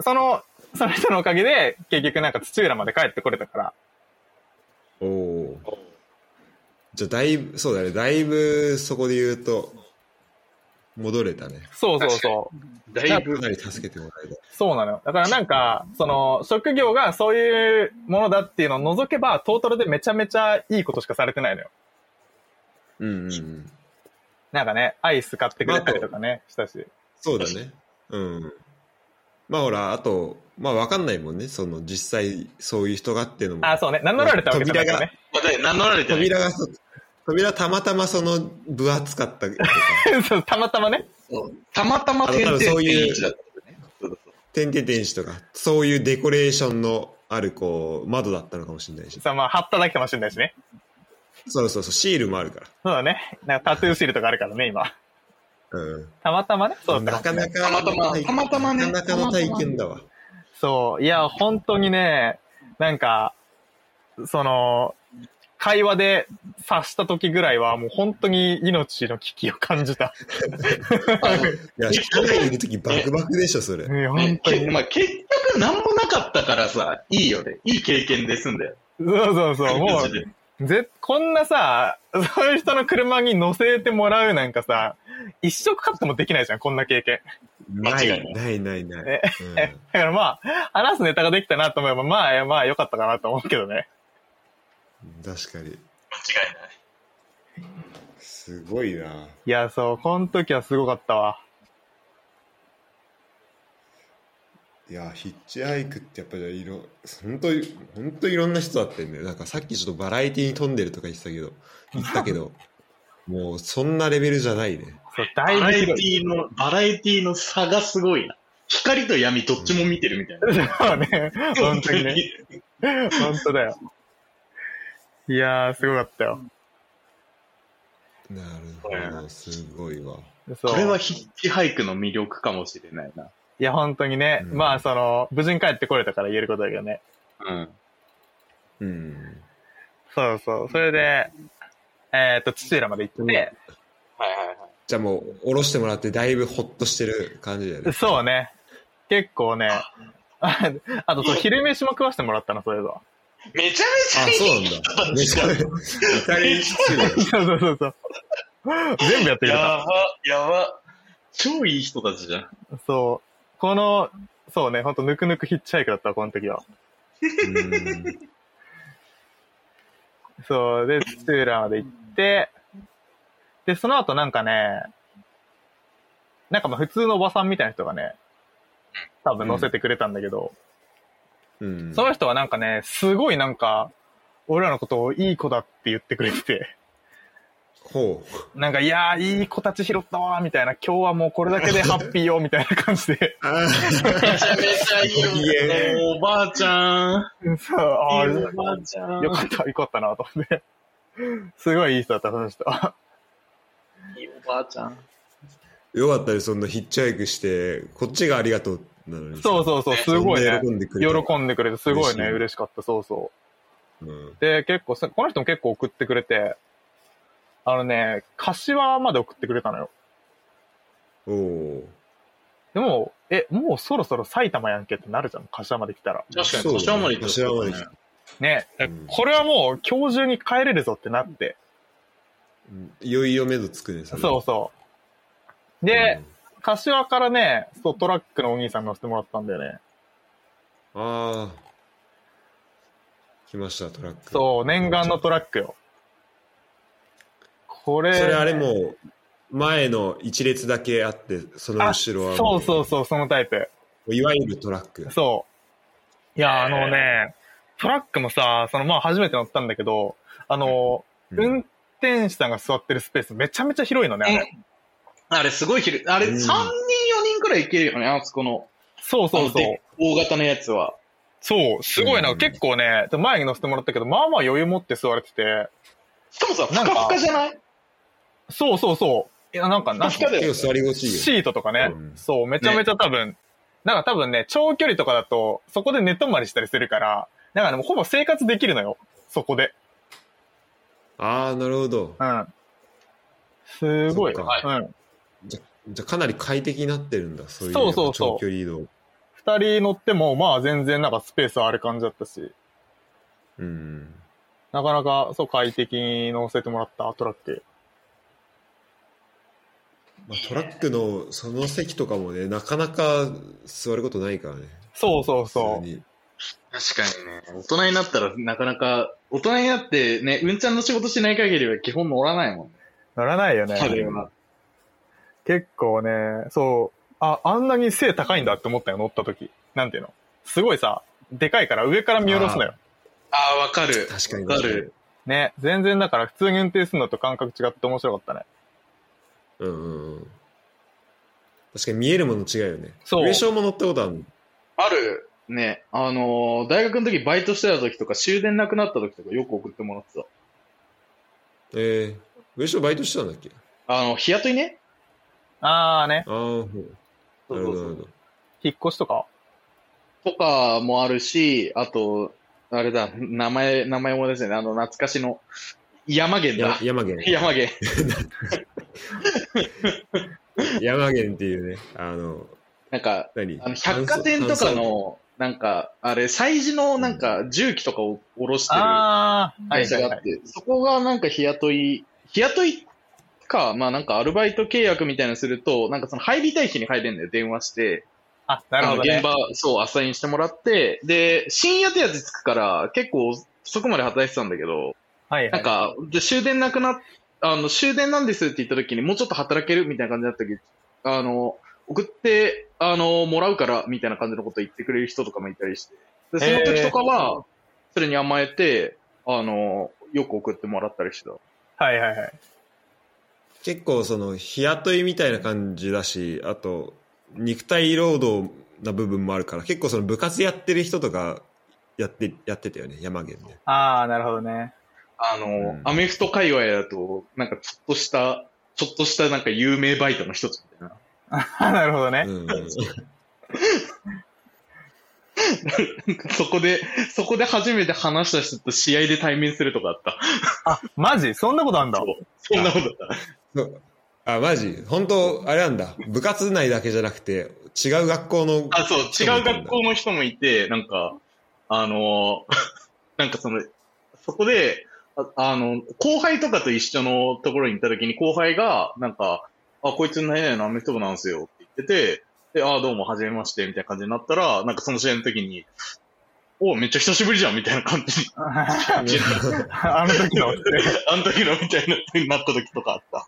Speaker 3: その、その人のおかげで、結局なんか土浦まで帰ってこれたから、
Speaker 1: おお。じゃあ、だいぶ、そうだね。だいぶ、そこで言うと、戻れたね。
Speaker 3: そうそうそう。
Speaker 4: だ
Speaker 1: か
Speaker 4: いぶ、
Speaker 1: なり助けてもらえた。
Speaker 3: そうなのよ。だからなんか、その、職業がそういうものだっていうのを除けば、トータルでめちゃめちゃいいことしかされてないのよ。
Speaker 1: うんうんうん。
Speaker 3: なんかね、アイス買ってくれたりとかね、したし。
Speaker 1: そうだね。うん。まあほら、あと、まあわかんないもんね。その実際そういう人がっていうのも。
Speaker 3: あ、そうね。名乗られたわけじゃないからね。
Speaker 4: まだ名乗られてない。
Speaker 1: 扉がそう、扉たまたまその分厚かったとか、
Speaker 3: そうたまたまね。
Speaker 4: たまたま点々点々だったんだよね。そうそう
Speaker 1: 点々天使とか、そういうデコレーションのあるこう、窓だったのかもしれないし。
Speaker 3: さ、まあ、貼っただけかもしれないしね。
Speaker 1: そうそうそう、シールもあるか
Speaker 3: そうだね。なんかタトゥーシールとかあるからね、今。
Speaker 1: ら。うん。
Speaker 3: たまたまね。そうだ
Speaker 1: な
Speaker 3: ったか
Speaker 1: か
Speaker 3: もしれ
Speaker 1: な
Speaker 3: い
Speaker 1: か、
Speaker 4: たまたまたまたまね
Speaker 1: なかなかの体験だわ。
Speaker 3: そう。いや、本当にね、なんか、その、会話で察した時ぐらいは、もう本当に命の危機を感じた。
Speaker 1: いや、人がいるときバクバクでしょ、それ。
Speaker 3: ね本
Speaker 4: ね
Speaker 3: 当に
Speaker 4: け。まあ、結局何もなかったからさ、いいよね。いい経験で済んだよ。
Speaker 3: そうそうそう。も
Speaker 4: マジで
Speaker 3: う、ぜ、こんなさ、そういう人の車に乗せてもらうなんかさ、一生かかってもできないじゃん、こんな経験。
Speaker 1: な
Speaker 4: 間違い
Speaker 1: い、ない、ない、ない
Speaker 3: え。だからまあ、話すネタができたなと思えば、まあ、まあ、良かったかなと思うけどね。
Speaker 1: うん確かに。
Speaker 4: 間違いない。
Speaker 1: すごいな。
Speaker 3: いや、そう、この時はすごかったわ。
Speaker 1: いや、ヒッチハイクってやっぱりいろ、本当に、本当にいろんな人だったんだよ。なんかさっきちょっとバラエティに飛んでるとか言ってたけど、言ったけど、もうそんなレベルじゃないね。
Speaker 3: そう、だい
Speaker 4: バ
Speaker 3: ぶ
Speaker 4: ラエ
Speaker 3: ひ
Speaker 4: テ
Speaker 3: どい。
Speaker 4: ィの、バラエティの差がすごいな。光と闇どっちも見てるみたいな。
Speaker 3: そうね。本当にね。本当だよ。いやー、すごかったよ。
Speaker 1: なるほど、すごいわ。
Speaker 3: そう。
Speaker 4: これはヒッチハイクの魅力かもしれないな。
Speaker 3: いや、本当にね。
Speaker 1: うん
Speaker 3: まあ、その、無事に帰ってこれたから言えることだけどね。
Speaker 4: うん。
Speaker 1: うん。
Speaker 3: そうそう。それで、えっ、と、土浦まで行っ
Speaker 4: は
Speaker 3: て、
Speaker 4: いはいはい。
Speaker 1: じゃあもう、降ろしてもらってだいぶほっとしてる感じだよね。
Speaker 3: そうね。結構ね、 ああとそう、昼飯も食わしてもらったの、そういえば。
Speaker 4: めちゃ
Speaker 1: あ、
Speaker 4: めち
Speaker 1: そ
Speaker 4: ゃ
Speaker 1: う
Speaker 4: いい。
Speaker 1: なんだ。めちゃめちゃ、イタリアンシチューだよ
Speaker 3: そうそうそうそう。全部やってくれ
Speaker 4: や
Speaker 3: た。
Speaker 4: ば、やば。超いい人たちじゃん。
Speaker 3: そう。この、そうね、ほんと、ぬくぬくヒッチハイクだったわ、この時は。
Speaker 1: うん
Speaker 3: そう。で、土浦まで行って、で、その後なんかね、なんかまあ普通のおばさんみたいな人がね、多分乗せてくれたんだけど、
Speaker 1: うん。
Speaker 3: その人はなんかね、すごいなんか、俺らのことをいい子だって言ってくれてて、
Speaker 1: ほ う。
Speaker 3: なんか、いやー、いい子たち拾ったわー、みたいな、今日はもうこれだけでハッピーよ、みたいな感じ で。
Speaker 1: あ
Speaker 4: めちゃめちゃい
Speaker 1: ご機嫌
Speaker 4: い。おばあちゃん。
Speaker 3: そう、ああ、
Speaker 4: いい
Speaker 3: よ
Speaker 4: おばあちゃん。
Speaker 3: かった、よかったな、と思って。すごいいい人だった、その人。
Speaker 4: いいおばあちゃん。
Speaker 1: ーよかったね、そんなヒッチハイクして、こっちがありがとうなのに。
Speaker 3: そうそうそう、すごいね
Speaker 1: そ。んな喜んでくれた
Speaker 3: 喜んでくれて、すごい
Speaker 1: 嬉
Speaker 3: ね、
Speaker 1: しい
Speaker 3: 嬉しかった、そうそ
Speaker 1: うん
Speaker 3: う。で、結構さ、この人も結構送ってくれて、あのね、柏まで送ってくれたのよ。
Speaker 1: おお。
Speaker 3: でも、え、もうそろそろ埼玉やんけってなるじゃん、柏まで来たら。
Speaker 4: 確かに、
Speaker 1: そうだね
Speaker 4: 柏森ってことだね
Speaker 1: 柏森
Speaker 3: ね、
Speaker 1: うん
Speaker 3: これはもう今日中に帰れるぞってなって。
Speaker 1: うんいよいよ目処つくね、それ
Speaker 3: そうそう。で、、柏からね、そう、トラックのお兄さんに乗せてもらったんだよね。
Speaker 1: うんああ。来ました、トラック。
Speaker 3: そう、念願のトラックよ。これ、
Speaker 1: それあれもう、前の一列だけあって、その後ろは
Speaker 3: そ
Speaker 1: も
Speaker 3: うそうそう、そのタイプ。
Speaker 1: う、いわゆるトラック。
Speaker 3: そう。いや、あのね、トラックもさ、そのまあ初めて乗ったんだけど、あの、
Speaker 1: うん
Speaker 3: 運転手さんが座ってるスペースめちゃめちゃ広いのね、あ
Speaker 4: う
Speaker 3: れ
Speaker 4: んあれすごい広い。あれ
Speaker 1: う
Speaker 4: 3
Speaker 1: ん
Speaker 4: 人4人くらいいけるよね、あそこの。
Speaker 3: そうそう
Speaker 4: あの
Speaker 3: そう
Speaker 4: で。大型のやつは。
Speaker 3: そう、すごいな、
Speaker 1: うん
Speaker 3: 結構ね、前に乗せてもらったけど、まあまあ余裕持って座れてて、
Speaker 4: しかもさ、ふ
Speaker 3: なん
Speaker 4: か
Speaker 3: か
Speaker 4: ふかじゃない
Speaker 3: そうそうそう。いや、なんか、
Speaker 4: ふ
Speaker 3: な
Speaker 4: か
Speaker 3: んか
Speaker 4: ふかだよ。
Speaker 1: 結構座り心地いいよ。
Speaker 3: シートとかね、
Speaker 1: うん
Speaker 3: そう、めちゃめちゃ多分、なんか多分ね、長距離とかだと、そこで寝泊まりしたりするから、なんかね、もうほぼ生活できるのよ、そこで。
Speaker 1: ああ、なるほど。
Speaker 3: うん。すごい。
Speaker 1: そっ
Speaker 3: う
Speaker 1: か
Speaker 3: ん。
Speaker 1: じゃあかなり快適になってるんだ、そういう
Speaker 3: そうそうそ
Speaker 1: 長
Speaker 3: う
Speaker 1: 距離移動。
Speaker 3: 二人乗っても、まあ全然なんかスペースある感じだったし、
Speaker 1: うん。
Speaker 3: なかなか、そう、快適に乗せてもらったトラック。
Speaker 1: まあ、トラックのその席とかもね、なかなか座ることないからね。
Speaker 3: そうそうそ
Speaker 1: 普
Speaker 3: う
Speaker 1: 通に
Speaker 4: 確かにね、大人になったらなかなか、大人になってね、うんちゃんの仕事しない限りは基本乗らないもんね。
Speaker 3: 乗らないよね。
Speaker 4: 彼は。
Speaker 3: 結構ね、そう、あ、あんなに背高いんだって思ったよ、乗った時。なんていうのすごいさ、でかいから上から見下ろすのよ。
Speaker 4: ああ、わかる。
Speaker 1: 確かに
Speaker 4: わかる。
Speaker 3: ね、全然だから普通に運転するのと感覚違って面白かったね。
Speaker 1: うんうんうん。確かに見えるもの違うよね。
Speaker 3: そう
Speaker 1: 上昇も乗ったことあるの
Speaker 4: ある。ね、あのー大学の時バイトしてた時とか終電なくなった時とかよく送ってもらってた。
Speaker 1: えー、上昇バイトしてたんだっけ
Speaker 4: あの、日雇いね。
Speaker 3: あーね、
Speaker 1: ああ、ほうなるほど、なるほど。
Speaker 3: 引っ越しとか
Speaker 4: とかもあるし、あと、あれだ、名前、名前もですね、あの、懐かしの、山源
Speaker 1: や
Speaker 4: だ。
Speaker 1: 山源。
Speaker 4: 山源。
Speaker 1: 山源っていうね、あの、
Speaker 4: なんか、
Speaker 1: 何
Speaker 4: あの百貨店とか、の、なんか、あれ、催事のなんか、重機とかを下ろしてる
Speaker 3: あー、
Speaker 4: 会社があって、そこがなんか日雇い、日雇いか、まあなんかアルバイト契約みたいなのすると、なんかその入りたい日に入れるんだよ、電話して。
Speaker 3: あ、なるほど
Speaker 4: あの
Speaker 3: ね
Speaker 4: 現。場、そう、アサインしてもらって、で、深夜手当つくから、結構、そこまで働いてたんだけど、
Speaker 3: はいはい。
Speaker 4: なんか、で終電なくなっ、あの、終電なんですって言った時に、もうちょっと働けるみたいな感じだったけど、あの、送って、あの、もらうから、みたいな感じのこと言ってくれる人とかもいたりして。で、その時とかは、それに甘えて、あの、よく送ってもらったりしてた。
Speaker 3: はいはいはい。
Speaker 1: 結構その、日雇いみたいな感じだし、あと、肉体労働な部分もあるから、結構その部活やってる人とか、やって、やってたよね、山源で。
Speaker 3: あー、なるほどね。
Speaker 4: あ
Speaker 1: う
Speaker 4: の
Speaker 1: ん、
Speaker 4: アメフト界隈だと、なんかちょっとした、ちょっとしたなんか有名バイトの一つみたいな。
Speaker 3: あなるほどね。
Speaker 1: うんうん。
Speaker 4: そこで、そこで初めて話した人と試合で対面するとかあった。
Speaker 3: あ、マジそんなことあんだ
Speaker 4: そ。うそんなことあっ
Speaker 1: そうあ、マジ本当あれなんだ。部活内だけじゃなくて、違う学校の
Speaker 4: た。あ、そう、違う学校の人もいて、なんか、あの ーなんかその、そこで、ああの、後輩とかと一緒のところに行った時に後輩が、なんか、あ、こいつ何々のアメフト部なんですよって言ってて、で、あ、どうも、はじめまして、みたいな感じになったら、なんかその試合の時に、おめっちゃ久しぶりじゃん、みたいな感じに、
Speaker 3: あ
Speaker 1: うん
Speaker 3: の時の。
Speaker 4: あの時のみたいな、なった時とかあった。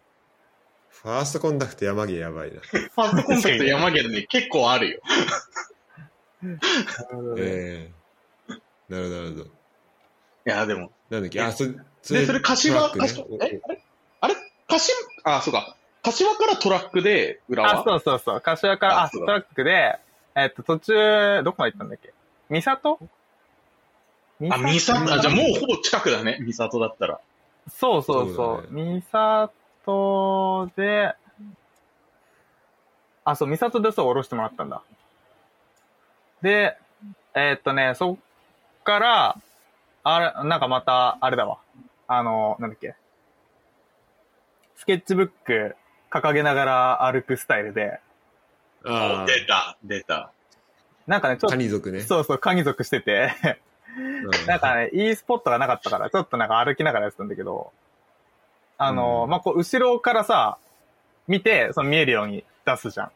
Speaker 1: ファーストコンタクト山毛やばいな。
Speaker 4: ファーストコンタクト山源ね、結構あるよ。
Speaker 1: ええなるほど、なるほど。
Speaker 4: いや、でも、
Speaker 1: なんだっけ、あ、そそ
Speaker 4: で、それ柏、
Speaker 1: トラッ
Speaker 4: 柏
Speaker 1: ク、
Speaker 4: えあれあれ柏、あ、そうか。柏からトラックで、裏
Speaker 3: あ、
Speaker 4: は。
Speaker 3: そうそうそう。柏から、
Speaker 4: あ
Speaker 3: あ、
Speaker 4: そ
Speaker 3: ト
Speaker 4: うだ
Speaker 3: ラックで、えっと、途中、どこまで行ったんだっけ三郷
Speaker 4: あ、三
Speaker 3: 里
Speaker 4: 里、あ、じゃあもうほぼ近くだね。三里だったら。
Speaker 3: そうそう
Speaker 1: そ
Speaker 3: そうう
Speaker 1: だ。
Speaker 3: 三里で、あ、そう、三里でそう、降ろしてもらったんだ。で、えーっとね、そっから、あれ、なんかまた、あれだわ。あの、なんだっけ。スケッチブック掲げながら歩くスタイルで、
Speaker 1: あ
Speaker 4: 出た、出た。
Speaker 3: なんかね、ち
Speaker 1: あ、
Speaker 3: ょっ
Speaker 1: カ
Speaker 3: と、
Speaker 1: ニ族ね。
Speaker 3: そうそう、カニ族してて、
Speaker 1: うん
Speaker 3: なんかね、いいスポットがなかったから、ちょっとなんか歩きながらやってたんだけど、あの、
Speaker 1: うん
Speaker 3: まあ、こう、後ろからさ、見て、その見えるように出すじゃん。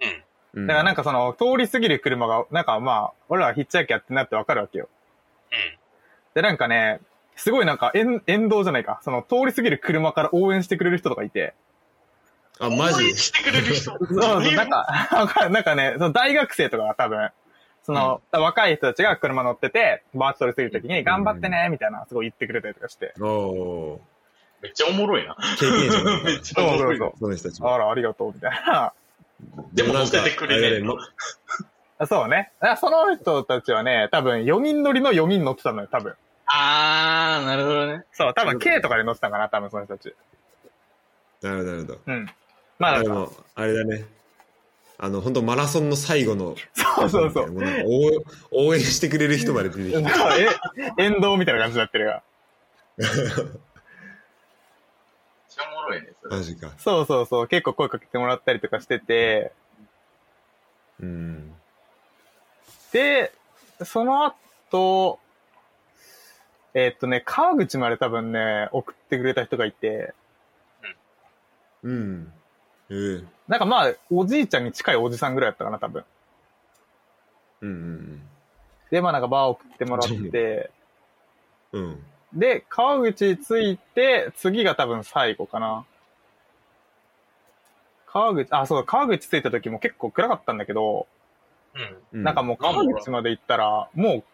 Speaker 1: うん
Speaker 3: だからなんかその、通り過ぎる車が、なんかまあ、俺らはヒッチハイクやってんなってわかるわけよ。
Speaker 4: ん
Speaker 3: で、なんかね、すごいなんか、沿、沿道じゃないか。その、通り過ぎる車から応援してくれる人とかいて。
Speaker 1: あ、マジ
Speaker 4: 応援してくれ る人。
Speaker 3: そうそう、なんか、 わかるなんかね、その大学生とかが多分、その、若い人たちが車乗ってて、バーチ通り過ぎるときに、頑張ってね、みたいな、すごい言ってくれたりとかして。
Speaker 1: おお
Speaker 4: めっちゃおもろいな。
Speaker 1: ー経験者なんだ
Speaker 4: めっちゃおもろいな。
Speaker 1: その人たちも。
Speaker 3: あら、ありがとう、みたいな。
Speaker 4: でも
Speaker 1: なんか
Speaker 4: 乗せてくれねえ
Speaker 1: あだも
Speaker 3: そうね。あその人たちはね、多分4人乗りの4人乗ってたのよ、多分。
Speaker 4: あー、なるほどね。
Speaker 3: そう、多分 K とかで乗ってたかな、多分その人たち。
Speaker 1: なるほど、なるほど。
Speaker 3: うん。まあ、
Speaker 1: で
Speaker 3: だから
Speaker 1: も、あれだね。あの、本当マラソンの最後の。
Speaker 3: そうそうそう。
Speaker 1: もなんか応応援してくれる人まで出てきた。
Speaker 3: え、沿道みたいな感じになってるよ。
Speaker 4: めっちゃおもろいね、それ。
Speaker 1: マジか。
Speaker 3: そうそうそう。結構声かけてもらったりとかしてて、
Speaker 1: うん。
Speaker 3: で、その後、えっとね、川口まで多分ね、送ってくれた人がいて、
Speaker 1: うん。えー
Speaker 3: なんかまあ、おじいちゃんに近いおじさんぐらいやったかな、多分。
Speaker 1: うん
Speaker 3: で、まあなんかバー送ってもらって、
Speaker 1: うんうん。うん。
Speaker 3: で、川口着いて、次が多分最後かな。川口、あ、そう、川口着いた時も結構暗かったんだけど、
Speaker 4: うん。
Speaker 1: う
Speaker 3: なんかもう川口まで行ったら、も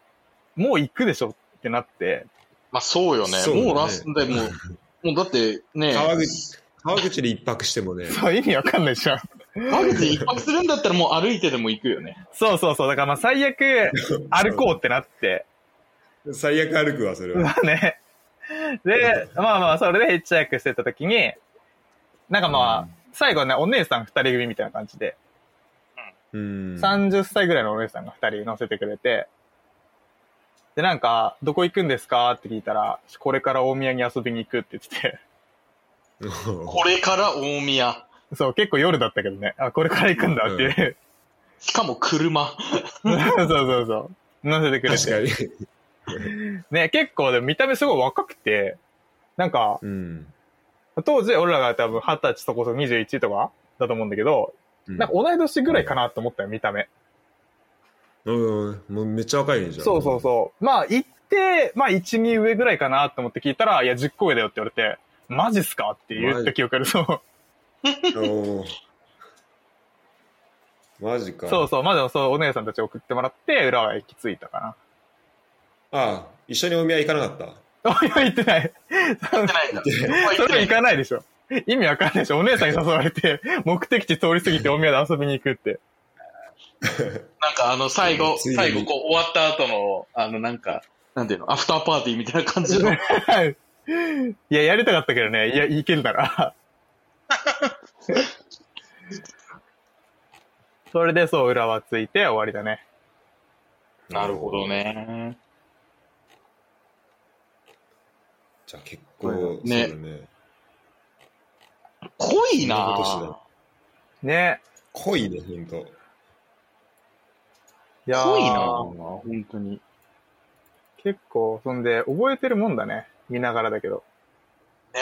Speaker 3: う、もう行くでしょってなって、
Speaker 4: まあそうよね。
Speaker 1: そうだね
Speaker 4: もうラストでも う、もうだってね、
Speaker 1: 川口、川口で一泊してもね、
Speaker 3: そう、意味わかんないじゃん。
Speaker 4: 川口で一泊するんだったらもう歩いてでも行くよね。
Speaker 3: そうそうそう。だからまあ最悪、歩こうってなって。
Speaker 1: 最悪歩くわ、それは。
Speaker 3: まあね。で、まあまあ、それでヘッチハイクしてた時に、なんかまあ、最後ね、お姉さん二人組みたいな感じで、
Speaker 1: うん。
Speaker 3: 30歳ぐらいのお姉さんが二人乗せてくれて、で、なんか、どこ行くんですかって聞いたら、これから大宮に遊びに行くって言って て、
Speaker 4: これから大宮。
Speaker 3: そう、結構夜だったけどね、あ、これから行くんだっていう、
Speaker 4: しかも 車。
Speaker 3: そうそうそう、乗せてくれ
Speaker 1: 確
Speaker 3: て。
Speaker 1: かに。
Speaker 3: ね、結構でも見た目すごい若くて、なんか、
Speaker 1: うん。
Speaker 3: 当時、俺らが多分二十歳そこそこ21とかだと思うんだけど、
Speaker 1: うん
Speaker 3: なんか同い年ぐらいかなと思ったよ、見た目。
Speaker 1: うん、もうめっちゃ若いね、じゃあ。
Speaker 3: そうそうそう。まあ、行って、まあ、1、2上ぐらいかなと思って聞いたら、いや、10個上だよって言われて、マジっすかって言った記憶ある。そう。
Speaker 1: おーマジか。
Speaker 3: そうそう。まあでもそう、お姉さんたち送ってもらって、裏は行き着いたか
Speaker 1: ああ、一緒にお見合い行かなかっ
Speaker 3: な。 おいや、行ってない。
Speaker 4: 行ってないんだ。
Speaker 3: それ行
Speaker 4: 行
Speaker 3: かないでしょ。意味わかんないでしょ。お姉さんに誘われて、 目的地通り過ぎてお宮で遊びに行くって。
Speaker 4: なんかあの、最後、
Speaker 1: ついでに
Speaker 4: 最後こう終わった後の、あのなんか、なんていうの、アフターパーティーみたいな感じの。
Speaker 3: はいいや、やりたかったけどね。いや、いけるなら。 それで、そう、裏はついて終わりだね。
Speaker 1: た。
Speaker 4: なるほど。ね。
Speaker 1: じゃあ結構、
Speaker 4: ね
Speaker 1: そうだね。
Speaker 4: 濃い
Speaker 1: 今
Speaker 4: な
Speaker 1: 年だ
Speaker 3: ね。
Speaker 1: 濃いね、ほんと。
Speaker 3: いやー
Speaker 4: 濃いな本当に。
Speaker 3: 結構、そんで、覚えてるもんだね。見ながらだけど。
Speaker 4: ね。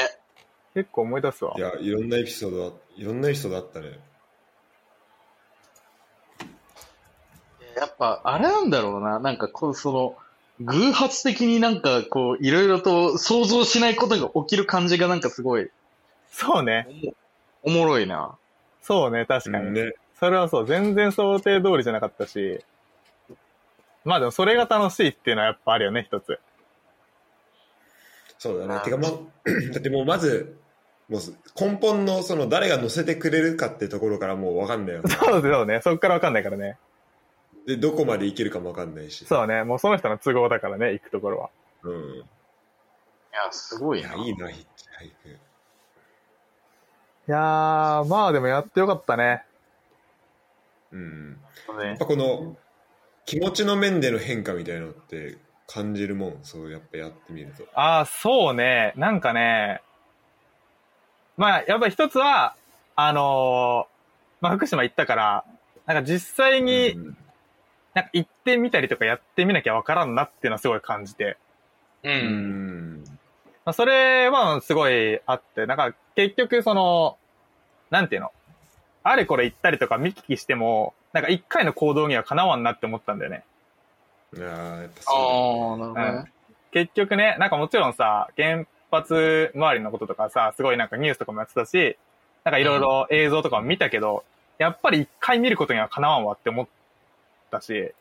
Speaker 3: 結構思い出すわ
Speaker 1: い。や、いろんなエピソードあ、いろんなエピソードあったね。
Speaker 4: やっぱ、あれなんだろうな。なんか、こう、その、偶発的になんか、こう、いろいろと想像しないことが起きる感じがなんかすごい、
Speaker 3: そうね。
Speaker 4: おもろいな。
Speaker 3: そうね、確かに。
Speaker 1: ね。
Speaker 3: それはそう、全然想定通りじゃなかったし。まあでも、それが楽しいっていうのはやっぱあるよね、一つ。
Speaker 1: そう だ
Speaker 4: ま
Speaker 1: ね
Speaker 4: あ。
Speaker 1: てかもう、だってもうまず、もう根本のその誰が乗せてくれるかってところからもうわかんないよね。
Speaker 3: そうねそうね。そっからわかんないからね。
Speaker 1: で、どこまで行けるかもわかんないし。
Speaker 3: そうね。もうその人の都合だからね、行くところは。
Speaker 1: う。うん。
Speaker 4: いや、すご
Speaker 1: い
Speaker 4: いな
Speaker 1: や、。いいな、ヒッチハイク。
Speaker 3: いやー、まあでもやってよかったね。
Speaker 1: うん。やっ
Speaker 4: ね
Speaker 1: ぱこの、気持ちの面での変化みたいなのって感じるもん。そう、やっぱやってみると。
Speaker 3: あー、そうね。なんかね、まあやっぱ一つは、あのーまあ福島行ったから、なんか実際
Speaker 1: う
Speaker 3: に
Speaker 1: ん
Speaker 3: なんか行ってみたりとかやってみなきゃわからんなっていうのはすごい感じて。
Speaker 4: う。
Speaker 1: うんん。
Speaker 3: まあそれはすごいあって、なんか結局その、なんていうのあれこれ行ったりとか見聞きしても、なんか一回の行動にはかなわんなって思ったんだよね。
Speaker 1: ああ、やっぱ
Speaker 4: あ
Speaker 1: そ
Speaker 4: あ、なるほどね。
Speaker 3: 結局ね、なんかもちろんさ、原発周りのこととかさ、すごいなんかニュースとかもやってたし、なんかいろいろ映像とかも見たけど、やっぱり一回見ることにはかなわんわって思ったし、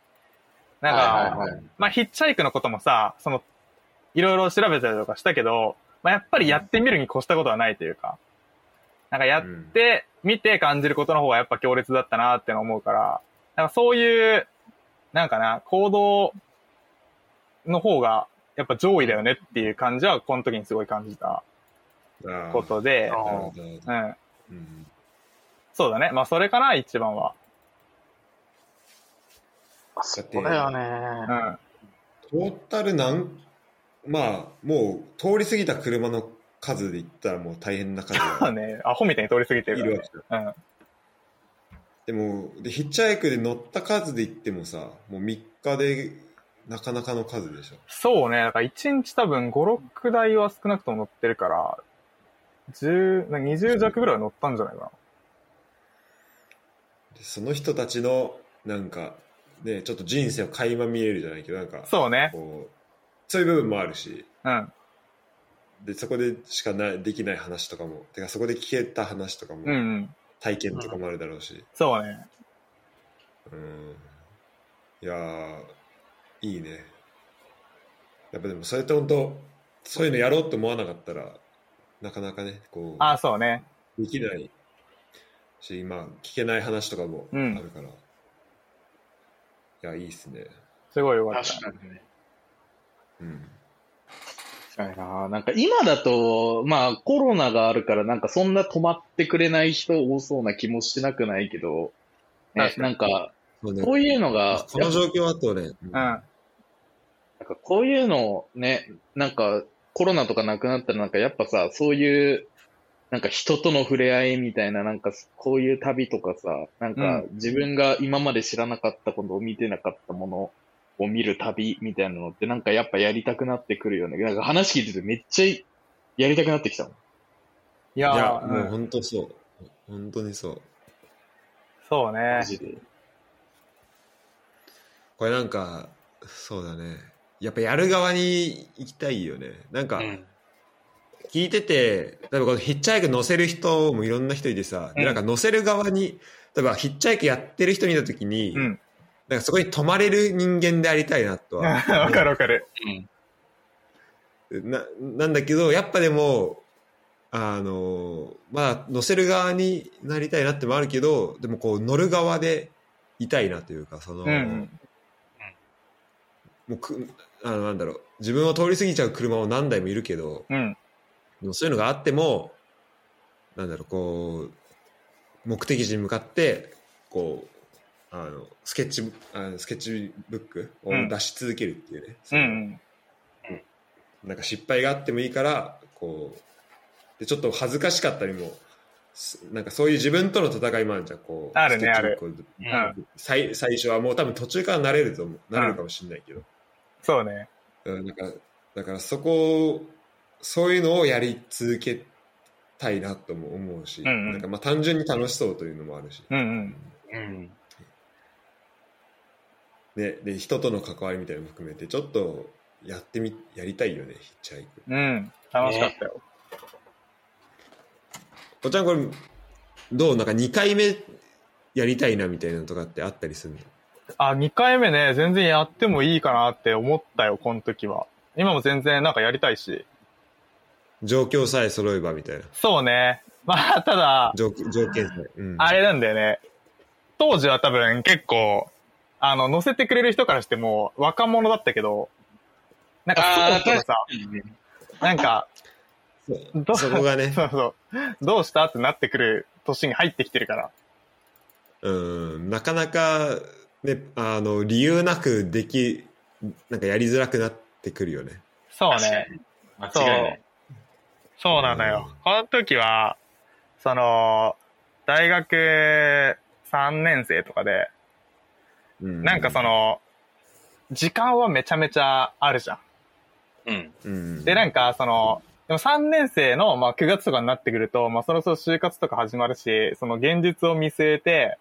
Speaker 3: なんか、
Speaker 4: はい
Speaker 1: だ
Speaker 4: はい
Speaker 1: ね。
Speaker 4: は
Speaker 3: まあヒッチハイクのこともさ、その、いろいろ調べたりとかしたけど、まあやっぱりやってみるに越したことはないというか、なんかやっ
Speaker 1: うん
Speaker 3: てみて感じることの方がやっぱ強烈だったなっての思うから、なんかそういう、なんかな、行動の方がやっぱ上位だよねっていう感じは、この時にすごい感じた
Speaker 1: ああ
Speaker 3: ことで、
Speaker 4: あ
Speaker 1: なるほど
Speaker 3: う。ん。
Speaker 1: うん
Speaker 3: そうだね。まあそれかな、一番は。
Speaker 4: そこだよ
Speaker 3: う
Speaker 4: ね。
Speaker 3: ん。
Speaker 1: トータルなん、まあ、もう通り過ぎた車の数で言ったらもう大変な数
Speaker 3: そう
Speaker 1: が
Speaker 3: ね、アホみたいに通り過ぎて
Speaker 1: いる
Speaker 3: る
Speaker 1: わけだ。
Speaker 3: からね。
Speaker 1: でもで、ヒッチハイクで乗った数で言ってもさ、もう3日でなかなかの数でしょ。
Speaker 3: そうね。だから1日多分5、6台は少なくとも乗ってるから、10、20弱ぐらいは乗ったんじゃないか
Speaker 1: その人たちの、なんか、ね、ちょっと人生を垣間見えるじゃないけど、なんか、
Speaker 3: そうね。
Speaker 1: こうそういう部分もあるし、
Speaker 3: うん。
Speaker 1: で、そこでしかないできない話とかも、てかそこで聞けた話とかも、
Speaker 3: うん、うん。
Speaker 1: 体験とかもあるだろうし、
Speaker 3: そうね。
Speaker 1: うんいやーいいねやっぱでもそれって本当そういうのやろうと思わなかったらなかなかねこ
Speaker 3: ああ、そうね。
Speaker 1: うできないし今聞けない話とかもあ
Speaker 3: うん
Speaker 1: るから、いやいいっすね
Speaker 3: すごいよかった
Speaker 4: 確。かにね。
Speaker 1: うん
Speaker 4: 確かにな。なんか今だと、まあコロナがあるからなんかそんな止まってくれない人多そうな気もしなくないけど、ね
Speaker 3: 確、か
Speaker 4: なんか
Speaker 1: そうね
Speaker 4: こういうのが、
Speaker 1: この状況だとね、
Speaker 3: う
Speaker 1: うん
Speaker 3: ん。
Speaker 4: なんかこういうのね、なんかコロナとかなくなったらなんかやっぱさ、そういう、なんか人との触れ合いみたいな、なんかこういう旅とかさ、なんか自分が今まで知らなかったことを見てなかったものを見る旅みたいなのってなんかやっぱやりたくなってくるよね。なんか話聞いててめっちゃやりたくなってきたもん。
Speaker 3: い
Speaker 1: い
Speaker 3: や
Speaker 1: や
Speaker 3: ー、
Speaker 1: もう
Speaker 3: うん、
Speaker 1: 本当そう本当にそう
Speaker 3: そう
Speaker 4: マ
Speaker 3: ね。
Speaker 4: ジで。
Speaker 1: これなんかそうだねやっぱやる側に行きたいよねなんか、
Speaker 4: うん
Speaker 1: 聞いてて、例えばこのヒッチハイク乗せる人もいろんな人いてさ、でなんか乗せる側に、例えばヒッチハイクやってる人見たときに、
Speaker 3: うん。
Speaker 1: なんかそこに泊まれる人間でありたいなと
Speaker 3: わ
Speaker 1: は。
Speaker 3: かるわかる。
Speaker 1: ななんだけど、やっぱでも、あの、まあ乗せる側になりたいなってもあるけど、でもこう乗る側でいたいなというか、その、
Speaker 3: うんうん。
Speaker 1: もうくあのなんだろう、自分を通り過ぎちゃう車も何台もいるけど、
Speaker 3: うん。
Speaker 1: でもそういうのがあっても、なんだろう、こう、目的地に向かって、こう、あの、スケッチブ、あのスケッチブックを
Speaker 3: うん
Speaker 1: 出し続けるっていうね。
Speaker 3: う
Speaker 1: そ
Speaker 3: んう
Speaker 1: の
Speaker 3: ん。
Speaker 1: なんか失敗があってもいいから、こう、で、ちょっと恥ずかしかったりも、すなんかそういう自分との戦いもあるじゃん、こう。
Speaker 3: あるね
Speaker 1: スケッチブックを
Speaker 3: うん。
Speaker 1: 最最初はもう多分途中から慣れると思う。慣れるかもしれないけど。
Speaker 3: そうね。
Speaker 1: うん、なんかだからそこをそういうのをやり続けたいなとも思うし、
Speaker 3: うんうん
Speaker 1: なんかまあ単純に楽しそうというのもあるし、
Speaker 3: うんうん。
Speaker 4: うん。
Speaker 1: ね、で人との関わりみたいなのも含めてちょっとやってみやりたいよねヒッチハイク
Speaker 3: うん。楽しかったよ。
Speaker 1: おっちゃんこれどうなんか2回目やりたいなみたいなのとかってあったりするの
Speaker 3: あ、2回目ね、全然やってもいいかなって思ったよ、この時は。今も全然なんかやりたいし。
Speaker 1: 状況さえ揃えばみたいな
Speaker 3: そうね。まあ、ただ、
Speaker 1: 条件条件さえ、うん、
Speaker 3: あれなんだよね。当時は多分結構、あの、乗せてくれる人からしても若者だったけど、なんか
Speaker 4: あー
Speaker 3: そうとかさ、なんか、ど
Speaker 1: そそこがね
Speaker 3: そうそう、どうしたってなってくる年に入ってきてるから。
Speaker 1: うんなかなか、ね、あの理由なくできなんかやりづらくなってくるよね。
Speaker 3: そう
Speaker 2: 確か
Speaker 3: ね。
Speaker 2: に。間違いない。
Speaker 3: そうなのよ。この時は、その、大学3年生とかで、
Speaker 1: う
Speaker 3: なんかそ、の、時間はめちゃめちゃあるじゃん。
Speaker 4: うん。
Speaker 1: うん、
Speaker 3: で、なんか、その、でも3年生の、まあ、9月とかになってくると、まあ、そろそろ就活とか始まるし、その現実を見据えて、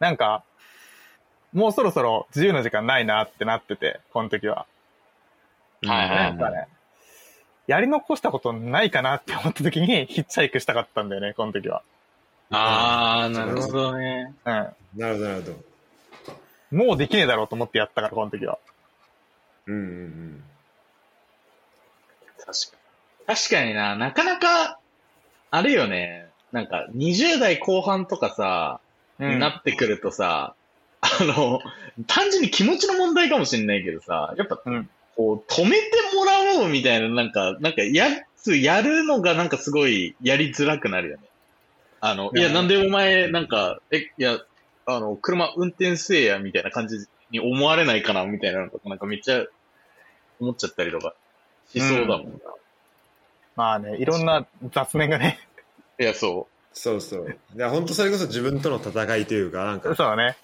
Speaker 3: なんか、もうそろそろ自由な時間ないなってなってて、この時は。
Speaker 4: はいはい
Speaker 3: なんかね、やり残したことないかなって思った時に、ヒッチハイクしたかったんだよね、この時は。
Speaker 4: あー、なるほどね。
Speaker 3: う
Speaker 1: なるほどなるほど。
Speaker 3: ん。もうできねえだろうと思ってやったから、この時は。
Speaker 1: うんうん
Speaker 2: 確かに。
Speaker 4: 確かにな、なかなか、あれよね、なんか20代後半とかさ、
Speaker 3: うん。
Speaker 4: なってくるとさ、あの、単純に気持ちの問題かもしれないけどさ、やっぱ、
Speaker 3: うん
Speaker 4: こう、止めてもらおうみたいな、なんか、なんか、やつ、やるのがなんかすごいやりづらくなるよね。あの、いや、
Speaker 3: うん
Speaker 4: なんでお前、なんか、え、いや、あの、車運転せえや、みたいな感じに思われないかな、みたいなのとか、なんかめっちゃ思っちゃったりとかしそうだもんな。
Speaker 3: うまあね、いろんな雑念がね、
Speaker 4: いや、そう。
Speaker 1: そうそう。で本当それこそ自分との戦いというか、なん
Speaker 3: そう
Speaker 1: か、
Speaker 3: だね。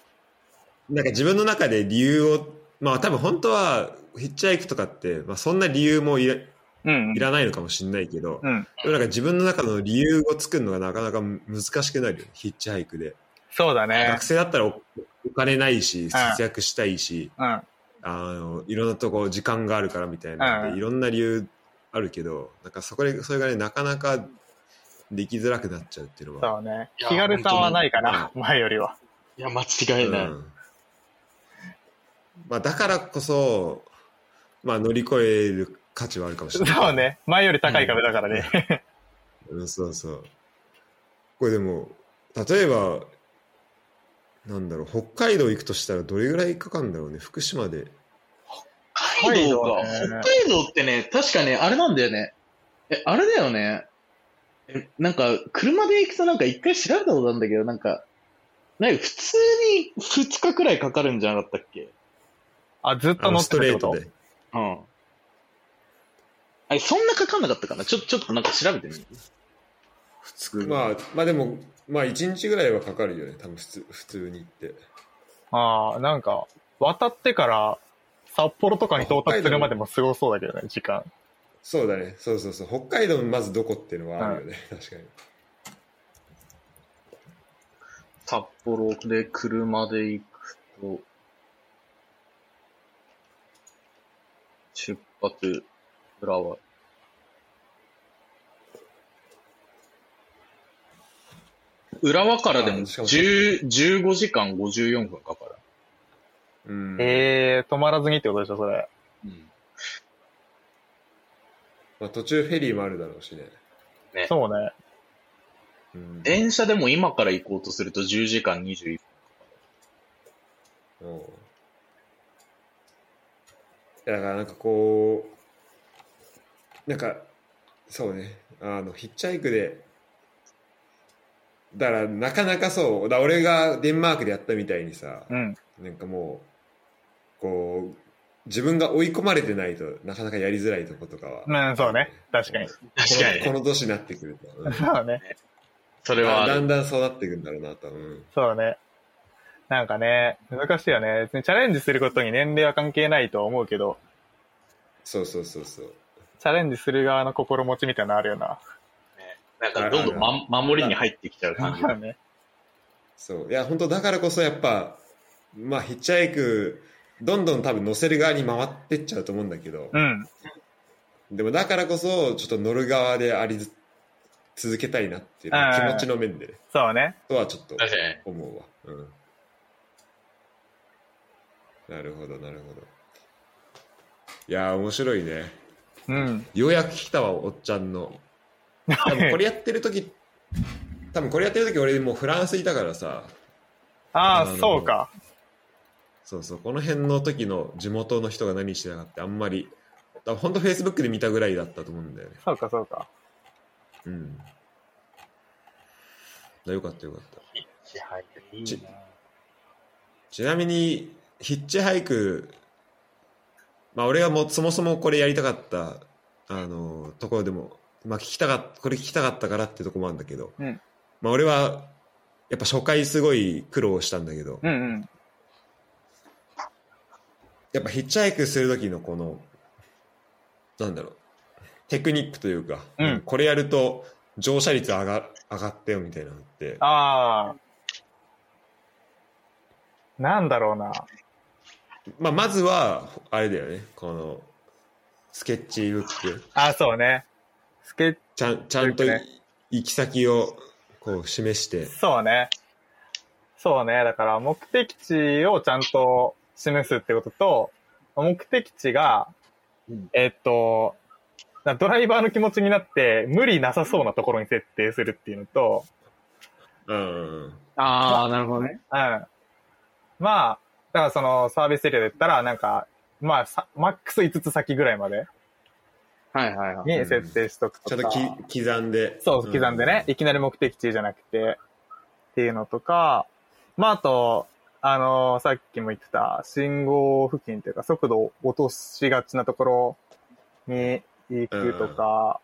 Speaker 1: なんか自分の中で理由を、まあ多分本当はヒッチハイクとかって、まあそんな理由もいら
Speaker 3: うん
Speaker 1: い。らないのかもしれないけど、
Speaker 3: うん。
Speaker 1: でもなんか自分の中の理由を作るのがなかなか難しくなるよね、ヒッチハイクで。
Speaker 3: そうだね
Speaker 1: 学。生だったらおお金ないし、節約したいし、
Speaker 3: うん。
Speaker 1: あの、いろんなとこ時間があるからみたいな、
Speaker 3: うん
Speaker 1: でいろんな理由あるけど、なんかそこで、それがね、なかなかできづらくなっちゃうっていうのは。
Speaker 3: そうね。
Speaker 4: いや
Speaker 3: 気軽さはないかな、前よりは。
Speaker 4: いや、間違いない。
Speaker 1: うんまあ、だからこそ、まあ、乗り越える価値はあるかもしれない。
Speaker 3: そうね。前より高い壁だからね。
Speaker 1: うん。そうそう。これでも、例えば、なんだろう、北海道行くとしたらどれぐらいかかるんだろうね、福島で。
Speaker 4: 北海道か。
Speaker 3: 北海道ね
Speaker 4: 北海道ってね、確かね、あれなんだよね。え、あれだよね。え、なんか、車で行くとなんか一回調べたことあるんだけど、なんか、なんか普通に2日くらいかかるんじゃなかったっけ
Speaker 3: あ、ずっ
Speaker 1: あ
Speaker 3: と乗
Speaker 1: の
Speaker 3: っ
Speaker 1: ス
Speaker 3: て
Speaker 1: ト
Speaker 3: るって
Speaker 1: レ
Speaker 3: こ
Speaker 1: ート
Speaker 3: と
Speaker 1: で。
Speaker 4: うん。あれ、そんなかかんなかったかなちょ、ちょっとなんか調べてみる。普通に。
Speaker 1: まあ、まあでも、まあ1日ぐらいはかかるよね、多分普通普通に行って。
Speaker 3: ああ、なんか、渡ってから、札幌とかに到達するまでもすごそうだけどね、時間。
Speaker 1: そうだね、そうそうそう、北海道のまずどこっていうのはあるよね、確かに。
Speaker 4: 札幌で車で行くと、
Speaker 2: 出発、フラワー。浦和からでも
Speaker 1: あしかも
Speaker 2: 10 15時間54分かかる。
Speaker 1: うん
Speaker 3: ええー、止まらずにってことでしょ、それ。
Speaker 2: うん
Speaker 1: まあ、途中フェリーもあるだろうしね。
Speaker 3: そうね。
Speaker 1: うん、
Speaker 2: 電車でも今から行こうとすると10時間21分。
Speaker 1: おういやだからなんかこうなんかそうねあのヒッチハイクでだからなかなかそうだ俺がデンマークでやったみたいにさ
Speaker 3: うん。
Speaker 1: なんかもうこう自分が追い込まれてないとなかなかやりづらいとことかは、
Speaker 3: うん、そうね。確かに。
Speaker 4: 確かに
Speaker 1: このこの年になってくると、うん
Speaker 3: そうね。
Speaker 4: それはあ
Speaker 1: だ
Speaker 4: る、
Speaker 1: んだんそうなってくるんだろうなと、うん、
Speaker 3: そうね。なんかね、難しいよね。別にチャレンジすることに年齢は関係ないと思うけど、
Speaker 1: そうそうそうそう
Speaker 3: チャレンジする側の心持ちみたいなのあるよな。
Speaker 2: なんかどんどん、ま、守りに入ってきちゃう 感じ
Speaker 3: そ。うね。
Speaker 1: そういや本当だからこそやっぱまあヒッチハイクどんどん多分乗せる側に回ってっちゃうと思うんだけど
Speaker 3: う、ん。
Speaker 1: でもだからこそちょっと乗る側でありず続けたいなっていうの
Speaker 3: うん
Speaker 1: は気持ちの面でね
Speaker 3: そうね。
Speaker 1: とはちょっと
Speaker 2: 確かに。
Speaker 1: 思うわ、うん、なるほどなるほどいやー面白いね
Speaker 3: うん。
Speaker 1: ようやく来たわおっちゃんの多分これやってる時多分これやってる時俺もうフランスいたからさ
Speaker 3: あ
Speaker 1: あ
Speaker 3: あ、
Speaker 1: の
Speaker 3: そうか。
Speaker 1: そうそう、この辺の時の地元の人が何してたかってあんまり、多分本当フェイスブックで見たぐらいだったと思うんだよね。
Speaker 3: そうか、そうか。
Speaker 1: うん。あよかったよかった。
Speaker 4: ヒッチハイクいいな
Speaker 1: ちなみに、ヒッチハイク、まあ俺はもうそもそもこれやりたかった、あの、ところでも、まあ聞きたかった、これ聞きたかったからってとこもあるんだけど、
Speaker 3: うん
Speaker 1: まあ俺は、やっぱ初回すごい苦労したんだけど、
Speaker 3: うんうん。
Speaker 1: やっぱヒッチハイクする時のこの、なんだろう、テクニックというか、
Speaker 3: うん
Speaker 1: これやると乗車率上が上がったよみたいなのって、
Speaker 3: ああ。なんだろうな。
Speaker 1: まあ、まずは、あれだよね、この、スケッチブック、
Speaker 3: ああ、そうね。スケッ
Speaker 1: ちゃんちゃんとい
Speaker 3: ブック
Speaker 1: 行き先をこう示して
Speaker 3: チ、、そうね。そうね。だから、目的地をちゃんと示すってことと、目的地が、
Speaker 4: うん
Speaker 3: えっと、なドライバーの気持ちになって、無理なさそうなところに設定するっていうのと、
Speaker 1: うん、
Speaker 4: ああ、なるほどね。
Speaker 3: うん。まあ、だからそのサービスエリアで言ったら、なんか、まあさ、マックス5つ先ぐらいまで
Speaker 4: はいはいはい。
Speaker 3: に設定しとく
Speaker 1: ち
Speaker 3: と
Speaker 1: ゃん
Speaker 3: か。
Speaker 1: とき刻んで。
Speaker 3: そう、刻んでね、いきなり目的地じゃなくて、っていうのとか、まあ、あと、あのーさっきも言ってた、信号付近というか、速度を落としがちなところに行くとか、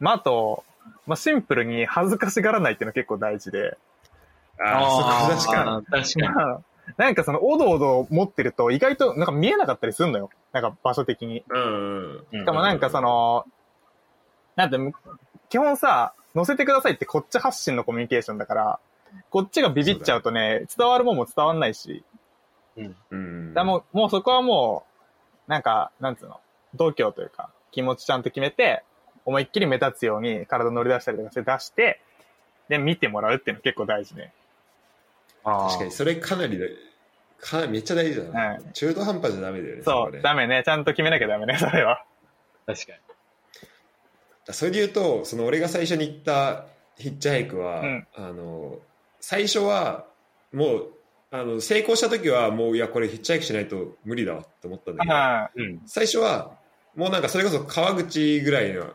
Speaker 3: まあ、あと、まあ、シンプルに恥ずかしがらないっていうの結構大事で、
Speaker 1: うん。ああ、そこ確かに。
Speaker 4: あー確かに。
Speaker 3: なんかその、おどおど持ってると、意外となんか見えなかったりするのよ。なんか場所的に。
Speaker 1: うんうん。
Speaker 3: しかもなんかその、なんて、基本さ、乗せてくださいってこっち発信のコミュニケーションだから、こっちがビビっちゃうとね、伝わるもんも伝わんないし、
Speaker 1: うん。
Speaker 3: だからもう、もうそこはもう、なんか、なんつうの、度胸というか、気持ちちゃんと決めて、思いっきり目立つように体乗り出したりとかして出して、で、見てもらうっていうの結構大事ね。
Speaker 5: あ
Speaker 1: 確かに、それかなりだ、かめっちゃ大事だな。
Speaker 3: はい
Speaker 1: 中途半端じゃダメだよね。
Speaker 3: そ
Speaker 1: こ
Speaker 3: う、
Speaker 1: ね
Speaker 3: ダメね。ちゃんと決めなきゃダメね、それは。
Speaker 4: 確かに。
Speaker 1: それで言うとその俺が最初に行ったヒッチハイクは、
Speaker 3: うん
Speaker 1: あの最初はもうあの成功した時はもういやこれヒッチハイクしないと無理だわって思ったんだけど
Speaker 3: は
Speaker 4: うん。
Speaker 1: 最初はもうなんかそれこそ川口ぐらいの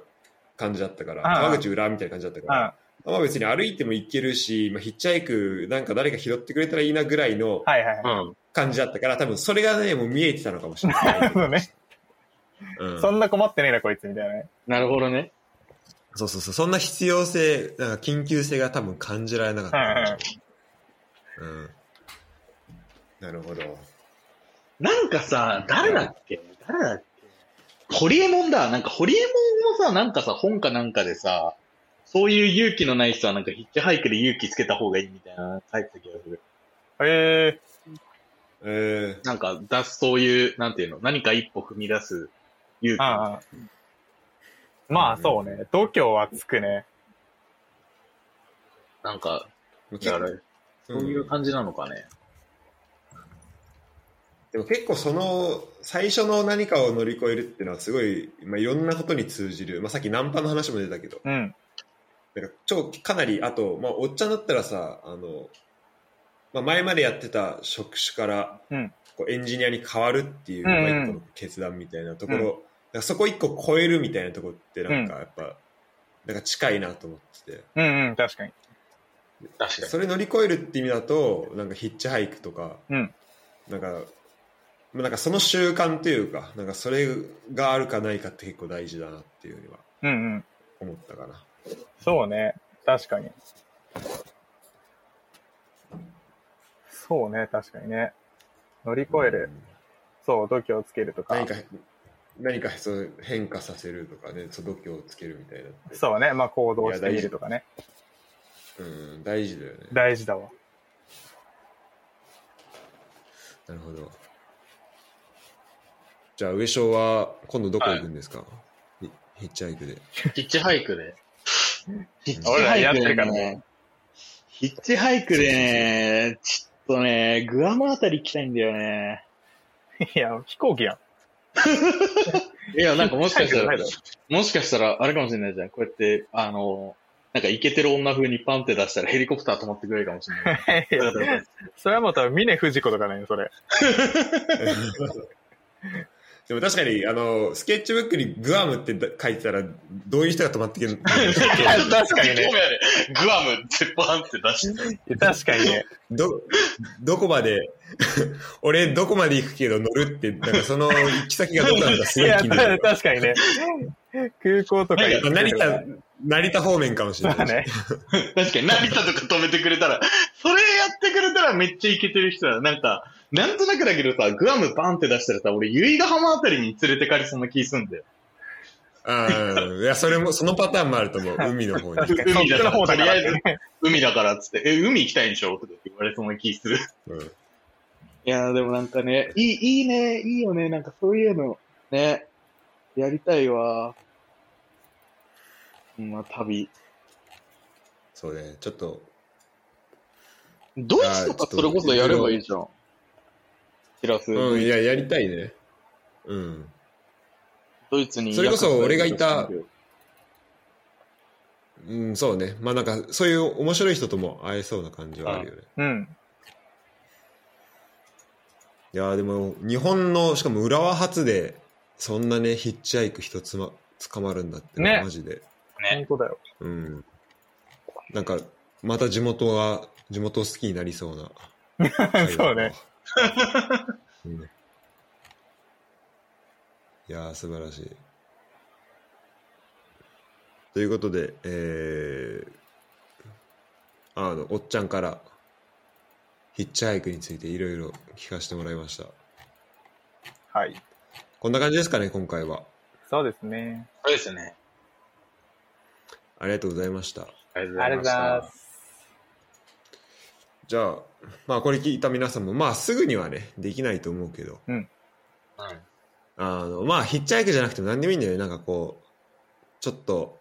Speaker 1: 感じだったから
Speaker 3: ん
Speaker 1: 川口裏みたいな感じだった
Speaker 3: い。
Speaker 1: か
Speaker 3: う
Speaker 1: ら
Speaker 3: ん。
Speaker 1: まあ別に歩いても行けるし、まあ、ヒッチハイクなんか誰か拾ってくれたらいいなぐらいの
Speaker 3: はいはいはい。
Speaker 4: うん。
Speaker 1: 感じだったから多分それがねもう見えてたのかもしれない。
Speaker 3: そうね。
Speaker 1: うん
Speaker 3: そんな困ってねえな、こいつ、みたいなね。
Speaker 4: なるほどね。
Speaker 1: そうそうそう、そんな必要性、なんか緊急性が多分感じられなかったんでしょう。うん。なるほど。
Speaker 4: なんかさ、誰だっけ誰だっけホリエモンだ。なんかホリエモンもさ、なんかさ、本かなんかでさ、そういう勇気のない人はなんかヒッチハイクで勇気つけた方がいいみたいな書いてた気がする。
Speaker 3: え
Speaker 1: え
Speaker 4: なんか、出す、そういう、なんていうの、何か一歩踏み出す勇気。
Speaker 3: えー。うん。まあ、そうね。度胸はつくね。
Speaker 4: なんか、
Speaker 1: ー、
Speaker 4: だから、
Speaker 1: そ
Speaker 4: そういう感じなのかね。
Speaker 1: でも結構その、最初の何かを乗り越えるっていうのはすごい、まあ、いろんなことに通じる。まあ、さっきナンパの話も出たけど、
Speaker 3: うん。
Speaker 1: なんか超、かなり、あと、まあ、おっちゃんだったらさ、あの、まあ、前までやってた職種から、
Speaker 3: うん
Speaker 1: こうエンジニアに変わるっていう、
Speaker 3: うんうん
Speaker 1: まあ一個の決断みたいなところ、だからそこ一個超えるみたいなところってなんかやっぱ、なんか近いなと思ってて。
Speaker 3: うんうん、確かに。
Speaker 4: 確かに。
Speaker 1: それ乗り越えるって意味だとなんかヒッチハイクとか、
Speaker 3: うん
Speaker 1: なんかまあなんかその習慣というかなんかそれがあるかないかって結構大事だなっていうふうには
Speaker 3: うんうん。
Speaker 1: 思ったかな
Speaker 3: そうね。確かに。そうね、確かにね。乗り越える。
Speaker 1: うん
Speaker 3: そう、度胸つけるとか
Speaker 1: 何。か何かそう変化させるとかねそう度胸をつけるみたいなって
Speaker 3: そうね。まあ、行動してみるとかね。
Speaker 1: うん大事だよね
Speaker 3: 大事だわ。
Speaker 1: なるほどじゃあ上昇は今度どこ行くんですか、ヒヒッチハイクで
Speaker 4: ヒッチハイクで。ヒッチ
Speaker 3: 俺ら
Speaker 4: ハイ
Speaker 3: やっ
Speaker 4: ク
Speaker 3: て
Speaker 4: で、
Speaker 3: るから
Speaker 4: ね。ヒッチハイクでね、ちょっとね、グアムあたり行きたいんだよね。
Speaker 3: いや、飛行機やん。
Speaker 4: いや、なんかもしかした
Speaker 3: な
Speaker 4: ら
Speaker 3: いだ、ろ
Speaker 4: もしかしたら、あれかもしれないじゃん。こうやって、あの、なんかイケてる女風にパンって出したらヘリコプター止まってくれるかもしれ ない。
Speaker 3: いや それはまた、峰不二子とかね、それ。
Speaker 1: でも確かにあのスケッチブックにグアムって書いてたらどういう人が泊まってくるの
Speaker 3: 確かに
Speaker 4: 興
Speaker 3: ね
Speaker 4: 味ある。グアムってパンって出して。
Speaker 3: 確かにね。
Speaker 1: ど、どこまで、 俺どこまで行くけど乗るって、なんかその行き先がどこなんだす
Speaker 3: い
Speaker 1: ごい
Speaker 3: や、
Speaker 1: 気になる。
Speaker 3: 確かにね。空港とか行って
Speaker 1: 成田、成田方面かもしれ
Speaker 3: そ
Speaker 1: な
Speaker 3: う
Speaker 1: い。
Speaker 3: ね。
Speaker 4: 確かに、成田とか止めてくれたら、それやってくれたらめっちゃイケてる人だ。なんか、なんとなくだけどさ、グアムバンって出したらさ、俺、由比ヶ浜あたりに連れてかれそうな気すんだよ。
Speaker 1: うん。いや、それも、そのパターンもあると思う。海の方に。
Speaker 3: 確かに、そっちの方だからってね。
Speaker 4: 海だからっつって、え、海行きたいんでしょとかって言われそうな気する。
Speaker 1: うん
Speaker 4: いやーでもなんかね、いい、いいね、いいよね、なんかそういうの、ね、やりたいわ。うんまあ、旅。
Speaker 1: そうね、ちょっと、
Speaker 4: ドイツとかそれこそやればいいじゃん。テラス、
Speaker 1: うん、いや、やりたいね。うん。
Speaker 4: ドイツに。
Speaker 1: それこそ俺がいたうん、そうね。まあなんか、そういう面白い人とも会えそうな感じはあるよね。
Speaker 3: うん。
Speaker 1: いやーでも日本のしかも浦和発でそんなねヒッチハイク一つま捕まるんだって、
Speaker 3: ね
Speaker 1: マジで
Speaker 3: 本当だよ。
Speaker 1: うんなんかまた地元が地元を好きになりそうな
Speaker 3: そうね、
Speaker 1: うんいやー素晴らしいということでえー、あのおっちゃんからヒッチハイクについていろいろ聞かせてもらいました
Speaker 3: はい。
Speaker 1: こんな感じですかね、今回は。
Speaker 3: そうですね。
Speaker 4: そうですね。
Speaker 1: ありがとうございました。
Speaker 4: ありがとう
Speaker 3: ありがとうございます。
Speaker 1: じゃあ、まあこれ聞いた皆さんも、まあすぐにはね、できないと思うけど、
Speaker 2: はい。
Speaker 1: あの、まあヒッチハイクじゃなくても何でもいいんだよね。なんかこう、ちょっと、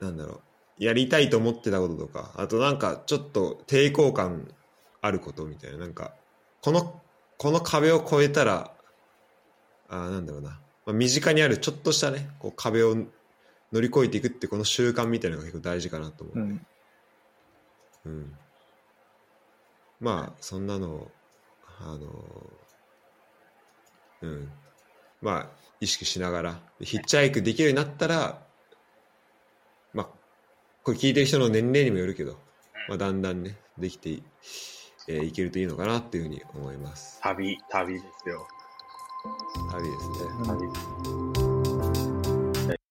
Speaker 1: なんだろう、やりたいと思ってたこととか、あとなんかちょっと抵抗感あることみたいな、なんか、この、この壁を越えたら、あーなんだろうな、まあ、身近にあるちょっとしたね、こう壁を乗り越えていくってこの習慣みたいなのが結構大事かなと思う。
Speaker 3: うん。
Speaker 1: うん、まあそんなのをあのうんまあ意識しながらヒッチハイクできるようになったらまあこれ聞いてる人の年齢にもよるけど、まあ、だんだんねできてい,、えーいけるといいのかなっていうふうに思います
Speaker 2: 旅、旅ですよ。
Speaker 1: 旅ですね
Speaker 3: うん
Speaker 2: 旅です。